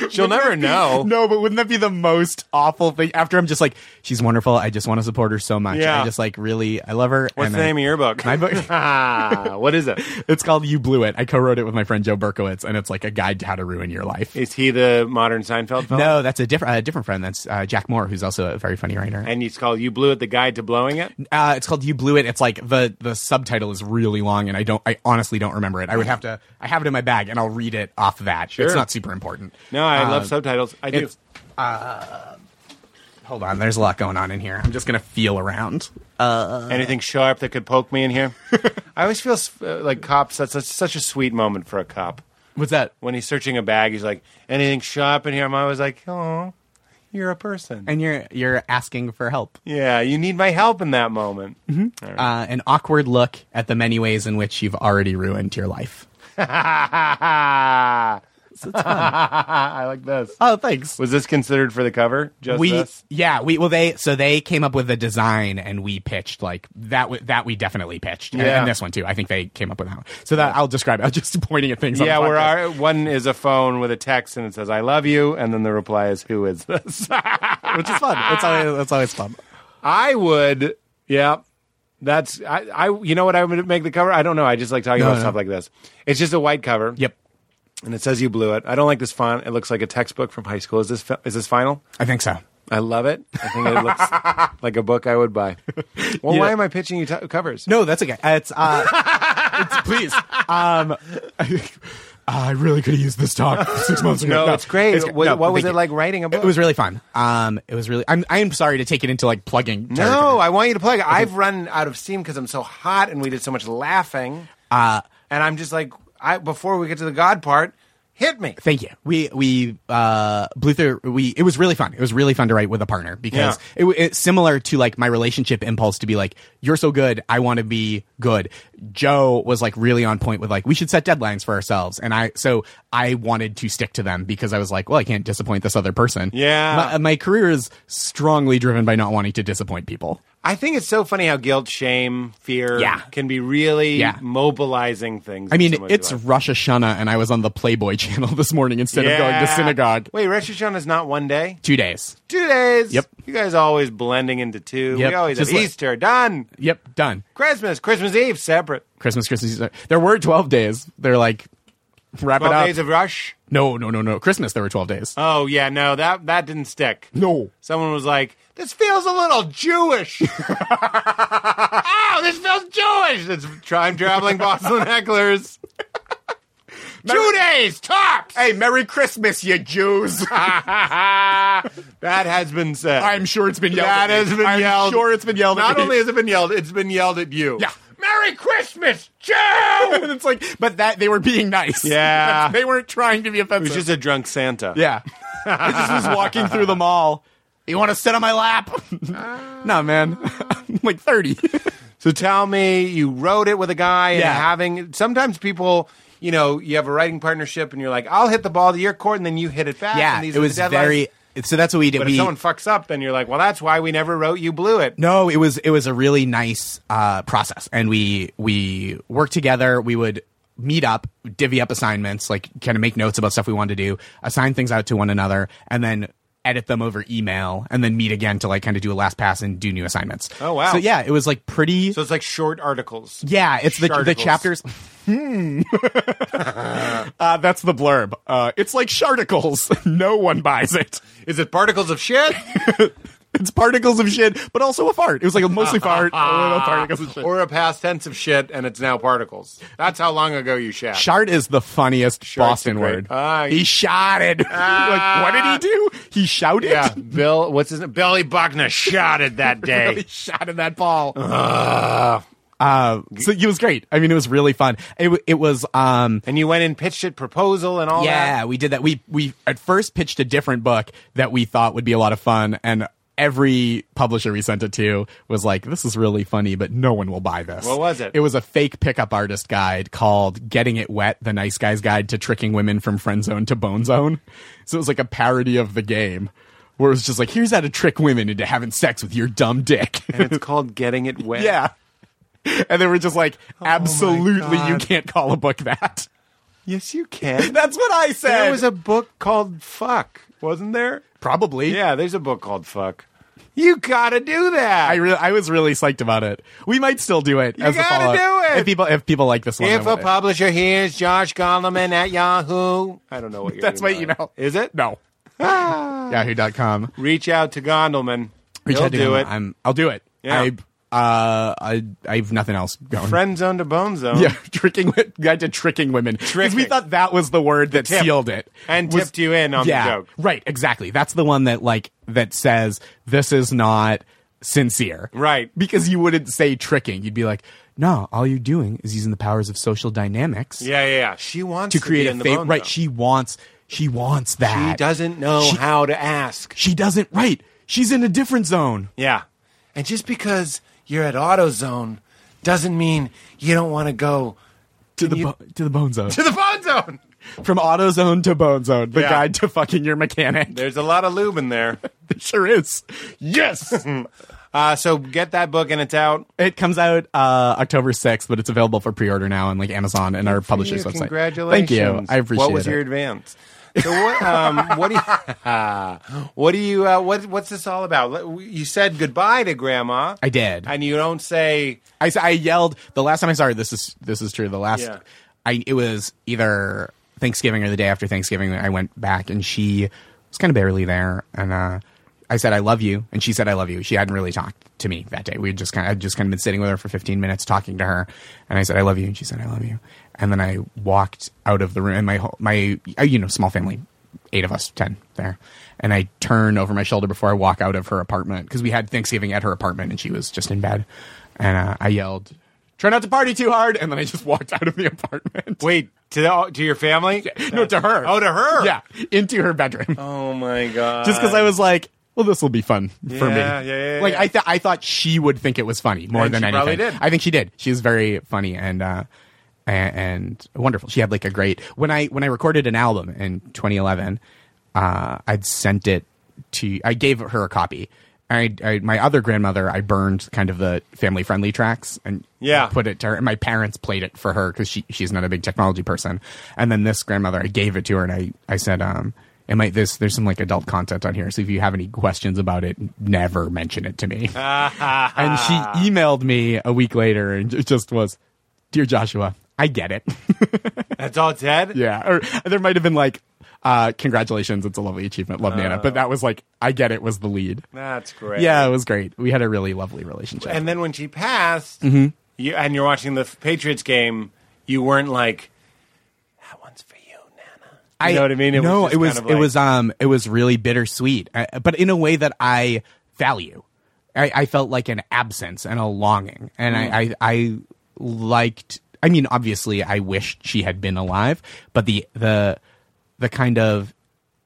Speaker 6: She'll never know.
Speaker 5: No, but wouldn't that be the most awful thing? After I'm just like, she's wonderful. I just want to support her so much.
Speaker 6: Yeah.
Speaker 5: I just like really, I love her.
Speaker 6: What's
Speaker 5: and
Speaker 6: the
Speaker 5: I-
Speaker 6: name of your book?
Speaker 5: My book.
Speaker 6: Ah, what is it?
Speaker 5: it's called "You Blew It." I co-wrote it with my friend Joe Berkowitz, and it's like a guide to how to ruin your life.
Speaker 6: Is he the modern Seinfeld fellow?
Speaker 5: no, that's a different a different friend. That's uh, Jack Moore, who's also a very funny writer.
Speaker 6: And it's called "You Blew It: The Guide to Blowing It."
Speaker 5: Uh, it's called "You Blew It." It's like the the subtitle is really long, and I don't, I honestly don't remember it. I would have to, I have it in my bag, and I'll read it off that. It's not super important.
Speaker 6: No, I love
Speaker 5: Uh,
Speaker 6: subtitles. I do.
Speaker 5: it's- uh, Hold on, there's a lot going on in here. I'm just gonna feel around. uh,
Speaker 6: Anything sharp that could poke me in here? I always feel uh, like cops. That's such, such a sweet moment for a cop
Speaker 5: What's that?
Speaker 6: when he's searching a bag. He's like, "Anything sharp in here?" I'm always like, "Oh, you're a person."
Speaker 5: And you're you're asking for help.
Speaker 6: Yeah, you need my help in that moment.
Speaker 5: Uh, an awkward look at the many ways in which you've already ruined your life.
Speaker 6: I like this.
Speaker 5: Oh, thanks.
Speaker 6: Was this considered for the cover? Just
Speaker 5: we
Speaker 6: this?
Speaker 5: yeah we well they so they came up with a design and we pitched like that w- that we definitely pitched and,
Speaker 6: Yeah.
Speaker 5: and this one too I think they came up with that one so that I'll describe it. I'm just pointing at things on
Speaker 6: Yeah,
Speaker 5: the
Speaker 6: where
Speaker 5: podcast.
Speaker 6: our one is a phone with a text and it says "I love you," and then the reply is "Who is this?"
Speaker 5: which is fun it's always it's always fun
Speaker 6: I would, yeah. That's I, I. You know what I would make the cover? I don't know. I just like talking
Speaker 5: No,
Speaker 6: about
Speaker 5: no.
Speaker 6: stuff like this. It's just a white cover.
Speaker 5: yep
Speaker 6: and it says "You blew it." I don't like this font. It looks like a textbook from high school. Is this fi- is this final?
Speaker 5: I think so
Speaker 6: I love it. I think it looks like a book I would buy. Well, why am I pitching you t- covers?
Speaker 5: No, that's okay. It's, uh, it's please. Um, I, really could have used this talk six months ago.
Speaker 6: No, it's great. what
Speaker 5: no,
Speaker 6: what was
Speaker 5: thank
Speaker 6: it
Speaker 5: you.
Speaker 6: like writing a book?
Speaker 5: It was really fun. Um, it was really. I'm. I am sorry to take it into like plugging.
Speaker 6: no, I want you to plug. it. I've run out of steam because I'm so hot and we did so much laughing.
Speaker 5: Uh,
Speaker 6: and I'm just like, I before we get to the God part, hit me.
Speaker 5: thank you. We we uh blew through. We it was really fun. It was really fun to write with a partner because
Speaker 6: Yeah.
Speaker 5: it, w- it's similar to like my relationship impulse to be like you're so good, I want to be good. Joe was like really on point with like we should set deadlines for ourselves, and I so I wanted to stick to them because I was like, well, I can't disappoint this other person.
Speaker 6: Yeah.
Speaker 5: my, my career is strongly driven by not wanting to disappoint people.
Speaker 6: I think it's so funny how guilt, shame, fear
Speaker 5: Yeah.
Speaker 6: can be really
Speaker 5: Yeah.
Speaker 6: mobilizing things.
Speaker 5: I
Speaker 6: in
Speaker 5: mean,
Speaker 6: somebody's
Speaker 5: it's
Speaker 6: life.
Speaker 5: Rosh Hashanah, and I was on the Playboy channel this morning instead of going to
Speaker 6: Yeah.
Speaker 5: synagogue.
Speaker 6: Wait, Rosh is not one day,
Speaker 5: Two days.
Speaker 6: two days.
Speaker 5: Yep.
Speaker 6: You guys always blending into two.
Speaker 5: Yep.
Speaker 6: We always
Speaker 5: Just
Speaker 6: have
Speaker 5: like-
Speaker 6: Easter done.
Speaker 5: Yep, done.
Speaker 6: Christmas, Christmas Eve separate.
Speaker 5: Christmas, Christmas. Easter. There were 12 days. They're like, wrap it
Speaker 6: Twelve
Speaker 5: up.
Speaker 6: days of rush.
Speaker 5: no, no, no, no. Christmas, there were 12 days.
Speaker 6: uh, Oh yeah, no that that didn't stick.
Speaker 5: Uh, no.
Speaker 6: Someone was like, "This feels a little Jewish." oh, this feels Jewish. It's time traveling Boston hecklers. Two days tops.
Speaker 5: Hey, Merry Christmas, you Jews.
Speaker 6: that has been said.
Speaker 5: I'm sure it's been yelled at.
Speaker 6: That
Speaker 5: me.
Speaker 6: has been
Speaker 5: I'm
Speaker 6: yelled.
Speaker 5: sure it's been yelled
Speaker 6: Not
Speaker 5: at. me.
Speaker 6: only has it been yelled, it's been yelled at you.
Speaker 5: Yeah.
Speaker 6: Merry Christmas, Jew.
Speaker 5: And it's like, but that they were being nice.
Speaker 6: Yeah.
Speaker 5: they weren't trying to be
Speaker 6: it
Speaker 5: offensive.
Speaker 6: was just a drunk Santa.
Speaker 5: Yeah. I just was walking through the mall. You want to sit on my lap? nah, man. I'm like 30.
Speaker 6: So tell me, you wrote it with a guy and
Speaker 5: Yeah.
Speaker 6: having sometimes people, you know, you have a writing partnership and you're like, I'll hit the ball to your court and then you hit it back. and these are the deadlines.
Speaker 5: So that's what we did.
Speaker 6: But if someone fucks up, then you're like, well, that's why we never wrote you blew it.
Speaker 5: No, it was it was a really nice uh, process, and we we worked together. We would meet up, divvy up assignments, like kind of make notes about stuff we wanted to do, assign things out to one another, and then edit them over email, and then meet again to like kind of do a last pass and do new assignments.
Speaker 6: Oh, wow.
Speaker 5: So yeah, it was like pretty.
Speaker 6: So it's like short articles.
Speaker 5: yeah, it's the the
Speaker 6: Sharticles.
Speaker 5: chapters. Hmm. uh, that's the blurb. Uh, it's like sharticles. no one buys it.
Speaker 6: Is it particles of shit
Speaker 5: It's particles of shit, but also a fart. It was like a mostly fart, a little particles of shit.
Speaker 6: Ah. or a past tense of shit and it's now particles? That's how long ago you shat.
Speaker 5: Shart is the funniest
Speaker 6: Shart's a
Speaker 5: Boston
Speaker 6: great-
Speaker 5: word.
Speaker 6: Ah,
Speaker 5: he shouted. like, what did he do? He shouted.
Speaker 6: yeah, Bill, what's his name? Billy Buckner shouted that
Speaker 5: he
Speaker 6: day.
Speaker 5: shouted that ball.
Speaker 6: Ah.
Speaker 5: Uh, so it was great. I mean, it was really fun. It, w- it was. Um,
Speaker 6: and you went and pitched it proposal and all that.
Speaker 5: yeah, we did that. We we at first pitched a different book that we thought would be a lot of fun, and every publisher we sent it to was like, "This is really funny, but no one will buy this."
Speaker 6: What was it?
Speaker 5: It was a fake pickup artist guide called "Getting It Wet: The Nice Guy's Guide to Tricking Women from Friend Zone to Bone Zone." So it was like a parody of the game, where it was just like, "Here's how to trick women into having sex with your dumb dick."
Speaker 6: And it's called Getting It Wet. Oh
Speaker 5: yeah. And they were just like, absolutely, you
Speaker 6: God.
Speaker 5: can't call a book that.
Speaker 6: Yes, you can.
Speaker 5: That's what I said.
Speaker 6: there was a book called Fuck, wasn't there?
Speaker 5: probably.
Speaker 6: Yeah, there's a book called Fuck. You gotta do that.
Speaker 5: I really, I was really psyched about it. We might still do it as a follow-up.
Speaker 6: gotta do it!
Speaker 5: If people, if people like this one, I
Speaker 6: if a
Speaker 5: want it.
Speaker 6: publisher hears Josh Gondelman at Yahoo, I don't know what your
Speaker 5: That's my email.
Speaker 6: Is it? Ah.
Speaker 5: no, Yahoo.com.
Speaker 6: Reach out to Gondelman.
Speaker 5: Reach
Speaker 6: He'll
Speaker 5: out to
Speaker 6: do
Speaker 5: me.
Speaker 6: it.
Speaker 5: I'm, I'll do it.
Speaker 6: Yeah.
Speaker 5: I, uh, I, I have nothing else going.
Speaker 6: Friend zone to bone zone.
Speaker 5: Yeah, tricking wi- guide to tricking women. 'Cause we
Speaker 6: Tricking.
Speaker 5: thought that was the word that
Speaker 6: tip.
Speaker 5: sealed it
Speaker 6: And
Speaker 5: Was-
Speaker 6: tipped you in on the
Speaker 5: yeah,
Speaker 6: joke.
Speaker 5: Right, exactly. That's the one that like that says this is not sincere.
Speaker 6: Right.
Speaker 5: Because you wouldn't say tricking. You'd be like, no, all you're doing is using the powers of social dynamics.
Speaker 6: Yeah, yeah, yeah. She wants
Speaker 5: to create
Speaker 6: be
Speaker 5: a
Speaker 6: in the
Speaker 5: fake
Speaker 6: bone
Speaker 5: right
Speaker 6: zone.
Speaker 5: she wants she wants that
Speaker 6: She doesn't know
Speaker 5: She-
Speaker 6: how to ask.
Speaker 5: she doesn't right she's in a different zone
Speaker 6: Yeah. And just because you're at AutoZone doesn't mean you don't want to go
Speaker 5: to the bo- to the bone zone
Speaker 6: to the bone zone.
Speaker 5: from auto zone to bone zone the
Speaker 6: Yeah.
Speaker 5: guide to fucking your mechanic
Speaker 6: There's a lot of lube in there.
Speaker 5: it sure is yes
Speaker 6: Uh, so get that book and it's out.
Speaker 5: it comes out uh october 6th but it's available for pre-order now on like amazon and our publisher's
Speaker 6: You,
Speaker 5: website
Speaker 6: Congratulations.
Speaker 5: thank you i appreciate
Speaker 6: What was
Speaker 5: it
Speaker 6: your advance? So what, um, what do you, what do you, uh, what, what's this all about? Let- You said goodbye to grandma.
Speaker 5: i did
Speaker 6: And you don't say,
Speaker 5: I, s- I yelled the last time I saw her. This is this is true. The last
Speaker 6: Yeah.
Speaker 5: I it was either Thanksgiving or the day after Thanksgiving. I went back and she was kind of barely there, and uh, I I said I love you, and she said I love you. She hadn't really talked to me that day. We had just kind of I'd just kind of been sitting with her for 15 minutes talking to her, and I said I love you, and she said I love you, and then I walked out of the room. And my whole- my uh, you know small family, eight of us, ten there, and I turn over my shoulder before I walk out of her apartment because we had Thanksgiving at her apartment, and she was just in bed, and uh, I yelled. Try not to party too hard, and then I just walked out of the apartment.
Speaker 6: Wait to the, to your family?
Speaker 5: no, to her.
Speaker 6: Oh, to her.
Speaker 5: Yeah, into her bedroom.
Speaker 6: Oh my god.
Speaker 5: Just because I was like, well, this will be fun for me.
Speaker 6: Yeah, yeah, yeah,
Speaker 5: Like
Speaker 6: yeah.
Speaker 5: I, th- I thought she would think it was funny more
Speaker 6: And
Speaker 5: than
Speaker 6: she
Speaker 5: anything.
Speaker 6: probably did.
Speaker 5: I think she did. She was very funny and uh, a- and, wonderful. She had like a great when I when I recorded an album in 2011. Uh, I'd sent it to. I gave her a copy. I, I my other grandmother, I burned kind of the family friendly tracks and
Speaker 6: Yeah.
Speaker 5: put it to her. And my parents played it for her because she she's not a big technology person. And then this grandmother, I gave it to her and I I said, um, it might this there's some like adult content on here. So if you have any questions about it, never mention it to me. and she
Speaker 6: Ah.
Speaker 5: emailed me a week later and it just was, dear Joshua, I get it.
Speaker 6: That's all it said.
Speaker 5: yeah, or there might have been like. Uh, congratulations! It's a lovely achievement, love Nana. But that was like, I get it was the lead.
Speaker 6: Oh. That's great.
Speaker 5: Yeah, it was great. We had a really lovely relationship.
Speaker 6: And then when she passed,
Speaker 5: Mm-hmm.
Speaker 6: you, and you're watching the Patriots game, you weren't like, "That one's for you, Nana." You know what I mean?
Speaker 5: no,
Speaker 6: just
Speaker 5: it was
Speaker 6: kind of
Speaker 5: it
Speaker 6: like-
Speaker 5: was um it was really bittersweet, uh, but in a way that I value. I, I felt like an absence and a longing, and I, I I liked. I mean, obviously, I wished she had been alive, but the the the kind of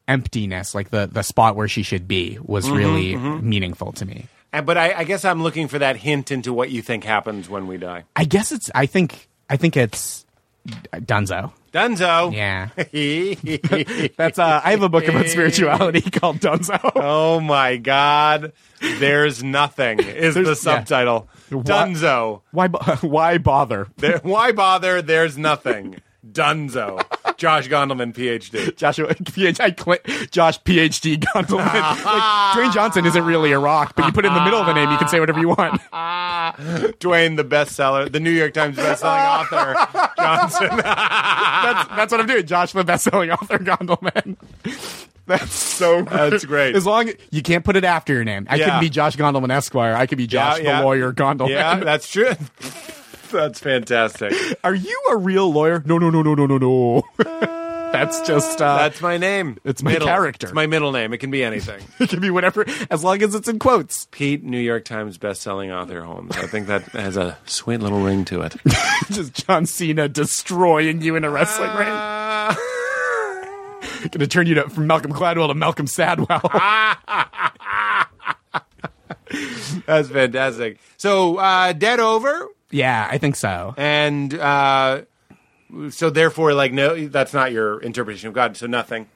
Speaker 5: emptiness, like the the spot where she should be, was really meaningful to me.
Speaker 6: And- Uh, But I, I guess I'm looking for that hint into what you think happens when we die.
Speaker 5: I guess it's. I think. I think it's Dunzo.
Speaker 6: Dunzo.
Speaker 5: Yeah, that's. Uh, I have a book about spirituality called Dunzo.
Speaker 6: oh my God! There's nothing is the
Speaker 5: There's- yeah.
Speaker 6: subtitle.
Speaker 5: Wha-
Speaker 6: Dunzo.
Speaker 5: Why? bo- Why bother?
Speaker 6: There, why bother? There's nothing. Dunzo. Josh Gondelman, PhD.
Speaker 5: Joshua, PhD, I cl- Josh, PhD, Gondolin. like, Dwayne Johnson isn't really a rock, but you put it in the middle of a name, you can say whatever you want.
Speaker 6: Dwayne, the bestseller, the New York Times bestselling author, Johnson.
Speaker 5: That's that's what I'm doing. Josh, the best-selling author, Gondelman. That's so. Good.
Speaker 6: That's great.
Speaker 5: As long you can't put it after your name. I
Speaker 6: Yeah.
Speaker 5: couldn't be Josh Gondelman Esquire. I could be Josh
Speaker 6: yeah.
Speaker 5: the lawyer Gondelman.
Speaker 6: Yeah, that's true. That's fantastic.
Speaker 5: Are you a real lawyer? No, no, no, no, no, no, no. that's just. Uh,
Speaker 6: That's my name.
Speaker 5: It's my
Speaker 6: Middle.
Speaker 5: character.
Speaker 6: It's my middle name. It can be anything.
Speaker 5: it can be whatever, as long as it's in quotes.
Speaker 6: Pete, New York Times best-selling author Holmes. I think that has a sweet little ring to it.
Speaker 5: just John Cena destroying you in a wrestling
Speaker 6: Uh,
Speaker 5: ring. Gonna turn you to, from Malcolm Gladwell to Malcolm Sadwell.
Speaker 6: that's fantastic. So, uh, dead over,
Speaker 5: yeah, I think so.
Speaker 6: and uh, so therefore, like, no, that's not your interpretation of God. So nothing.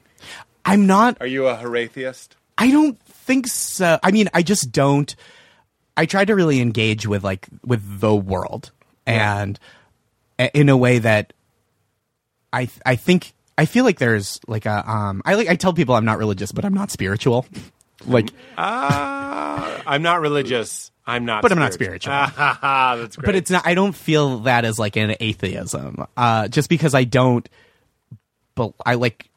Speaker 5: I'm not.
Speaker 6: Are you a Horathiist?
Speaker 5: I don't think so. I mean, I just don't. I try to really engage with like with the world and a- in a way that I th- I think I feel like there's like a um I like I tell people I'm not religious but I'm not spiritual. like
Speaker 6: Uh, I'm not religious. I'm not.
Speaker 5: But I'm not spiritual.
Speaker 6: That's great.
Speaker 5: but it's not i don't feel that as like an atheism uh just because i don't but i like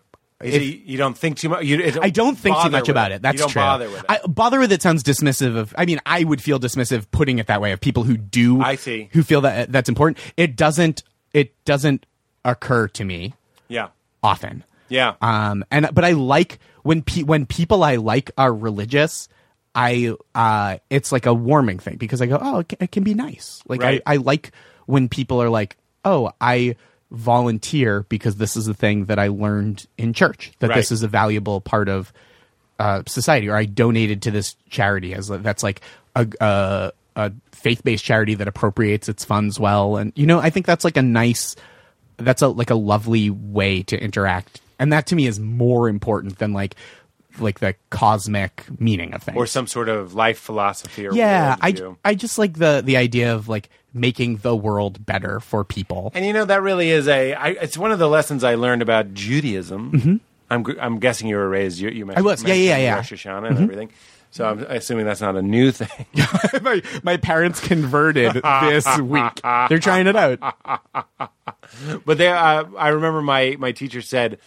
Speaker 6: Is it- you don't think too much. You, it
Speaker 5: i don't think too
Speaker 6: bother
Speaker 5: much
Speaker 6: with
Speaker 5: about
Speaker 6: it.
Speaker 5: it that's
Speaker 6: you don't
Speaker 5: true
Speaker 6: bother with it.
Speaker 5: I, bother with it sounds dismissive of i mean i would feel dismissive putting it that way of people who do
Speaker 6: I see.
Speaker 5: who feel that that's important it doesn't it doesn't occur to me
Speaker 6: yeah,
Speaker 5: often
Speaker 6: yeah.
Speaker 5: um and but i like when pe- when people i like are religious i uh it's like a warming thing because i go oh it, ca- it can be nice like
Speaker 6: Right.
Speaker 5: I, I like when people are like oh i volunteer because this is a thing that i learned in church that
Speaker 6: Right.
Speaker 5: this is a valuable part of uh society or i donated to this charity as a- that's like a a, a faith-based charity that appropriates its funds well and you know i think that's like a nice that's a like a lovely way to interact and that to me is more important than like like the cosmic meaning of things
Speaker 6: or some sort of life philosophy. Or
Speaker 5: yeah i
Speaker 6: worldview.
Speaker 5: i just like the the idea of like making the world better for people
Speaker 6: And you know that really is a. I, it's one of the lessons I learned about Judaism. Mm-hmm. I'm gu- I'm guessing you were raised. You, you mentioned,
Speaker 5: was. Yeah, yeah,
Speaker 6: mentioned
Speaker 5: yeah. Mm-hmm.
Speaker 6: Rosh Hashanah and everything. So I'm assuming that's not a new thing.
Speaker 5: my, my parents converted this week they're trying it out
Speaker 6: But there, uh, I remember my my teacher said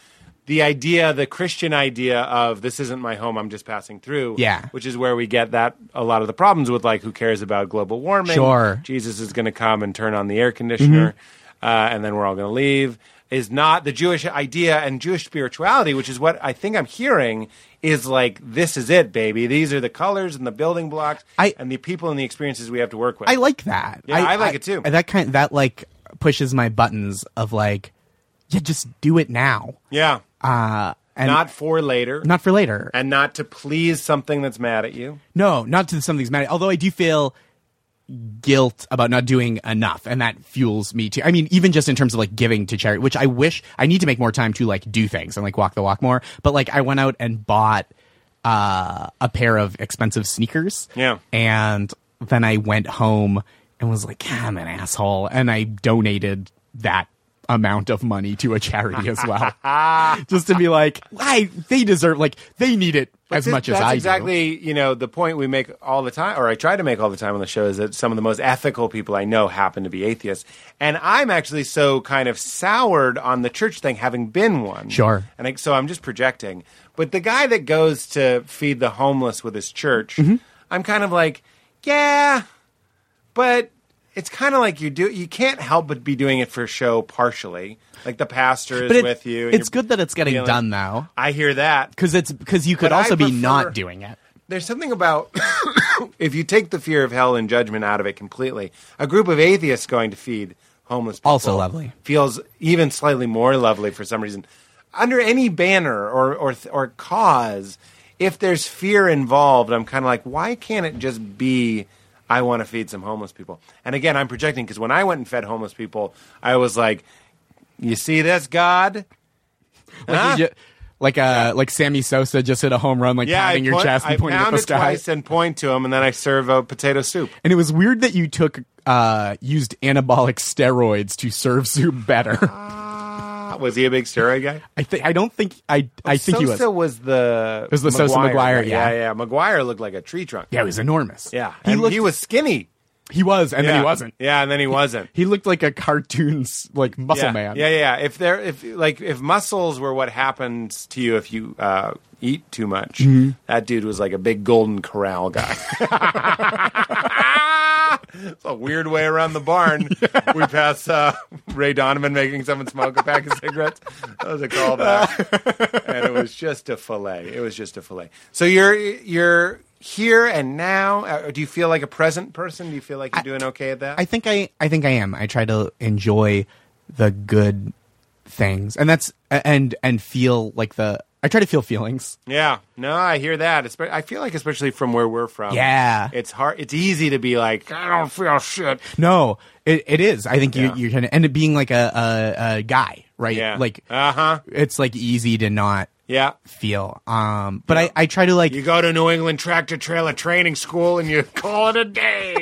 Speaker 6: the idea, the Christian idea of this isn't my home, I'm just passing through.
Speaker 5: Yeah.
Speaker 6: Which is where we get that a lot of the problems with like who cares about global warming?
Speaker 5: Sure. Mm-hmm.
Speaker 6: Jesus is going to come and turn on the air conditioner, uh, and then we're all going to leave. Is not the Jewish idea and Jewish spirituality, which is what I think I'm hearing, is like this is it, baby. These are the colors and the building blocks
Speaker 5: I-
Speaker 6: and the people and the experiences we have to work with.
Speaker 5: I like that.
Speaker 6: Yeah, I like it too.
Speaker 5: That kind that like pushes my buttons of like, yeah, just do it now.
Speaker 6: yeah,
Speaker 5: Uh, and
Speaker 6: not for later,
Speaker 5: not for later.
Speaker 6: and not to please something that's mad at you.
Speaker 5: No, not to something's mad. Although I do feel guilt about not doing enough, and that fuels me too. I mean, even just in terms of like giving to charity, which I wish I need to make more time to like do things and like walk the walk more. But like I went out and bought uh, a pair of expensive sneakers.
Speaker 6: Yeah.
Speaker 5: and then I went home and was like, I'm an asshole, and I donated that amount of money to a charity as well, just to be like, I they deserve like they need it as
Speaker 6: Th-
Speaker 5: much as
Speaker 6: that's
Speaker 5: I do.
Speaker 6: exactly you know the point we make all the time or i try to make all the time on the show is that some of the most ethical people i know happen to be atheists and i'm actually so kind of soured on the church thing having been one
Speaker 5: Sure.
Speaker 6: and I, so i'm just projecting but the guy that goes to feed the homeless with his church
Speaker 5: Mm-hmm.
Speaker 6: i'm kind of like yeah but it's kind of like you do you can't help but be doing it for show partially like the pastor is
Speaker 5: But it-
Speaker 6: with you and
Speaker 5: It's
Speaker 6: you're
Speaker 5: good that it's getting
Speaker 6: feeling-
Speaker 5: done though,
Speaker 6: i hear that
Speaker 5: because it's because you could
Speaker 6: But I
Speaker 5: also be
Speaker 6: prefer-
Speaker 5: not doing it.
Speaker 6: there's something about if you take the fear of hell and judgment out of it completely, a group of atheists going to feed homeless people
Speaker 5: Also lovely.
Speaker 6: feels even slightly more lovely for some reason. Under any banner or or th- or cause, if there's fear involved, I'm kind of like, why can't it just be? I want to feed some homeless people. And again, I'm projecting because when I went and fed homeless people, I was like, "You see this, God?
Speaker 5: Like,
Speaker 6: Huh?
Speaker 5: you ju- like uh, like Sammy Sosa just hit a home run, like pounding your
Speaker 6: point-
Speaker 5: chest and
Speaker 6: I
Speaker 5: pointing at
Speaker 6: pound
Speaker 5: the
Speaker 6: it
Speaker 5: sky.
Speaker 6: twice and point to him, and then I serve a potato soup.
Speaker 5: And it was weird that you took uh, used anabolic steroids to serve soup better.
Speaker 6: Uh, Was he a big steroid guy?
Speaker 5: I think I don't think I Ah. I think he was.
Speaker 6: Sosa was the
Speaker 5: was the Sosa Maguire,
Speaker 6: guy.
Speaker 5: yeah.
Speaker 6: yeah, yeah. Maguire looked like a tree trunk.
Speaker 5: yeah, he was enormous.
Speaker 6: yeah.
Speaker 5: he
Speaker 6: and
Speaker 5: looked
Speaker 6: he was skinny.
Speaker 5: he was, and then
Speaker 6: Yeah.
Speaker 5: he wasn't.
Speaker 6: Yeah, and then he wasn't.
Speaker 5: He looked like a cartoon's like muscle
Speaker 6: yeah.
Speaker 5: man.
Speaker 6: Yeah, yeah. yeah. If there, if like, if muscles were what happens to you if you uh, eat too much,
Speaker 5: Mm-hmm.
Speaker 6: that dude was like a big golden corral guy. it's a weird way around the barn. We pass uh, Ray Donovan making someone smoke a pack of cigarettes. That was a callback,
Speaker 5: Uh.
Speaker 6: and it was just a fillet. It was just a fillet. So you're you're. Here and now, Uh, do you feel like a present person? Do you feel like you're doing okay at that?
Speaker 5: I think I I think I am. I try to enjoy the good things, and that's and and feel like the I try to feel feelings.
Speaker 6: Yeah, no, I hear that. Espe- I feel like, especially from where we're from,
Speaker 5: Yeah.
Speaker 6: it's hard. It's easy to be like, I don't feel shit.
Speaker 5: No, it, it is. I think
Speaker 6: Yeah.
Speaker 5: you you're gonna end up being like a a, a guy, right?
Speaker 6: Yeah,
Speaker 5: Like
Speaker 6: uh huh,
Speaker 5: it's like easy to not
Speaker 6: yeah.
Speaker 5: feel. Um, but I I try to like
Speaker 6: You go to New England tractor trailer training school and you call it a day.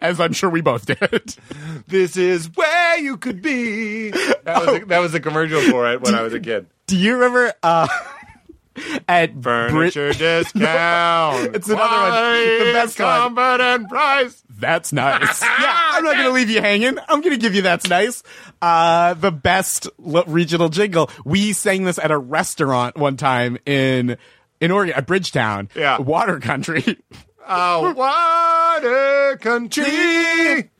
Speaker 5: as I'm sure we both did.
Speaker 6: this is where you could be. That was a, that was a commercial for it when I was a kid.
Speaker 5: Do you remember? Uh, at Brit-
Speaker 6: Furniture discount.
Speaker 5: It's another one. The
Speaker 6: Quality,
Speaker 5: best kind.
Speaker 6: comfort, and price.
Speaker 5: That's nice. yeah, I'm not going to leave you hanging. I'm going to give you that's nice. Uh, the best lo- regional jingle. We sang this at a restaurant one time in in Oregon, at Bridgetown.
Speaker 6: Yeah.
Speaker 5: Water Country.
Speaker 6: Oh, water country.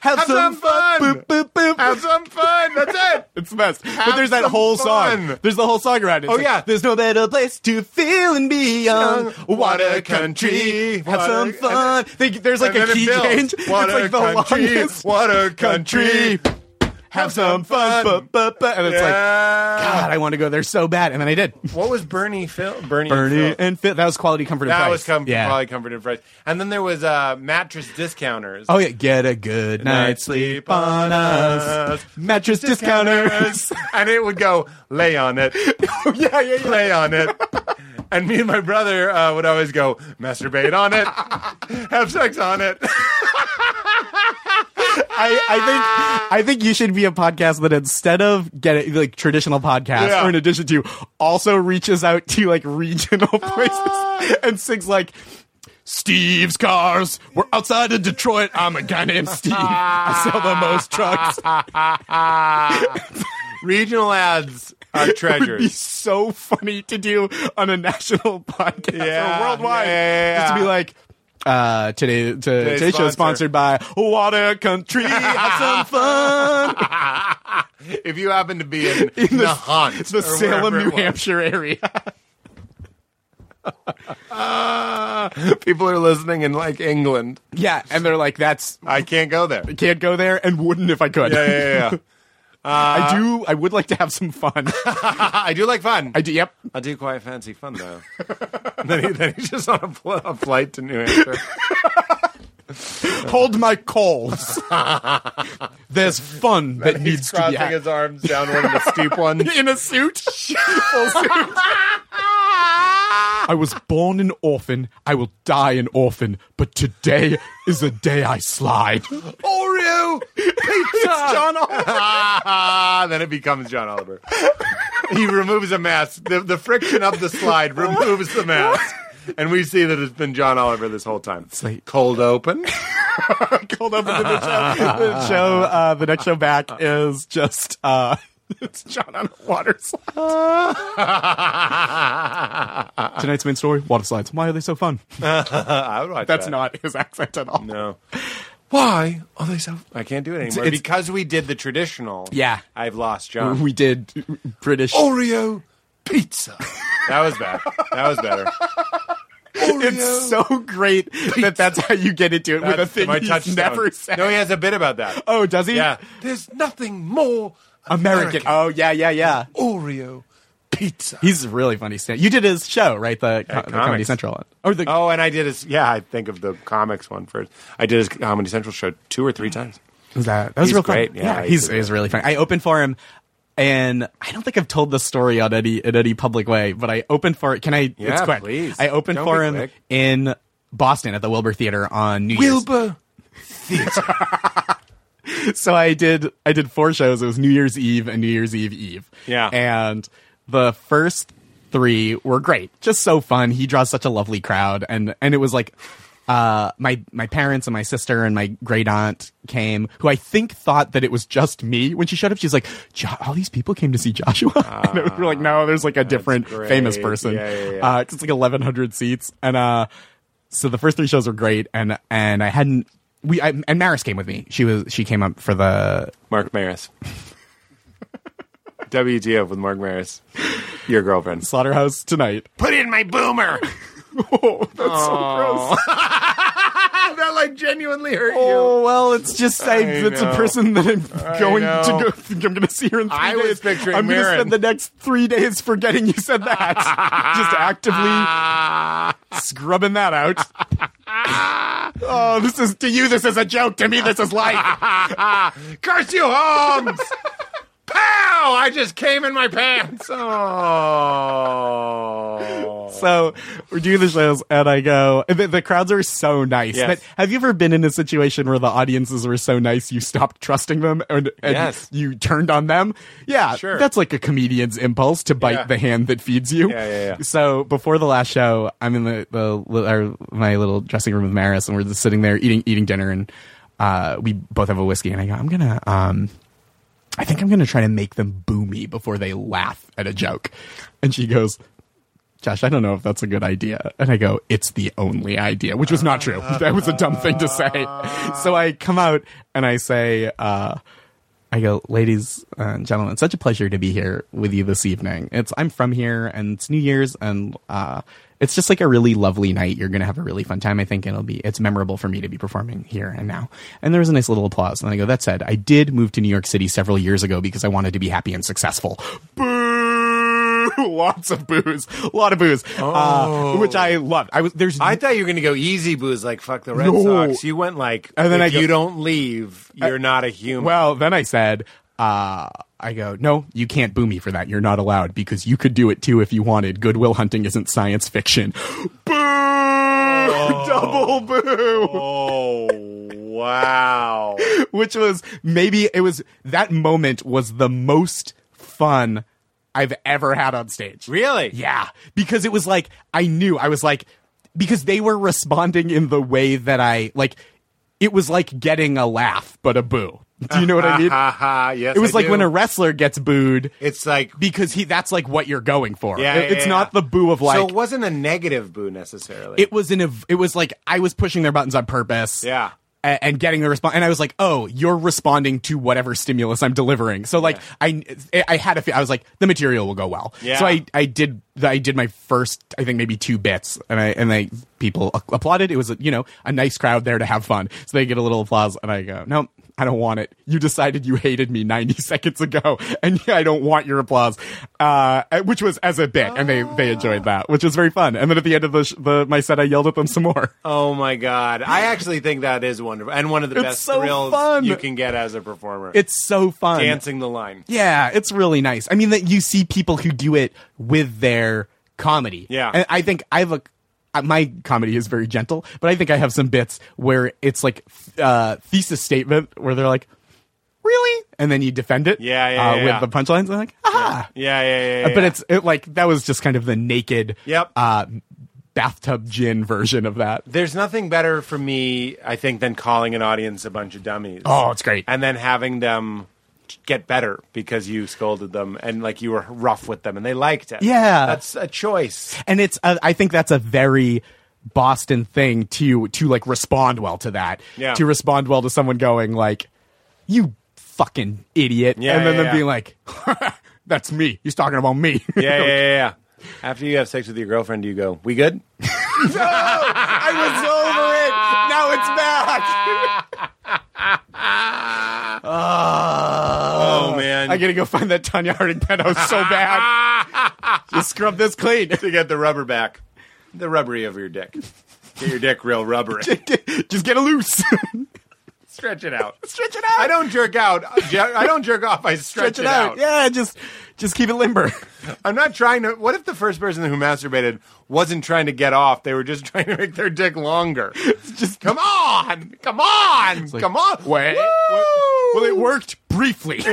Speaker 5: Have,
Speaker 6: some fun.
Speaker 5: Boop, boop, boop.
Speaker 6: Have some fun. That's it.
Speaker 5: it's the best. but
Speaker 6: have
Speaker 5: there's that
Speaker 6: some
Speaker 5: whole song.
Speaker 6: fun.
Speaker 5: There's the whole song around it. It's
Speaker 6: Oh,
Speaker 5: like,
Speaker 6: yeah.
Speaker 5: There's no better place to feel and be young. Water
Speaker 6: Water
Speaker 5: country.
Speaker 6: country.
Speaker 5: Have some fun.
Speaker 6: Water-
Speaker 5: They, there's like
Speaker 6: And
Speaker 5: a
Speaker 6: then it
Speaker 5: key
Speaker 6: builds.
Speaker 5: change.
Speaker 6: Water
Speaker 5: it's like the
Speaker 6: country,
Speaker 5: longest.
Speaker 6: Water country.
Speaker 5: Have some fun. bu- bu- bu- And it's like, God, I want to go there so bad. And then I did.
Speaker 6: what was Bernie Phil? Bernie,
Speaker 5: Bernie
Speaker 6: and Phil.
Speaker 5: and Phil. That was quality comfort.
Speaker 6: That
Speaker 5: and
Speaker 6: was
Speaker 5: price.
Speaker 6: com-
Speaker 5: yeah.
Speaker 6: probably comfort and fresh. And then there was uh, mattress discounters.
Speaker 5: Oh yeah, get a good night's sleep on us. Mattress discounters.
Speaker 6: and it would go lay on it,
Speaker 5: yeah, yeah, yeah.
Speaker 6: lay on it. And me and my brother uh, would always go masturbate on it, have sex on it.
Speaker 5: I, I think I think you should be a podcast that instead of getting like traditional podcasts
Speaker 6: Yeah.
Speaker 5: or in addition to also reaches out to like regional
Speaker 6: Ah.
Speaker 5: places and sings like Steve's cars. We're outside of Detroit. I'm a guy named Steve. I sell the most trucks.
Speaker 6: Regional ads are
Speaker 5: would be
Speaker 6: treasures.
Speaker 5: so funny to do on a national podcast
Speaker 6: Yeah,
Speaker 5: or worldwide.
Speaker 6: yeah, yeah, yeah.
Speaker 5: Just to be like, uh, today, to, today's, show is
Speaker 6: sponsor.
Speaker 5: sponsored by Water Country. Have some fun.
Speaker 6: if you happen to be in, the, hunt,
Speaker 5: It's the
Speaker 6: or
Speaker 5: Salem,
Speaker 6: wherever it
Speaker 5: New
Speaker 6: was.
Speaker 5: Hampshire area.
Speaker 6: people are listening in like England.
Speaker 5: yeah, and they're like, that's
Speaker 6: I can't go there.
Speaker 5: can't go there, and wouldn't if I could.
Speaker 6: Yeah, yeah, yeah.
Speaker 5: I do. I would like to have some fun.
Speaker 6: I do like fun.
Speaker 5: I do. Yep.
Speaker 6: I do quite fancy fun though. then, he, then he's just on a, pl- a flight to New Hampshire.
Speaker 5: Hold my calls. There's fun that needs to be
Speaker 6: crossing
Speaker 5: had.
Speaker 6: his arms down one of the steep ones.
Speaker 5: in a suit. Full suit. I was born an orphan. I will die an orphan. But today is the day I slide.
Speaker 6: Oreo pizza. John Oliver. then it becomes John Oliver. he removes a mask. The, the friction of the slide removes the mask. And we see that it's been John Oliver this whole time. It's
Speaker 5: like-
Speaker 6: cold open.
Speaker 5: Hold up, the next show, the, show uh, the next show back is just uh, it's John on a water slide.
Speaker 6: I
Speaker 5: Tonight's main story: water slides. Why are they so fun?
Speaker 6: would watch
Speaker 5: That's
Speaker 6: that.
Speaker 5: not his accent at all.
Speaker 6: No. Why are Oh, they so? I can't do it anymore
Speaker 5: it's-
Speaker 6: because we did the traditional.
Speaker 5: Yeah.
Speaker 6: I've lost
Speaker 5: Uh,
Speaker 6: John.
Speaker 5: We did British.
Speaker 6: Oreo pizza. that was bad. That was better.
Speaker 5: it's so great that that's how you get into it with a
Speaker 6: That's
Speaker 5: thing
Speaker 6: my
Speaker 5: he's
Speaker 6: touchstone.
Speaker 5: never said.
Speaker 6: No, he has a bit about that.
Speaker 5: oh, does he?
Speaker 6: yeah. There's nothing more
Speaker 5: American. Oh, yeah, yeah, yeah.
Speaker 6: Oreo pizza.
Speaker 5: He's really funny. Stan. You did his show, right? The, co- the Comedy
Speaker 6: Comics.
Speaker 5: Central one. Or the,
Speaker 6: Oh, and I did his. Yeah, I think of the comics one first. I did his Comedy Central show two or three times.
Speaker 5: was that, that was
Speaker 6: he's
Speaker 5: real
Speaker 6: great.
Speaker 5: Fun.
Speaker 6: Yeah,
Speaker 5: Yeah,
Speaker 6: he's
Speaker 5: he's,
Speaker 6: great.
Speaker 5: he's really funny. I opened for him, and I don't think I've told this story on any in any public way, but I opened for it. Can I?
Speaker 6: Yeah,
Speaker 5: it's quick.
Speaker 6: please.
Speaker 5: I opened
Speaker 6: Don't
Speaker 5: for
Speaker 6: be
Speaker 5: him
Speaker 6: quick.
Speaker 5: in Boston at the Wilbur Theater on New
Speaker 6: Wilbur.
Speaker 5: Year's. So I did I did four shows. It was New Year's Eve and New Year's Eve Eve.
Speaker 6: Yeah.
Speaker 5: and the first three were great. Just so fun. He draws such a lovely crowd, and and it was like uh my my parents and my sister and my great aunt came who i think thought that it was just me when she showed up she's like jo- all these people came to see joshua and we were like no there's like a different
Speaker 6: great.
Speaker 5: famous person
Speaker 6: Yeah, yeah, yeah.
Speaker 5: uh it's like 1100 seats and uh so the first three shows were great and and i hadn't we I, and maris came with me she was she came up for the
Speaker 6: Mark Maris. WTF with Mark Maris. Your girlfriend.
Speaker 5: slaughterhouse tonight
Speaker 6: Put in my boomer.
Speaker 5: oh that's so gross
Speaker 6: that like genuinely hurt
Speaker 5: Oh well, it's just I, it's
Speaker 6: know.
Speaker 5: a person that I'm going
Speaker 6: know.
Speaker 5: to go. Think I'm going to see her in three
Speaker 6: I was
Speaker 5: days.
Speaker 6: picturing
Speaker 5: I'm to
Speaker 6: Marin.
Speaker 5: spend the next three days forgetting you said that. just actively scrubbing that out. oh, this is to you. This is a joke. To me, this is life.
Speaker 6: you. Curse you, Holmes. Pow! I just came in my pants. Oh.
Speaker 5: so we're doing the shows, and I go. and The, the crowds are so nice.
Speaker 6: Yes.
Speaker 5: But have you ever been in a situation where the audiences were so nice you stopped trusting them and, and
Speaker 6: Yes.
Speaker 5: you turned on them? Yeah,
Speaker 6: Sure.
Speaker 5: That's like a comedian's impulse to bite
Speaker 6: Yeah.
Speaker 5: the hand that feeds you.
Speaker 6: Yeah, yeah, yeah.
Speaker 5: So before the last show, I'm in the, the li- our, my little dressing room with Maris, and we're just sitting there eating eating dinner, and uh, we both have a whiskey, and I go, I'm gonna. Um, I think I'm going to try to make them boo me before they laugh at a joke. And she goes, Josh, I don't know if that's a good idea. And I go, it's the only idea, which was not true. That was a dumb thing to say. So I come out and I say, uh, I go, ladies and gentlemen, it's such a pleasure to be here with you this evening. It's I'm from here and it's New Year's and uh, it's just like a really lovely night. You're gonna have a really fun time, I think, and it'll be it's memorable for me to be performing here and now. And there was a nice little applause. And I go, that said, I did move to New York City several years ago because I wanted to be happy and successful. Boo! Lots of booze, a lot of booze, uh, which I loved. I was there's
Speaker 6: Oh. I thought you were going to go easy booze like fuck the Red
Speaker 5: No.
Speaker 6: Sox. You went like,
Speaker 5: And then
Speaker 6: if
Speaker 5: I go- Uh,
Speaker 6: you don't leave, you're not a human.
Speaker 5: Well, then I said, uh, I go, no, you can't boo me for that. You're not allowed because you could do it too if you wanted. Goodwill hunting isn't science fiction. Boo! Double boo!
Speaker 6: oh, wow.
Speaker 5: Which was maybe it was that moment was the most fun I've ever had on stage.
Speaker 6: Really?
Speaker 5: Yeah, because it was like I knew I was like because they were responding in the way that I like. It was like getting a laugh but a boo. Do you know what I mean?
Speaker 6: Ha ha. Yes.
Speaker 5: it was
Speaker 6: I
Speaker 5: like
Speaker 6: do.
Speaker 5: when a wrestler gets booed
Speaker 6: It's like.
Speaker 5: because he that's like what you're going for.
Speaker 6: Yeah,
Speaker 5: It-
Speaker 6: yeah,
Speaker 5: it's
Speaker 6: yeah.
Speaker 5: not the boo of like
Speaker 6: so it wasn't a negative boo necessarily.
Speaker 5: it was an ev- it was like I was pushing their buttons on purpose.
Speaker 6: Yeah.
Speaker 5: a- And, getting the response, and I was like, "Oh, you're responding to whatever stimulus I'm delivering." So like, I I had a fe- I was like, the material will go well.
Speaker 6: Yeah.
Speaker 5: So I I did I did my first I think maybe two bits, and I and they people a- applauded. It was you know a nice crowd there to have fun, so they get a little applause, and I go, "No, I don't want it. You decided you hated me 90 seconds ago, and I don't want your applause," uh, which was as a bit, and they they enjoyed that, which was very fun. And then at the end of the, sh- the my set, I yelled at them some more.
Speaker 6: Oh my god! I actually think that is wonderful and one of the
Speaker 5: It's
Speaker 6: best
Speaker 5: so
Speaker 6: thrills
Speaker 5: fun.
Speaker 6: you can get as a performer.
Speaker 5: It's so fun.
Speaker 6: dancing the line.
Speaker 5: Yeah, it's really nice. I mean, that you see people who do it with their comedy.
Speaker 6: Yeah.
Speaker 5: and I think I have a uh, my comedy is very gentle, but I think I have some bits where it's like th- uh, thesis statement where they're like, "Really?" and then you defend it.
Speaker 6: Yeah, yeah,
Speaker 5: uh,
Speaker 6: yeah,
Speaker 5: with
Speaker 6: yeah.
Speaker 5: the punchlines. I'm like, "Aha!"
Speaker 6: Yeah, yeah, yeah. yeah,
Speaker 5: But
Speaker 6: yeah.
Speaker 5: it's it, like that was just kind of the naked,
Speaker 6: Yep.
Speaker 5: uh, bathtub gin version of that.
Speaker 6: there's nothing better for me, I think, than calling an audience a bunch of dummies.
Speaker 5: Oh, it's great.
Speaker 6: and then having them get better because you scolded them and like you were rough with them and they liked it.
Speaker 5: Yeah.
Speaker 6: that's a choice.
Speaker 5: and it's uh, I think that's a very Boston thing to to like respond well to that.
Speaker 6: Yeah.
Speaker 5: To respond well to someone going like, "You fucking idiot,"
Speaker 6: Yeah,
Speaker 5: and then
Speaker 6: yeah,
Speaker 5: them
Speaker 6: yeah.
Speaker 5: being like, "That's me. He's talking about me."
Speaker 6: Yeah, yeah, yeah, yeah. After you have sex with your girlfriend, do you go, "We good?"
Speaker 5: I was over it. Now it's back.
Speaker 6: Oh man,
Speaker 5: I gotta go find that Tanya Harding pedo so bad. Just scrub this clean.
Speaker 6: to get the rubber back, the rubbery of your dick. Get your dick real rubbery.
Speaker 5: Just get it loose.
Speaker 6: stretch it out.
Speaker 5: Stretch it out.
Speaker 6: I don't jerk out. I don't jerk off. I stretch,
Speaker 5: stretch it out. Yeah, just just keep it limber.
Speaker 6: I'm not trying to. What if the first person who masturbated wasn't trying to get off? They were just trying to make their dick longer.
Speaker 5: just
Speaker 6: Come on, come on,
Speaker 5: like,
Speaker 6: come on.
Speaker 5: Wait. Well, it worked briefly.
Speaker 6: it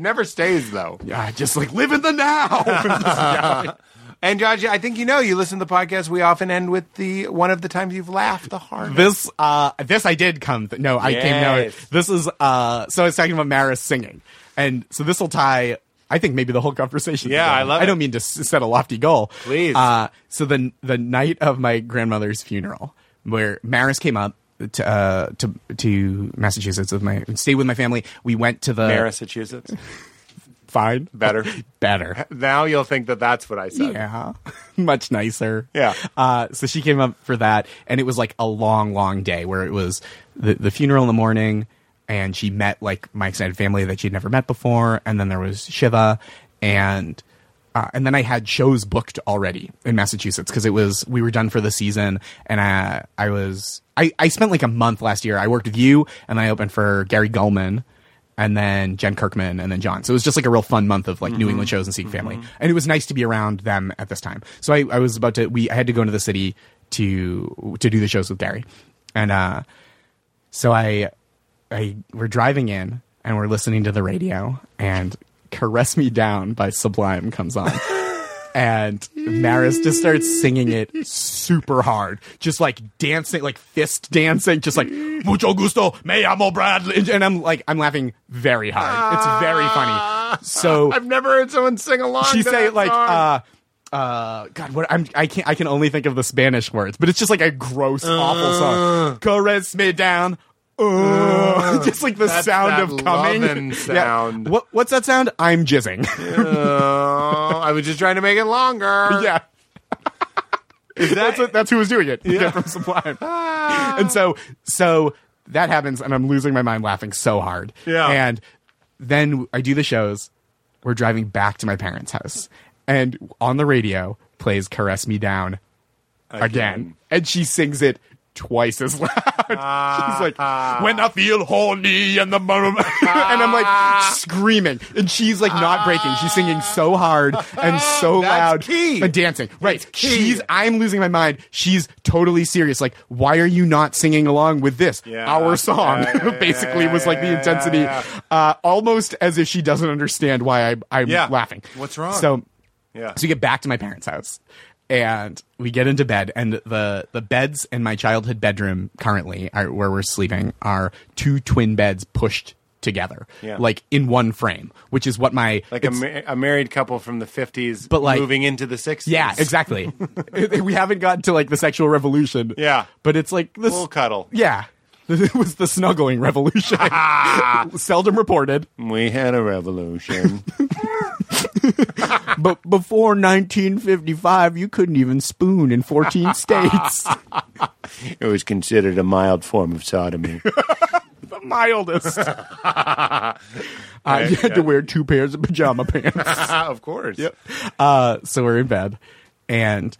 Speaker 6: never stays though. Uh,
Speaker 5: Yeah, just like live in the now.
Speaker 6: And Josh, I think you know. You listen to the podcast. We often end with the one of the times you've laughed the hardest.
Speaker 5: this, uh, this I did come. Th- no, I came. No,
Speaker 6: Yes.
Speaker 5: this is. Uh, so I was talking about Maris singing, and so this will tie. I think maybe the whole conversation.
Speaker 6: Yeah,
Speaker 5: together.
Speaker 6: I love
Speaker 5: I don't
Speaker 6: it.
Speaker 5: mean to s- set a lofty goal.
Speaker 6: Please.
Speaker 5: Uh, so the the night of my grandmother's funeral, where Maris came up to uh, to to Massachusetts with my stayed with my family. We went to the
Speaker 6: Massachusetts.
Speaker 5: fine
Speaker 6: Better.
Speaker 5: better.
Speaker 6: now you'll think that that's what I said.
Speaker 5: Yeah, much nicer.
Speaker 6: Yeah.
Speaker 5: Uh, so she came up for that, and it was like a long, long day where it was the the funeral in the morning, and she met like my extended family that she'd never met before, and then there was Shiva, and uh, and then I had shows booked already in Massachusetts because it was we were done for the season, and I I was I I spent like a month last year. I worked with you, and I opened for Gary Gulman and then Jen Kirkman and then John. So it was just like a real fun month of like New England shows and Seek Family. And it was nice to be around them at this time. So I, I was about to we I had to go into the city to to do the shows with Gary. And uh so I I we're driving in and we're listening to the radio and Caress Me Down by Sublime comes on. and Maris just starts singing it super hard, just like dancing, like fist dancing, just like mucho gusto, me llamo Bradley, and I'm like, I'm laughing very hard. It's very funny. So
Speaker 6: I've never heard someone sing along.
Speaker 5: she
Speaker 6: to
Speaker 5: say
Speaker 6: that
Speaker 5: like,
Speaker 6: song.
Speaker 5: uh, uh, God, what I'm I can't I can only think of the Spanish words, but it's just like a gross, awful
Speaker 6: Uh.
Speaker 5: song. Caress me down. Uh, just like the
Speaker 6: That's
Speaker 5: sound
Speaker 6: that
Speaker 5: of coming.
Speaker 6: lovin'
Speaker 5: Yeah.
Speaker 6: sound.
Speaker 5: What, what's that sound? I'm jizzing.
Speaker 6: Oh, I was just trying to make it longer.
Speaker 5: uh, yeah. that's what, that's who was doing it. The guy from Sublime. and so so that happens, and I'm losing my mind laughing so hard.
Speaker 6: Yeah.
Speaker 5: And then I do the shows. We're driving back to my parents' house, and on the radio plays "Caress Me Down" again, and she sings it twice as loud. She's like, "When I feel horny," and the murmur, and I'm like screaming, and she's like not breaking. She's singing so hard and so
Speaker 6: That's
Speaker 5: loud
Speaker 6: key.
Speaker 5: and dancing. Right?
Speaker 6: key.
Speaker 5: She's I'm losing my mind. She's totally serious. Like, why are you not singing along with this?
Speaker 6: Yeah.
Speaker 5: Our song
Speaker 6: Yeah, yeah, yeah,
Speaker 5: basically
Speaker 6: yeah,
Speaker 5: was like
Speaker 6: yeah,
Speaker 5: the
Speaker 6: yeah,
Speaker 5: intensity,
Speaker 6: yeah,
Speaker 5: Uh, almost as if she doesn't understand why I'm, I'm
Speaker 6: Yeah.
Speaker 5: laughing.
Speaker 6: What's wrong?
Speaker 5: So,
Speaker 6: Yeah.
Speaker 5: so we get back to my parents' house, and we get into bed and the the beds in my childhood bedroom currently are, where we're sleeping are two twin beds pushed together
Speaker 6: Yeah.
Speaker 5: like in one frame which is what my
Speaker 6: Like a,
Speaker 5: it's-
Speaker 6: ma- a married couple from the 50s
Speaker 5: But, like-
Speaker 6: moving into the 60s.
Speaker 5: yeah exactly we haven't gotten to like the sexual revolution
Speaker 6: Yeah.
Speaker 5: but it's like this
Speaker 6: We'll cuddle.
Speaker 5: yeah it was the snuggling revolution seldom reported
Speaker 6: We had a revolution.
Speaker 5: but before 1955 you couldn't even spoon in 14 states
Speaker 6: it was considered a mild form of sodomy.
Speaker 5: the mildest. I had to wear two pairs of pajama pants.
Speaker 6: of course.
Speaker 5: uh, so we're in bed, and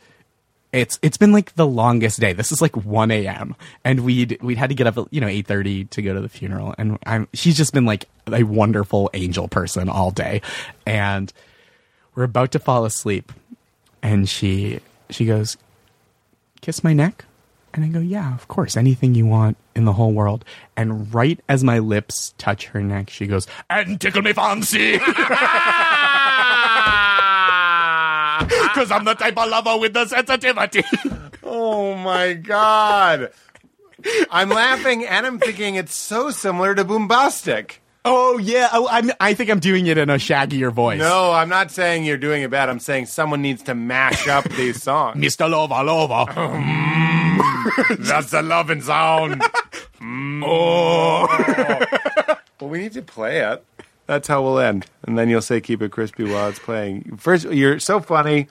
Speaker 5: it's it's been like the longest day. This is like one a.m. and we'd we'd had to get up at you know eight thirty to go to the funeral, and I'm she's just been like a wonderful angel person all day, and we're about to fall asleep, and she she goes, kiss my neck? And I go, yeah, of course, anything you want in the whole world. And right as my lips touch her neck, she goes, and tickle me fancy. Because I'm the type of lover with the sensitivity.
Speaker 6: Oh my god. I'm laughing and I'm thinking it's so similar to Boombastic.
Speaker 5: oh, yeah. Oh, I'm, I think I'm doing it in a shaggier voice.
Speaker 6: No, I'm not saying you're doing it bad. I'm saying someone needs to mash up these songs.
Speaker 5: Mr. Lover, Lover.
Speaker 6: That's the loving sound. Oh. well, we need to play it. That's how we'll end. And then you'll say keep it crispy while it's playing. First, you're so funny.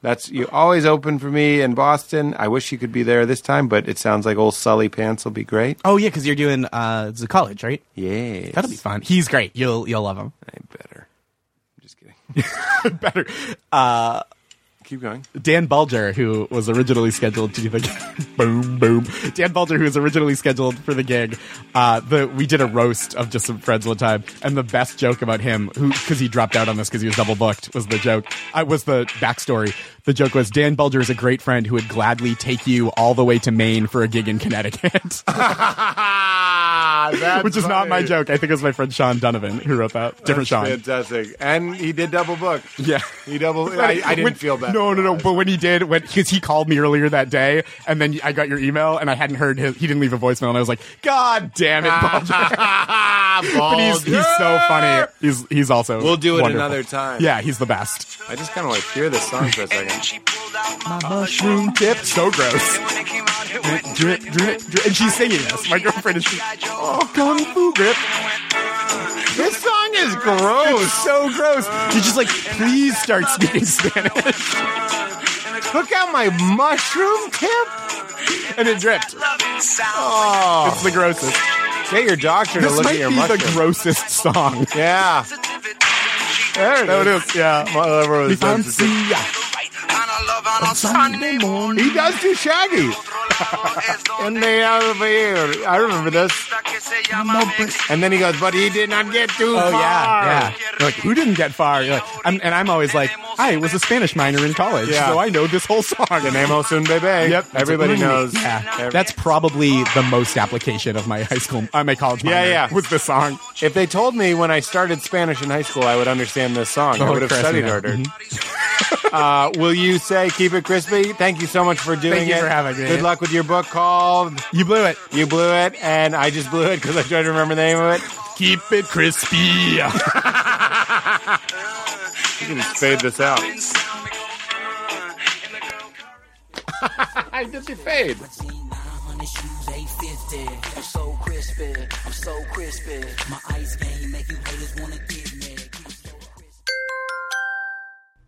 Speaker 6: That's you always open for me in Boston. I wish you could be there this time, but it sounds like old Sully Pants will be great.
Speaker 5: oh, yeah, because you're doing uh, the college, right?
Speaker 6: Yeah.
Speaker 5: That'll be fun. He's great. You'll you'll love him.
Speaker 6: I better. I'm just kidding.
Speaker 5: Better.
Speaker 6: Keep going.
Speaker 5: Dan Bulger, who was originally scheduled to do the gig. boom boom. Dan Bulger, who was originally scheduled for the gig, uh, the we did a roast of just some friends one time, and the best joke about him, who because he dropped out on this because he was double booked, was the joke. I was the backstory. The joke was Dan Bulger is a great friend who would gladly take you all the way to Maine for a gig in Connecticut, which is not my joke. I think it was my friend Sean Donovan who wrote that. Different Sean.
Speaker 6: Fantastic. And he did double book.
Speaker 5: Yeah.
Speaker 6: He double. I, I didn't
Speaker 5: When-
Speaker 6: feel bad.
Speaker 5: No, no, no. But when he did, when because he called me earlier that day, and then I got your email, and I hadn't heard his. He didn't leave a voicemail, and I was like, "God damn it, Bulger!" but he's he's so funny. He's he's also
Speaker 6: Ah, We'll do it
Speaker 5: wonderful.
Speaker 6: another time.
Speaker 5: Yeah, he's the best.
Speaker 6: I just kind of like hear this song for a second.
Speaker 5: My mushroom tip, so gross. Drip, drip, drip. And she's singing this. My girlfriend is. Oh, kung fu grip. Oh,
Speaker 6: This song is gross.
Speaker 5: So gross. He's just like, please start speaking Spanish.
Speaker 6: Look at my mushroom tip.
Speaker 5: And it dripped.
Speaker 6: Oh,
Speaker 5: It's the grossest.
Speaker 6: get your doctor to
Speaker 5: This
Speaker 6: look
Speaker 5: might
Speaker 6: at
Speaker 5: be
Speaker 6: your mushroom.
Speaker 5: the grossest song.
Speaker 6: yeah. There
Speaker 5: There
Speaker 6: it is.
Speaker 5: Yeah.
Speaker 6: My lover was
Speaker 5: fancy
Speaker 6: sensitive.
Speaker 5: ya on Sunday morning.
Speaker 6: He does do Shaggy. and they out of here. I remember this. And then he goes, but he did not get too
Speaker 5: Oh
Speaker 6: far.
Speaker 5: yeah, yeah. You're like, who didn't get far? You're like, I'm, and I'm always like, I was a Spanish minor in college,
Speaker 6: Yeah.
Speaker 5: so I know this whole song. And
Speaker 6: Name Osun Bebe.
Speaker 5: Yep,
Speaker 6: Everybody knows.
Speaker 5: Yeah,
Speaker 6: Every-
Speaker 5: that's probably the most application of my high school, uh, my college.
Speaker 6: Yeah,
Speaker 5: minor
Speaker 6: yeah.
Speaker 5: Was this song?
Speaker 6: If they told me when I started Spanish in high school, I would understand this song. I
Speaker 5: Oh,
Speaker 6: would have
Speaker 5: Christ,
Speaker 6: studied
Speaker 5: yeah.
Speaker 6: harder. uh, will you say "Keep It Crispy"? Thank you so much for doing
Speaker 5: Thank you
Speaker 6: it.
Speaker 5: for having me.
Speaker 6: Good luck with your book called
Speaker 5: You blew it.
Speaker 6: "You Blew It," and I just blew it because I tried to remember the name of it.
Speaker 5: Keep it crispy.
Speaker 6: You can fade this out. I did the fade.